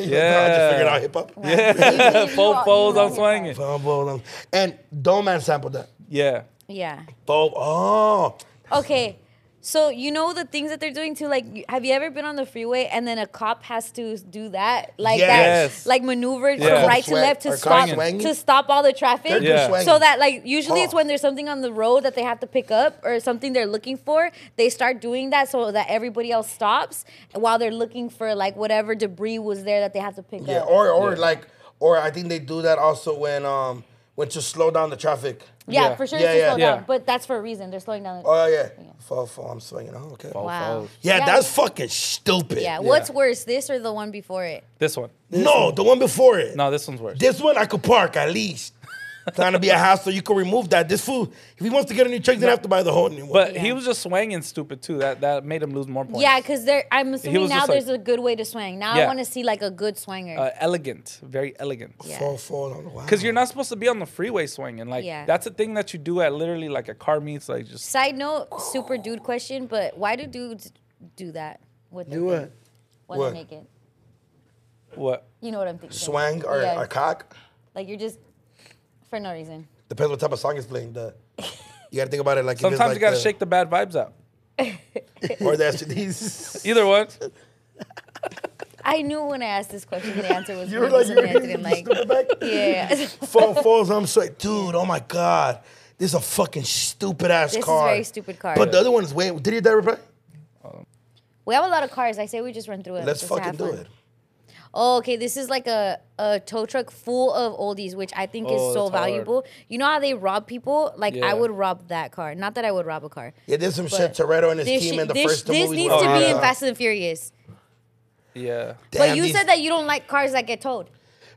B: I'm- I just
E: Yeah.
B: figured out hip hop.
D: Yeah,
E: Full foes on swinging.
B: Fumble, And Dome Man sampled that.
E: Yeah.
D: Yeah.
B: Bob, oh.
D: Okay. So you know the things that they're doing too. Like, you- have you ever been on the freeway and then a cop has to do that, like
E: Yes.
D: that, like maneuver
E: Yeah.
D: from right to
B: Swag-
D: left to
B: or
D: stop
B: swanging.
D: to stop all the
B: They're
D: traffic?
B: just
E: Yeah.
B: swinging.
D: So that like usually it's
B: Oh.
D: when there's something on the road that they have to pick up or something they're looking for, they start doing that so that everybody else stops while they're looking for like whatever debris was there that they have to pick
B: Yeah,
D: up.
B: or or like, or I think they do that also when um when to slow down the traffic.
D: yeah,
E: Yeah.
D: for sure
B: Yeah,
D: it's to
B: yeah.
D: slow
E: Yeah.
D: down, but that's for a reason. They're slowing down.
B: Oh yeah, fall fall, I'm swinging. Oh okay.
D: Wow.
B: Yeah, that's fucking stupid.
D: Yeah, what's worse, this or the one before it?
E: This one.
B: No, the one before it.
E: No, this one's worse.
B: This one I could park at least. Trying to be a hassle, you can remove that. This fool, if he wants to get a new truck, then have to buy the whole new one.
E: but he
D: Yeah.
E: was just swinging stupid too. That that made him lose more points.
D: Yeah, because there. I'm assuming
E: was
D: now
E: just like-
D: there's a good way to swing. Now
E: Yeah.
D: I want to see like a good swinger.
E: Uh, elegant, very elegant.
D: yeah.
B: fall fall on the wow.
E: Because you're not supposed to be on the freeway swinging. Like
D: Yeah.
E: that's a thing that you do at literally like a car meets. Like just
D: Side note, super dude question, but why do dudes do that? With
C: Do what?
D: When
B: What?
D: they're naked.
E: what?
D: You know what I'm thinking.
B: swang or
D: Yeah.
B: a cock.
D: Like you're just for no reason.
B: Depends what type of song is playing. The you gotta think about it like if it's
E: Sometimes
B: like
E: you gotta
B: the-
E: shake the bad vibes out.
B: or the STDs.
E: Either one.
D: I knew when I asked this question, the answer was
B: You
D: gonna
B: were like,
D: be something I
B: you're
D: didn't like.
B: back.
D: Yeah, yeah.
B: Fall falls. I'm sorry, dude. Oh my god, this is a fucking stupid ass
D: This is
B: car.
D: very stupid car.
B: But the other one is way. Did he that reply?
D: we have a lot of cars. I say we just run through it.
B: Let's
D: just to
B: fucking
D: have
B: do
D: fun.
B: it.
D: Oh, okay. This is like a, a tow truck full of oldies, which I think
E: Oh,
D: is so
E: that's hard.
D: valuable. You know how they rob people? Like
E: Yeah.
D: I would rob that car. Not that I would rob a car.
B: Yeah, there's some shit
D: But
B: Toretto and his
D: This,
B: team
D: shit-
B: in the
D: this-
B: first two
D: this
B: movies.
D: needs
B: were
D: to
B: on
D: be in
B: the-
D: Fast and Furious.
E: Yeah.
D: but
B: Damn,
D: you
B: these-
D: said that you don't like cars that get towed.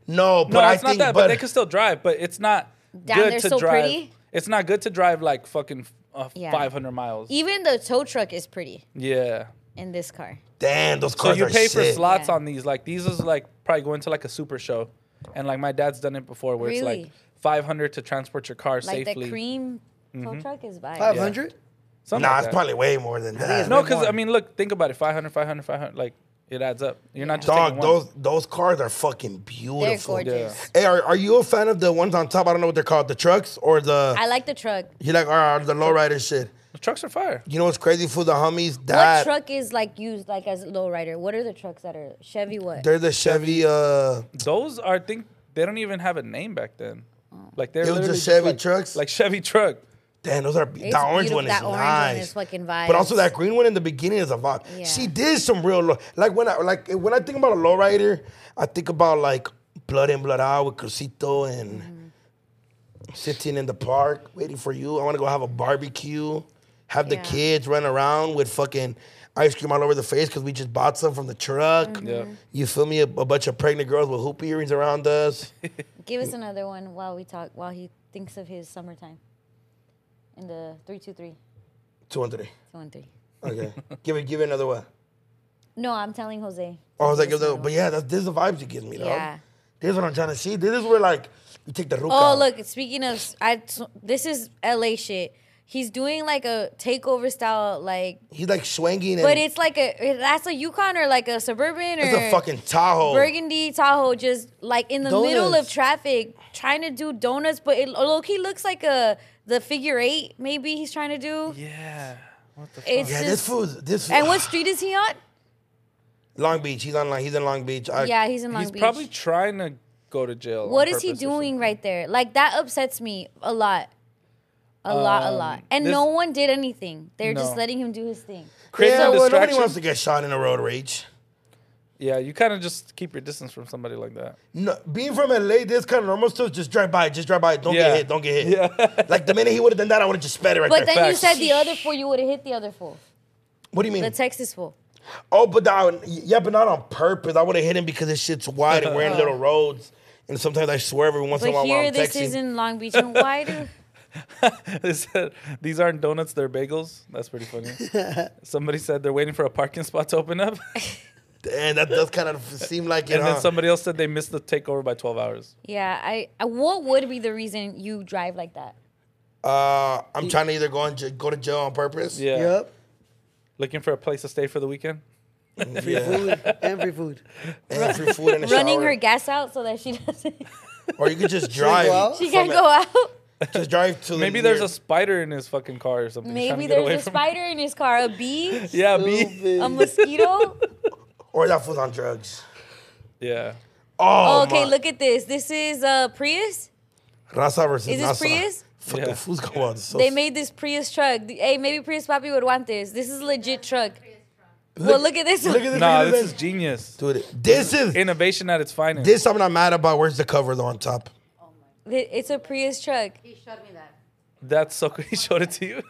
B: No, but
E: No,
B: I
E: it's
B: think
E: not that. But,
B: but
E: they can still drive. But it's not
D: Damn,
E: good
D: they're
E: to
D: so
E: drive.
D: pretty.
E: It's not good to drive like fucking uh,
D: Yeah.
E: 500 miles.
D: Even the tow truck is pretty
E: yeah.
D: in this car.
B: damn those
E: So
B: cars
E: you
B: are
E: pay for
B: sick.
E: slots
D: Yeah.
E: on these. Like these is like probably going to like a super show, and like my dad's done it before where it's like
D: Really?
E: 500 to transport your car
D: Like
E: safely.
D: the cream
B: Mm-hmm.
D: tow truck is vibe.
C: Five hundred.
E: Something
B: Nah,
E: like
B: it's
E: that.
B: probably way more than that.
C: it's
E: No,
C: way
E: because
C: more.
E: I mean, look, think about it. 500, 500, 500. Like It adds up. You're not just
B: Dog,
E: taking one.
B: those those cars are fucking
D: They're
B: beautiful.
D: gorgeous.
B: Hey, are, are you a fan of the ones on top? I don't know what they're called, the trucks or the
D: I like the truck.
B: you like are the lowrider shit.
E: The trucks are fire.
B: You know what's crazy for the homies?
D: What
B: That
D: truck is like used like as a lowrider? What are the trucks that are Chevy? What?
B: they're the Chevy. Uh,
E: Those are I think they don't even have a name back then.
D: Oh.
E: Like they're
B: It was
E: literally
B: just Chevy
E: like,
B: trucks?
E: Like Chevy truck.
B: damn, those are
D: It's
B: that orange
D: beautiful.
B: one is
D: that orange
B: nice.
D: one is fucking vibe.
B: But also that green one in the beginning is a vibe.
D: Yeah.
B: She did some real low. Like when I like when I think about a lowrider, I think about like Blood in Blood Out with Crucito and
D: Mm-hmm.
B: sitting in the park waiting for you. I want to go have a barbecue, have the
D: Yeah.
B: kids run around with fucking ice cream all over the face because we just bought some from the truck.
D: Mm-hmm.
E: Yeah.
B: You feel me? A, a bunch of pregnant girls with hoop earrings around us.
D: Give us another one while we talk. While he thinks of his summertime. In the three two three
B: Two one three.
D: two one three.
B: Okay, give it. Give it another one.
D: No, I'm telling Jose.
B: Oh, I was like, but yeah, that's, this is the vibes you give me, dog.
D: Yeah.
B: This is what I'm trying to see. This is where like you take the rook
D: Oh,
B: out.
D: look. Speaking of, I this is LA shit. He's doing like a takeover style, like,
B: He's like swinging. And
D: but it's like a that's a Yukon or like a suburban or
B: it's a fucking Tahoe.
D: burgundy Tahoe, just like in the middle of
B: Donuts.
D: traffic, trying to do donuts. But it low key looks like a the figure eight. Maybe he's trying to do.
E: Yeah. What the
D: It's
B: yeah,
D: just,
B: this food. This food.
D: and what street is he on?
B: Long Beach. He's on. Long- He's in Long Beach. I,
D: yeah, he's in Long
E: He's
D: Beach.
E: probably trying to go to jail.
D: what
E: on
D: is he
E: purpose or
D: doing right there? Like that upsets me a lot. A lot, a lot.
E: Um,
D: And
E: this-
D: no one did anything. They're just
E: No.
D: letting him do his thing.
E: something. Creating
B: yeah,
E: a
B: well, nobody
E: distraction.
B: wants to get shot in a road rage.
E: yeah, you kind of just keep your distance from somebody like that.
B: No, being from LA, this kind of normal stuff. Just drive by. Just drive by. Don't
E: Yeah.
B: get hit. Don't get hit.
E: Yeah.
B: like the minute he would have done that, I would have just sped it right
D: But
B: there.
D: then you
E: Facts.
D: said the other fool, you would have hit the other fool,
B: what do you mean?
D: the Texas fool.
B: Oh, but that, yeah, but not on purpose. I would have hit him because this shit's wide and we're in little roads. And sometimes I swerve every once in a
D: But
B: while while
D: here,
B: I'm
D: this
B: texting.
D: is in Long Beach. And why do?
E: they said these aren't donuts, they're bagels. That's pretty funny. somebody said they're waiting for a parking spot to open up,
B: and that does kind of seem like it.
E: and then
B: huh?
E: somebody else said they missed the takeover by 12 hours.
D: Yeah, I, I. What would be the reason you drive like that?
B: uh, I'm trying to either go and j- go to jail on purpose.
E: Yeah,
C: Yep.
E: looking for a place to stay for the weekend.
C: Free food and free food.
B: And free food and a
D: Running
B: shower.
D: her gas out so that she doesn't.
B: or you could just
C: out?
B: drive.
D: She
B: from
D: can't
B: it.
D: go out.
B: Just drive to. the
E: Maybe there's a
B: near-
E: spider in his fucking car or something. He's trying
D: Maybe
E: to get away
D: there's a
E: from-
D: spider in his car, a bee,
E: Yeah, B.
D: a mosquito.
B: or that fool's on drugs.
E: Yeah.
B: Oh,
D: okay,
B: my.
D: look at this. This is uh, Prius.
B: Raza versus
D: Is this
B: NASA.
D: Prius?
B: Fuck
E: Yeah.
B: the fools go out. So
D: They made this Prius truck. The- Hey, maybe Prius Papi would want this. This is legit truck. well, look at this
B: look
D: one.
B: at this.
E: Nah,
B: look at
E: this is genius.
B: Dude, this is
E: Innovation at its finest.
B: this. I'm not mad about. Where's the cover though on top?
D: Th- It's a Prius truck.
F: He showed me that.
E: That's so cool. He showed it to you.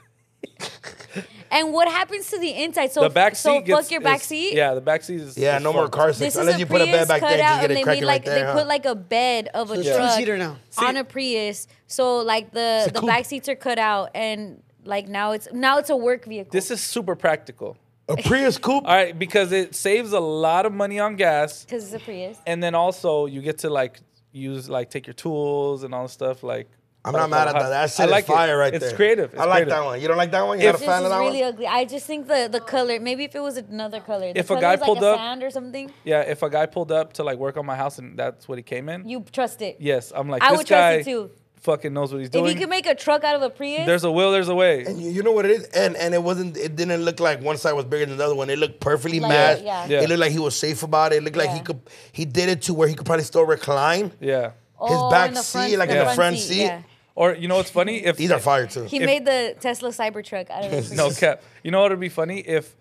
D: And what happens to the inside? So
E: The back seat.
D: so
E: gets,
D: fuck your back
E: is-
D: seat.
E: Yeah, the back seat is.
B: Yeah,
E: is
B: no more
E: fucked.
B: car seats.
D: This is
B: Unless
D: a
B: you put
D: Prius
B: a bed back
D: cut
B: there,
D: out,
B: you get
D: and
B: it
D: they made
B: cracking
D: like
B: right there.
D: they
B: huh?
D: put like a bed of a
C: It's two
D: truck
C: seater now.
D: on a Prius. So like the the
B: coupe.
D: back seats are cut out, and like now it's now it's a work vehicle.
E: This is super practical.
B: a Prius coupe.
E: All right, because it saves a lot of money on gas,
D: because it's a Prius.
E: and then also you get to like use like take your tools and all this stuff. Like
B: I'm not mad at that. That shit is fire right
E: it's
B: there.
E: Creative. It's
B: I like
E: creative.
B: that one. You don't like that one? You're
E: If-
B: not a
D: This
B: fan
D: is
B: of that
D: really
B: one?
D: ugly. I just think the the color. Maybe if it was another color, the
E: If a
D: color
E: guy
D: is like
E: pulled
D: a
E: up-
D: sand or something,
E: Yeah, if a guy pulled up to like work on my house and that's what he came in.
D: you trust it.
E: yes, I'm like
D: I
E: this
D: would
E: guy
D: trust it too.
E: fucking knows what he's
D: If
E: doing.
D: you could make a truck out of a Prius,
E: there's a will, there's a way.
B: And you, you know what it is? And and it wasn't it didn't look like one side was bigger than the other one. It looked perfectly
D: Like,
B: matched.
D: yeah.
E: Yeah.
B: It looked like he was safe about it. It looked like he
D: Yeah.
B: could he did it to where he could probably still recline.
E: Yeah.
B: his
D: Oh,
B: back
D: in the
B: seat,
D: front-
B: like in
E: the
B: front seat.
D: yeah.
E: Or you know what's funny? If
B: These are fire too.
D: He
E: If-
D: made the Tesla Cybertruck out of a Prius.
E: no cap. You know what would be funny if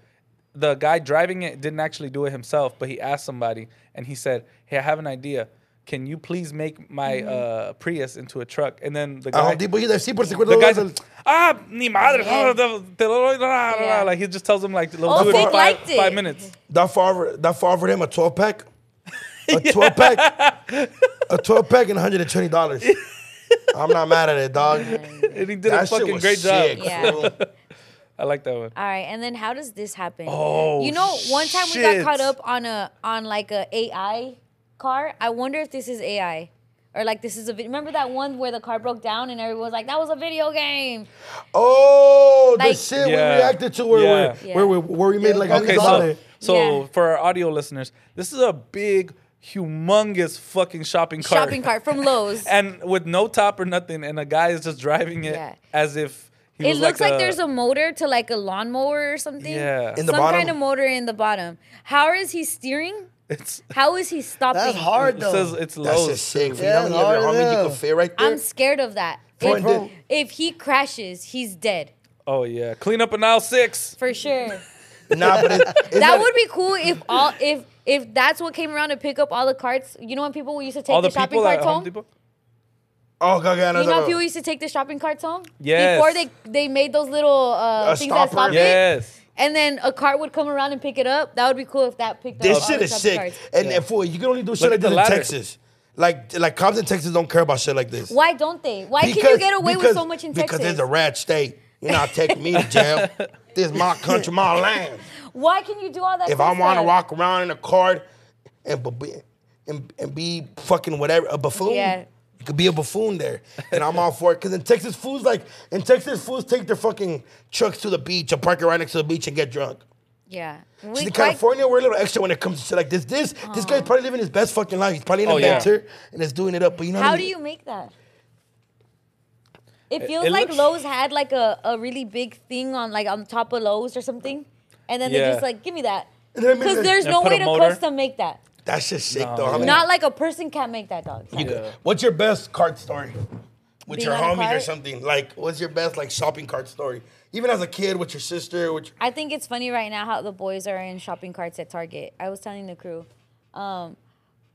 E: the guy driving it didn't actually do it himself, but he asked somebody and he said, "Hey, I have an idea. Can you please make my
D: Mm-hmm.
E: uh, Prius into a truck?" And then the
B: At
E: guy,
B: Home Depot, you see por 50
E: the guy's like,
B: dólares.
E: "Ah, ni madre,
D: Yeah.
E: te lo doy, blah, blah, blah."
D: Yeah.
E: like he just tells him like, "Look,
D: Oh,
E: do it in
D: Vic
E: five,
D: liked it.
E: five minutes."
B: That forward that forward him a 12 pack. A 12 pack. A 12 pack and $120. I'm not mad at it, dog.
E: And he did a
B: That shit
E: fucking
B: was
E: great
B: sick,
E: job.
D: Yeah.
B: fool.
E: I like that one.
D: All right, and then how does this happen?
E: Oh,
D: you know, one time we got
E: shit.
D: caught up on a on like a AI car. I wonder if this is AI or like this is a video. Remember that one where the car broke down and everyone was like, "That was a video game."
B: Oh,
D: Like-
B: the shit we
E: Yeah.
B: reacted to where
E: Yeah.
B: we where we where we made like
C: Yeah.
B: a
E: Okay,
B: about
E: so
B: it.
E: So
D: Yeah.
E: for our audio listeners, this is a big, humongous fucking shopping cart.
D: Shopping cart from Lowe's.
E: and with no top or nothing, and a guy is just driving it
D: Yeah.
E: as if he
D: It
E: was
D: looks like, there's a motor to like a lawnmower or something.
E: Yeah. In
B: the
D: Some
B: bottom?
D: kind of motor in the bottom. How is he steering?
E: It's
D: How is he stopping?
C: That's hard
E: it
C: though.
E: says it's
B: That's
E: Lowe's.
B: just sick.
C: Yeah,
B: Yeah, you know how many
C: hard
B: other homies you
C: enough.
B: could fit right there?
D: I'm scared of that.
B: Bro,
D: If,
B: dude.
D: if he crashes, he's dead
E: Oh yeah, clean up an aisle six.
D: for sure.
B: nah, but it, it's
D: that
B: not-
D: would be cool if all if if that's what came around to pick up all the carts. You know when people used to take
E: All
D: the,
E: the
D: shopping
E: people at
D: carts
E: Home
D: home.
E: Depot.
B: Oh, God, God, no,
D: You know
B: no.
D: how people used to take the shopping carts home
E: Yes.
D: before they they made those little uh,
B: A
D: things that
B: stopper.
D: stop it,
E: Yes.
D: and then a cart would come around and pick it up. That would be cool if that picked up.
B: This
D: all
B: shit
D: the
B: is
D: shopping
B: sick.
D: carts.
B: And, and fool, you can only do shit
E: at
B: like
E: the
B: this in
E: ladder.
B: Texas. Like, like cops in Texas don't care about shit like this.
D: Why don't they? Why can you get away with so much in
B: because
D: Texas?
B: it's a rat state. You're not taking me to jail. this is my country, my land.
D: Why can you do all that?
B: If I want to
D: stuff?
B: walk around in a card and bu- be, and, and be fucking whatever a buffoon,
D: Yeah.
B: you could be a buffoon there, and I'm all for it. Cause in Texas, fools like in Texas, fools take their fucking trucks to the beach or park it right next to the beach and get drunk.
D: yeah,
B: See,
D: We-
B: in
D: why-
B: California, we're a little extra when it comes to shit like this. This this guy's probably living his best fucking life. He's probably in a
E: Oh, yeah.
B: mentor and is doing it up. But you know what
D: How
B: I
D: do
B: mean?
D: you make that? It feels
E: it
D: like
E: looks-
D: Lowe's had like a, a really big thing on like on top of Lowe's or something, and then they're
E: Yeah.
D: just like, give me that,
B: And then I mean,
D: because
B: like,
D: there's
E: And
D: no
E: put
D: way
E: a
D: to
E: motor.
D: custom make that.
B: That's just sick
E: No,
B: though. How
E: yeah.
B: many-
D: Not like a person can't make that dog.
B: You go-
E: Yeah.
B: What's your best cart story? With
D: Being
B: your
D: on a
B: homies or
D: cart?
B: something? Like, what's your best like shopping cart story? Even as a kid, with your sister, with your,
D: I think it's funny right now how the boys are in shopping carts at Target. I was telling the crew, um,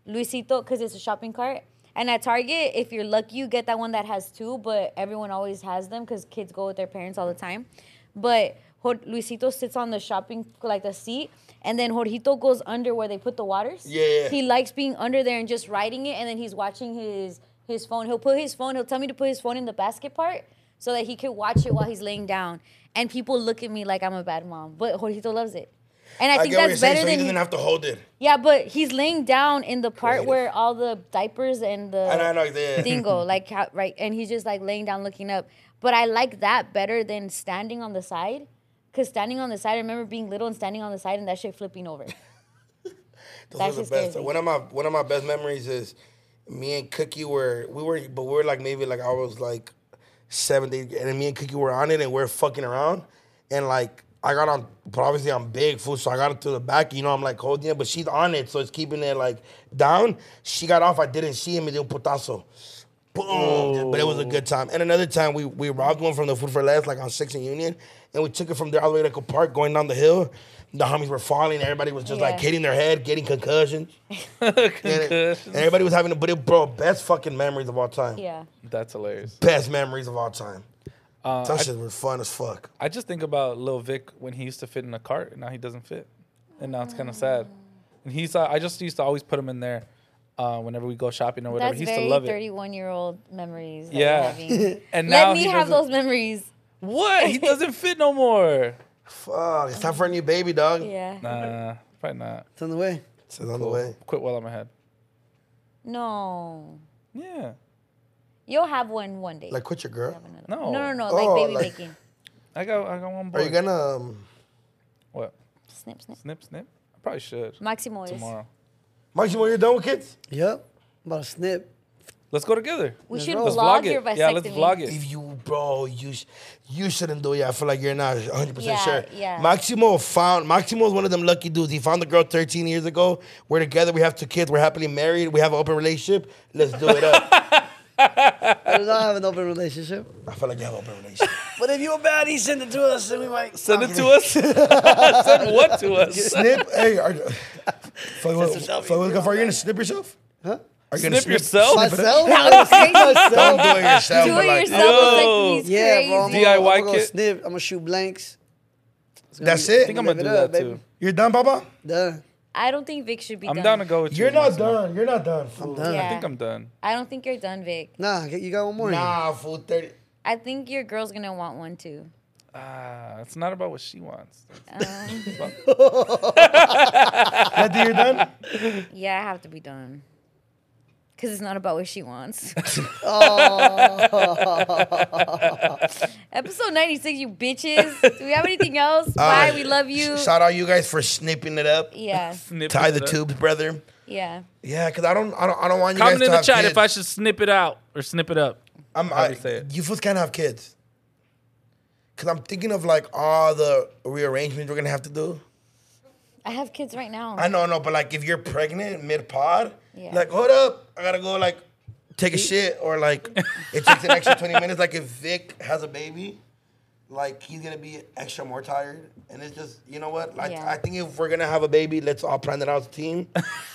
D: Luisito, because it's a shopping cart. And at Target, if you're lucky, you get that one that has two, but everyone always has them because kids go with their parents all the time. But Jor- Luisito sits on the shopping, like the seat, and then Jorgito goes under where they put the waters.
B: Yeah.
D: He likes being under there and just riding it, and then he's watching his his phone. He'll put his phone. He'll tell me to put his phone in the basket part so that he can watch it while he's laying down. And people look at me like I'm a bad mom, but Jorgito loves it, and I, think
B: get what
D: that's
B: you're saying,
D: better
B: so he
D: than
B: doesn't have to hold it.
D: yeah. But he's laying down in the part
B: Creative.
D: where all the diapers and the
B: I know, I know, yeah.
D: dingo like how, right, and he's just like laying down looking up. But I like that better than standing on the side. Cause standing on the side, I remember being little and standing on the side and that shit flipping over.
B: Those
D: That's
B: are the
D: just
B: best.
D: crazy.
B: One of my one of my best memories is me and Cookie were we were but we were like maybe like I was like seven eight, and then me and Cookie were on it and we are fucking around and like I got on but obviously I'm big fool so I got it to the back you know I'm like holding it but she's on it so it's keeping it like down. She got off I didn't see him and then putazo. Boom! But it was a good time. And another time, we, we robbed one from the Food for Less, like on 6th and Union, and we took it from there all the way to Echo Park, going down the hill. The homies were falling. Everybody was just like
D: Yeah.
B: hitting their head, getting concussions. And it- and everybody was having a but it, bro, best fucking memories of all time.
D: Yeah.
E: That's hilarious.
B: Best memories of all time. Uh, that shit was fun as fuck.
E: I just think about Lil Vic when he used to fit in a cart and now he doesn't fit. And now it's
D: Oh.
E: kind of sad. And he's I just used to always put him in there uh, whenever we go shopping or whatever.
D: That's
E: he used
D: very
E: to love it.
D: 31 year old memories. that we're
E: Yeah.
D: having.
E: And now
D: Let me
E: he
D: have
E: doesn't-
D: those memories.
E: What? He doesn't fit no more.
B: Fuck, it's time for a new baby, dog.
D: Yeah.
E: Nah, probably not.
C: It's on the way.
B: It's on the way.
E: Quit while I'm ahead.
D: No.
E: Yeah.
D: You'll have one one day.
B: Like, quit your girl.
E: No.
D: no, no, no.
B: Oh,
D: like baby
B: like-
D: making.
E: I got I got one boy.
B: Are you gonna? Um,
E: what?
D: Snip, snip.
E: Snip snip? I probably should.
D: Maximo is.
E: Tomorrow.
B: Mike, you want you're done with kids?
C: Yep. About to snip.
E: Let's go together.
D: We should
C: Let's
D: vlog,
E: it.
D: your vasectomy.
E: Yeah, let's vlog it.
B: If you, bro, you sh- you shouldn't do it. I feel like you're not 100 percent
D: Yeah,
B: sure.
D: yeah.
B: Maximo found Maximo is one of them lucky dudes. He found the girl 13 years ago. We're together. We have two kids. We're happily married. We have an open relationship. Let's do it up.
C: I don't have an open relationship.
B: I feel like you have an open relationship.
C: But if you're a baddie, send it to us and we might.
E: Send it to us. Send what to us?
B: snip. Hey, are, so what,
C: Send some
B: so what, are you gonna snip yourself? Huh? Are you
E: Snip yourself?
B: snip it up?
C: Myself? myself?
B: Don't do it yourself.
D: Do
B: but
D: it
B: like,
D: yourself. It's
E: Yo.
D: Like, he's
C: Yeah,
D: crazy.
C: bro. I'm
E: DIY
C: gonna, I'm gonna
E: kit.
C: snip. I'm gonna shoot blanks. It's gonna
B: That's
C: be-
B: it?
E: I think I'm gonna do
C: Live it up,
E: that
C: baby.
E: too.
B: You're done, Papa.
C: Done.
D: I don't think Vic should be
E: I'm
D: done.
E: down to go with you.
B: You're not
E: Maximo.
B: done. You're not done. Fool.
C: done.
D: Yeah.
E: I think I'm done.
D: I don't think you're done, Vic.
C: Nah, you got one more.
B: Nah, fool. 30.
D: I think your girl's gonna want one too.
E: Ah, it's not about what she wants.
B: That you're done.
D: Yeah, I have to be done. because it's not about what she wants. Episode 96, you bitches. Do we have anything else? Why we love you.
B: Shout out you guys for snipping it up.
D: Yeah,
E: Snip
B: Tie
E: it
B: the
E: up.
B: tubes, brother.
D: yeah.
B: Yeah, because I don't, I don't, I don't want you
E: Comment in
B: guys to
E: the
B: have
E: chat
B: kids.
E: if I should snip it out or snip it up.
B: I'm,
E: How
B: I,
E: do you say it?
B: You fools can't have kids. Cause I'm thinking of like all the rearrangements we're gonna have to do.
D: I have kids right now.
B: I know, no, but like if you're pregnant mid pod,
D: Yeah.
B: like hold up, I gotta go like take a shit or like it takes an extra 20 minutes. Like if Vic has a baby, like he's gonna be extra more tired. And it's just, you know what? Like
D: Yeah.
B: I think if we're gonna have a baby, let's all plan it out as a team.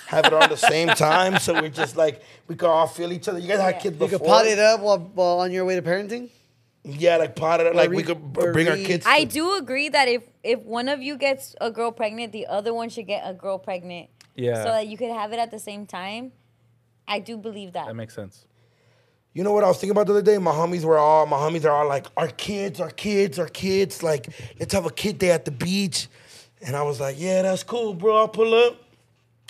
B: have it on the same time. So we're just like we can all feel each other. You guys had kids
C: You
B: before.
C: could pot it up while, while on your way to parenting.
B: Yeah, like pot it up. Like
C: Or
B: we
C: re-
B: could
C: or
B: b- bring our
C: re-
B: kids.
D: I do agree that if if one of you gets a girl pregnant, the other one should get a girl pregnant.
E: Yeah.
D: So that you could have it at the same time. I do believe that.
E: That makes sense.
B: You know what I was thinking about the other day? My homies were all my homies are all like, our kids, our kids, our kids, like, let's have a kid day at the beach. And I was like, yeah, that's cool, bro. I'll pull up.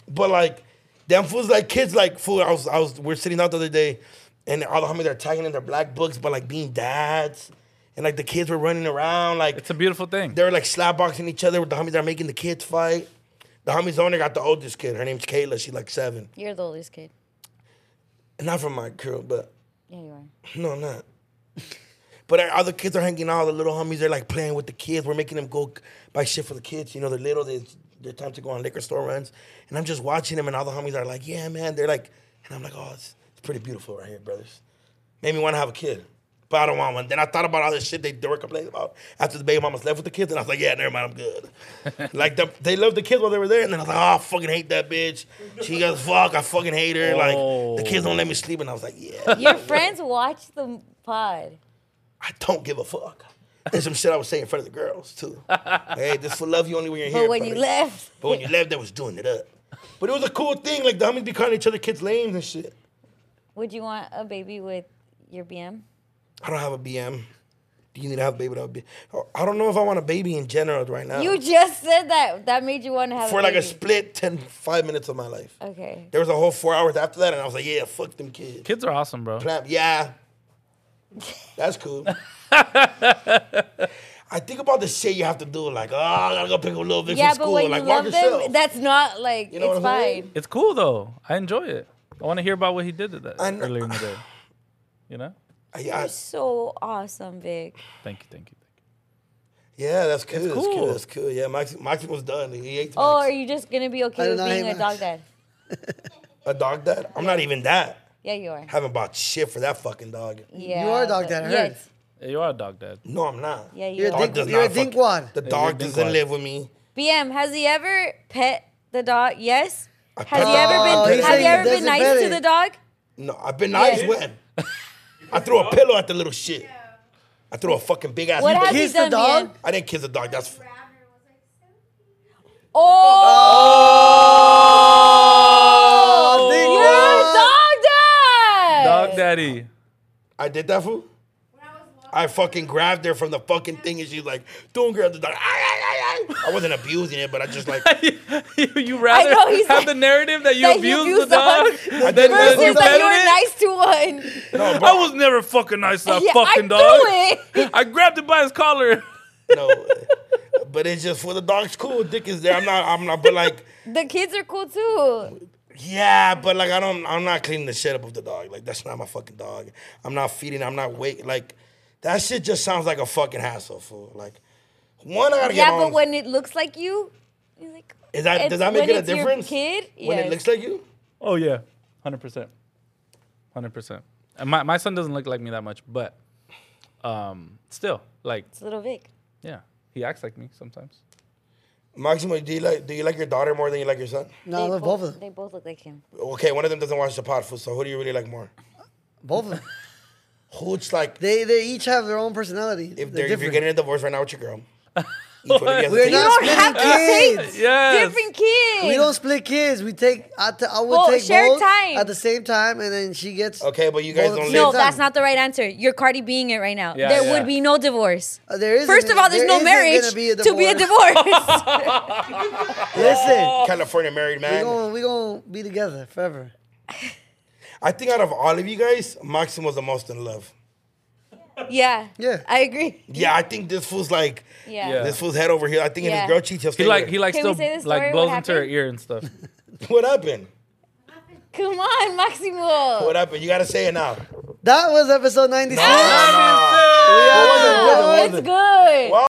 B: But like, them fools like kids, like fool. I was I was we're sitting out the other day and all the homies are tagging in their black books, but like being dads. And like the kids were running around, like
E: It's a beautiful thing.
B: they were like slap boxing each other with the homies that are making the kids fight. The homies owner got the oldest kid. Her name's Kayla. She's like seven.
D: You're the oldest kid.
B: Not from my crew, but
D: Yeah, you are.
B: no, I'm not. But our other kids are hanging out. The little homies are like playing with the kids. We're making them go buy shit for the kids. You know, they're little. They, they're time to go on liquor store runs. And I'm just watching them, and all the homies are like, "Yeah, man." They're like, and I'm like, "Oh, it's, it's pretty beautiful right here, brothers." Made me want to have a kid, but I don't want one. Then I thought about all the shit they were complaining about after the baby mamas left with the kids, and I was like, "Yeah, never mind, I'm good." like the, they loved the kids while they were there, and then I was like, "Oh, I fucking hate that bitch." She goes, "Fuck, I fucking hate her." Like the kids don't let me sleep, and I was like, "Yeah."
D: Your friends watch the pod.
B: I don't give a fuck. There's some shit I would say in front of the girls too. hey, this for love you only when you're here.
D: But when you
B: brother.
D: left,
B: But when you left, they was doing it up. But it was a cool thing. Like the homies be calling each other kids names and shit.
D: would you want a baby with your BM?
B: I don't have a BM. Do you need to have a baby? That would be. oh, I don't know if I want a baby in general right now.
D: You just said that. That made you want to have
B: for
D: a
B: like
D: baby.
B: a split 10, 5 minutes of my life.
D: Okay.
B: There was a whole four hours after that, and I was like, yeah, fuck them kids.
E: Kids are awesome, bro.
B: Clap, yeah. That's cool. I think about the shit you have to do. Like, oh, I gotta go pick up little Vic
D: Yeah,
B: from
D: but
B: school.
D: when
B: like,
D: you
B: walk
D: love
B: yourself.
D: them, that's not like
B: You know
D: it's
B: what I'm saying?
D: fine.
E: It's cool though. I enjoy it. I want to hear about what he did to that
B: I kn-
E: earlier in the day. You know?
B: I, I,
D: So awesome, Vic.
E: Thank you, thank you, thank you.
B: yeah, that's cool. That's
E: cool.
B: cool. That's cool. Yeah, Max, Max was done. He ate
D: Oh, are
B: Max.
D: you just gonna be
C: I
D: okay
C: do
D: with
C: not
D: being
C: hate
D: a dog
C: Max.
D: dad?
B: a dog dad. I'm not even that.
D: Yeah, you are.
B: Haven't bought shit for that fucking dog.
D: Yeah,
C: You are a dog
D: but-
C: dad, I
D: Yeah,
C: heard.
D: it's-
E: Yeah, you are a dog dad.
B: No, I'm not.
D: yeah, you
C: You're
D: are.
C: a
B: Dog
C: dink,
B: does
C: you're a
B: not fuck-
C: dinkwad.
B: The
E: you're a
B: dog doesn't
E: dinkwad.
B: live with me.
D: BM, has he ever pet the dog? Yes.
B: pet
D: Has
B: the
D: he ever
B: dog. Oh,
D: been?
B: he's
D: Have you
B: saying
D: ever
B: he
D: been
C: doesn't
D: nice
C: pet
D: to
C: it.
D: the dog?
B: No, I've been nice
D: Yeah.
B: with him. I threw a pillow at the little shit. I threw a fucking big ass.
D: What
B: pillow.
D: has he
C: Kiss the
D: done, BM?
C: dog?
B: I didn't kiss a dog. That's
D: Oh,
C: Oh,
D: you're a dog dad.
E: Dog daddy.
B: I did that fool. I fucking grabbed her from the fucking thing and she's like, don't grab the dog. Ay, ay, ay, ay. I wasn't abusing it, but I just like,
E: you, you rather
D: know, he's
E: have
D: like-
E: the narrative that you
D: that he
E: abuse
D: abused
E: the dog
D: the
E: than that
D: Versus
E: you
D: that
E: pet
D: you were
E: it?
D: nice to one.
B: no,
E: I
B: bro,
E: was never fucking nice to a
D: Yeah,
E: fucking
D: I
E: dog.
D: do it.
E: I grabbed it by his collar.
B: no. But it's just for the dog's cool. Dick is there. I'm not, I'm not, but like,
D: The kids are cool too.
B: Yeah, but like I don't, I'm not cleaning the shit up with the dog. Like that's not my fucking dog. I'm not feeding. I'm not wait. Like that shit just sounds like a fucking hassle, fool. Like one, I gotta
D: Yeah,
B: get on.
D: but when it looks like you, you're like,
B: is that
D: it's-
B: does that make
D: when
B: it a
D: it's your
B: difference?
D: kid,
B: When
D: yes.
B: it looks like you,
E: Oh yeah, hundred percent, hundred percent. And my my son doesn't look like me that much, but um, still, like,
D: it's little Vic.
E: yeah, he acts like me sometimes.
B: Maximo, do you like do you like your daughter more than you like your son?
C: No, I
D: They
C: love both of them.
D: They both look like him.
B: Okay, one of them doesn't watch the pod, fool. So who do you really like more?
C: Both of them.
B: Who's like
C: They they each have their own personality.
B: if
C: They're
B: they're if you're
C: different.
B: getting a divorce right now with your girl? each one of you has a
C: We're
B: thing.
C: not
D: don't
C: splitting
D: have to
C: kids.
E: Yes.
D: Different kids.
C: We don't split kids. We take I, t- I would
D: Well,
C: take
D: share
C: both
D: time.
C: at the same time, and then she gets.
B: Okay, but you guys
C: both at
B: don't
C: the
D: No,
B: live-
C: same
D: that's
C: time.
D: not the right answer. You're Cardi being it right now.
E: Yeah,
D: there
E: yeah.
D: would be no divorce.
C: Uh, There is
D: First of all, there's no marriage to be a divorce.
C: Listen,
B: California married
C: we're
B: man.
C: gonna we gonna be together forever.
B: I think out of all of you guys, Maxim was the most in love.
D: Yeah.
C: Yeah.
D: I agree.
B: Yeah, I think this fool's like
D: Yeah.
E: Yeah.
B: this fool's head over here. I think if
D: Yeah.
B: his girl cheats, he'll stay
E: He like
B: with
E: he
B: her.
E: like
D: Can we
E: still
D: say this story,
E: like
D: what
E: blows into her
D: happened?
E: ear and stuff.
B: What happened?
D: Come on, Maximo.
B: What happened? You gotta say it now. Oh,
C: That was episode 96.
B: Ah!
C: We out.
D: Wow,
C: Enjoy.
D: Oh, it's good.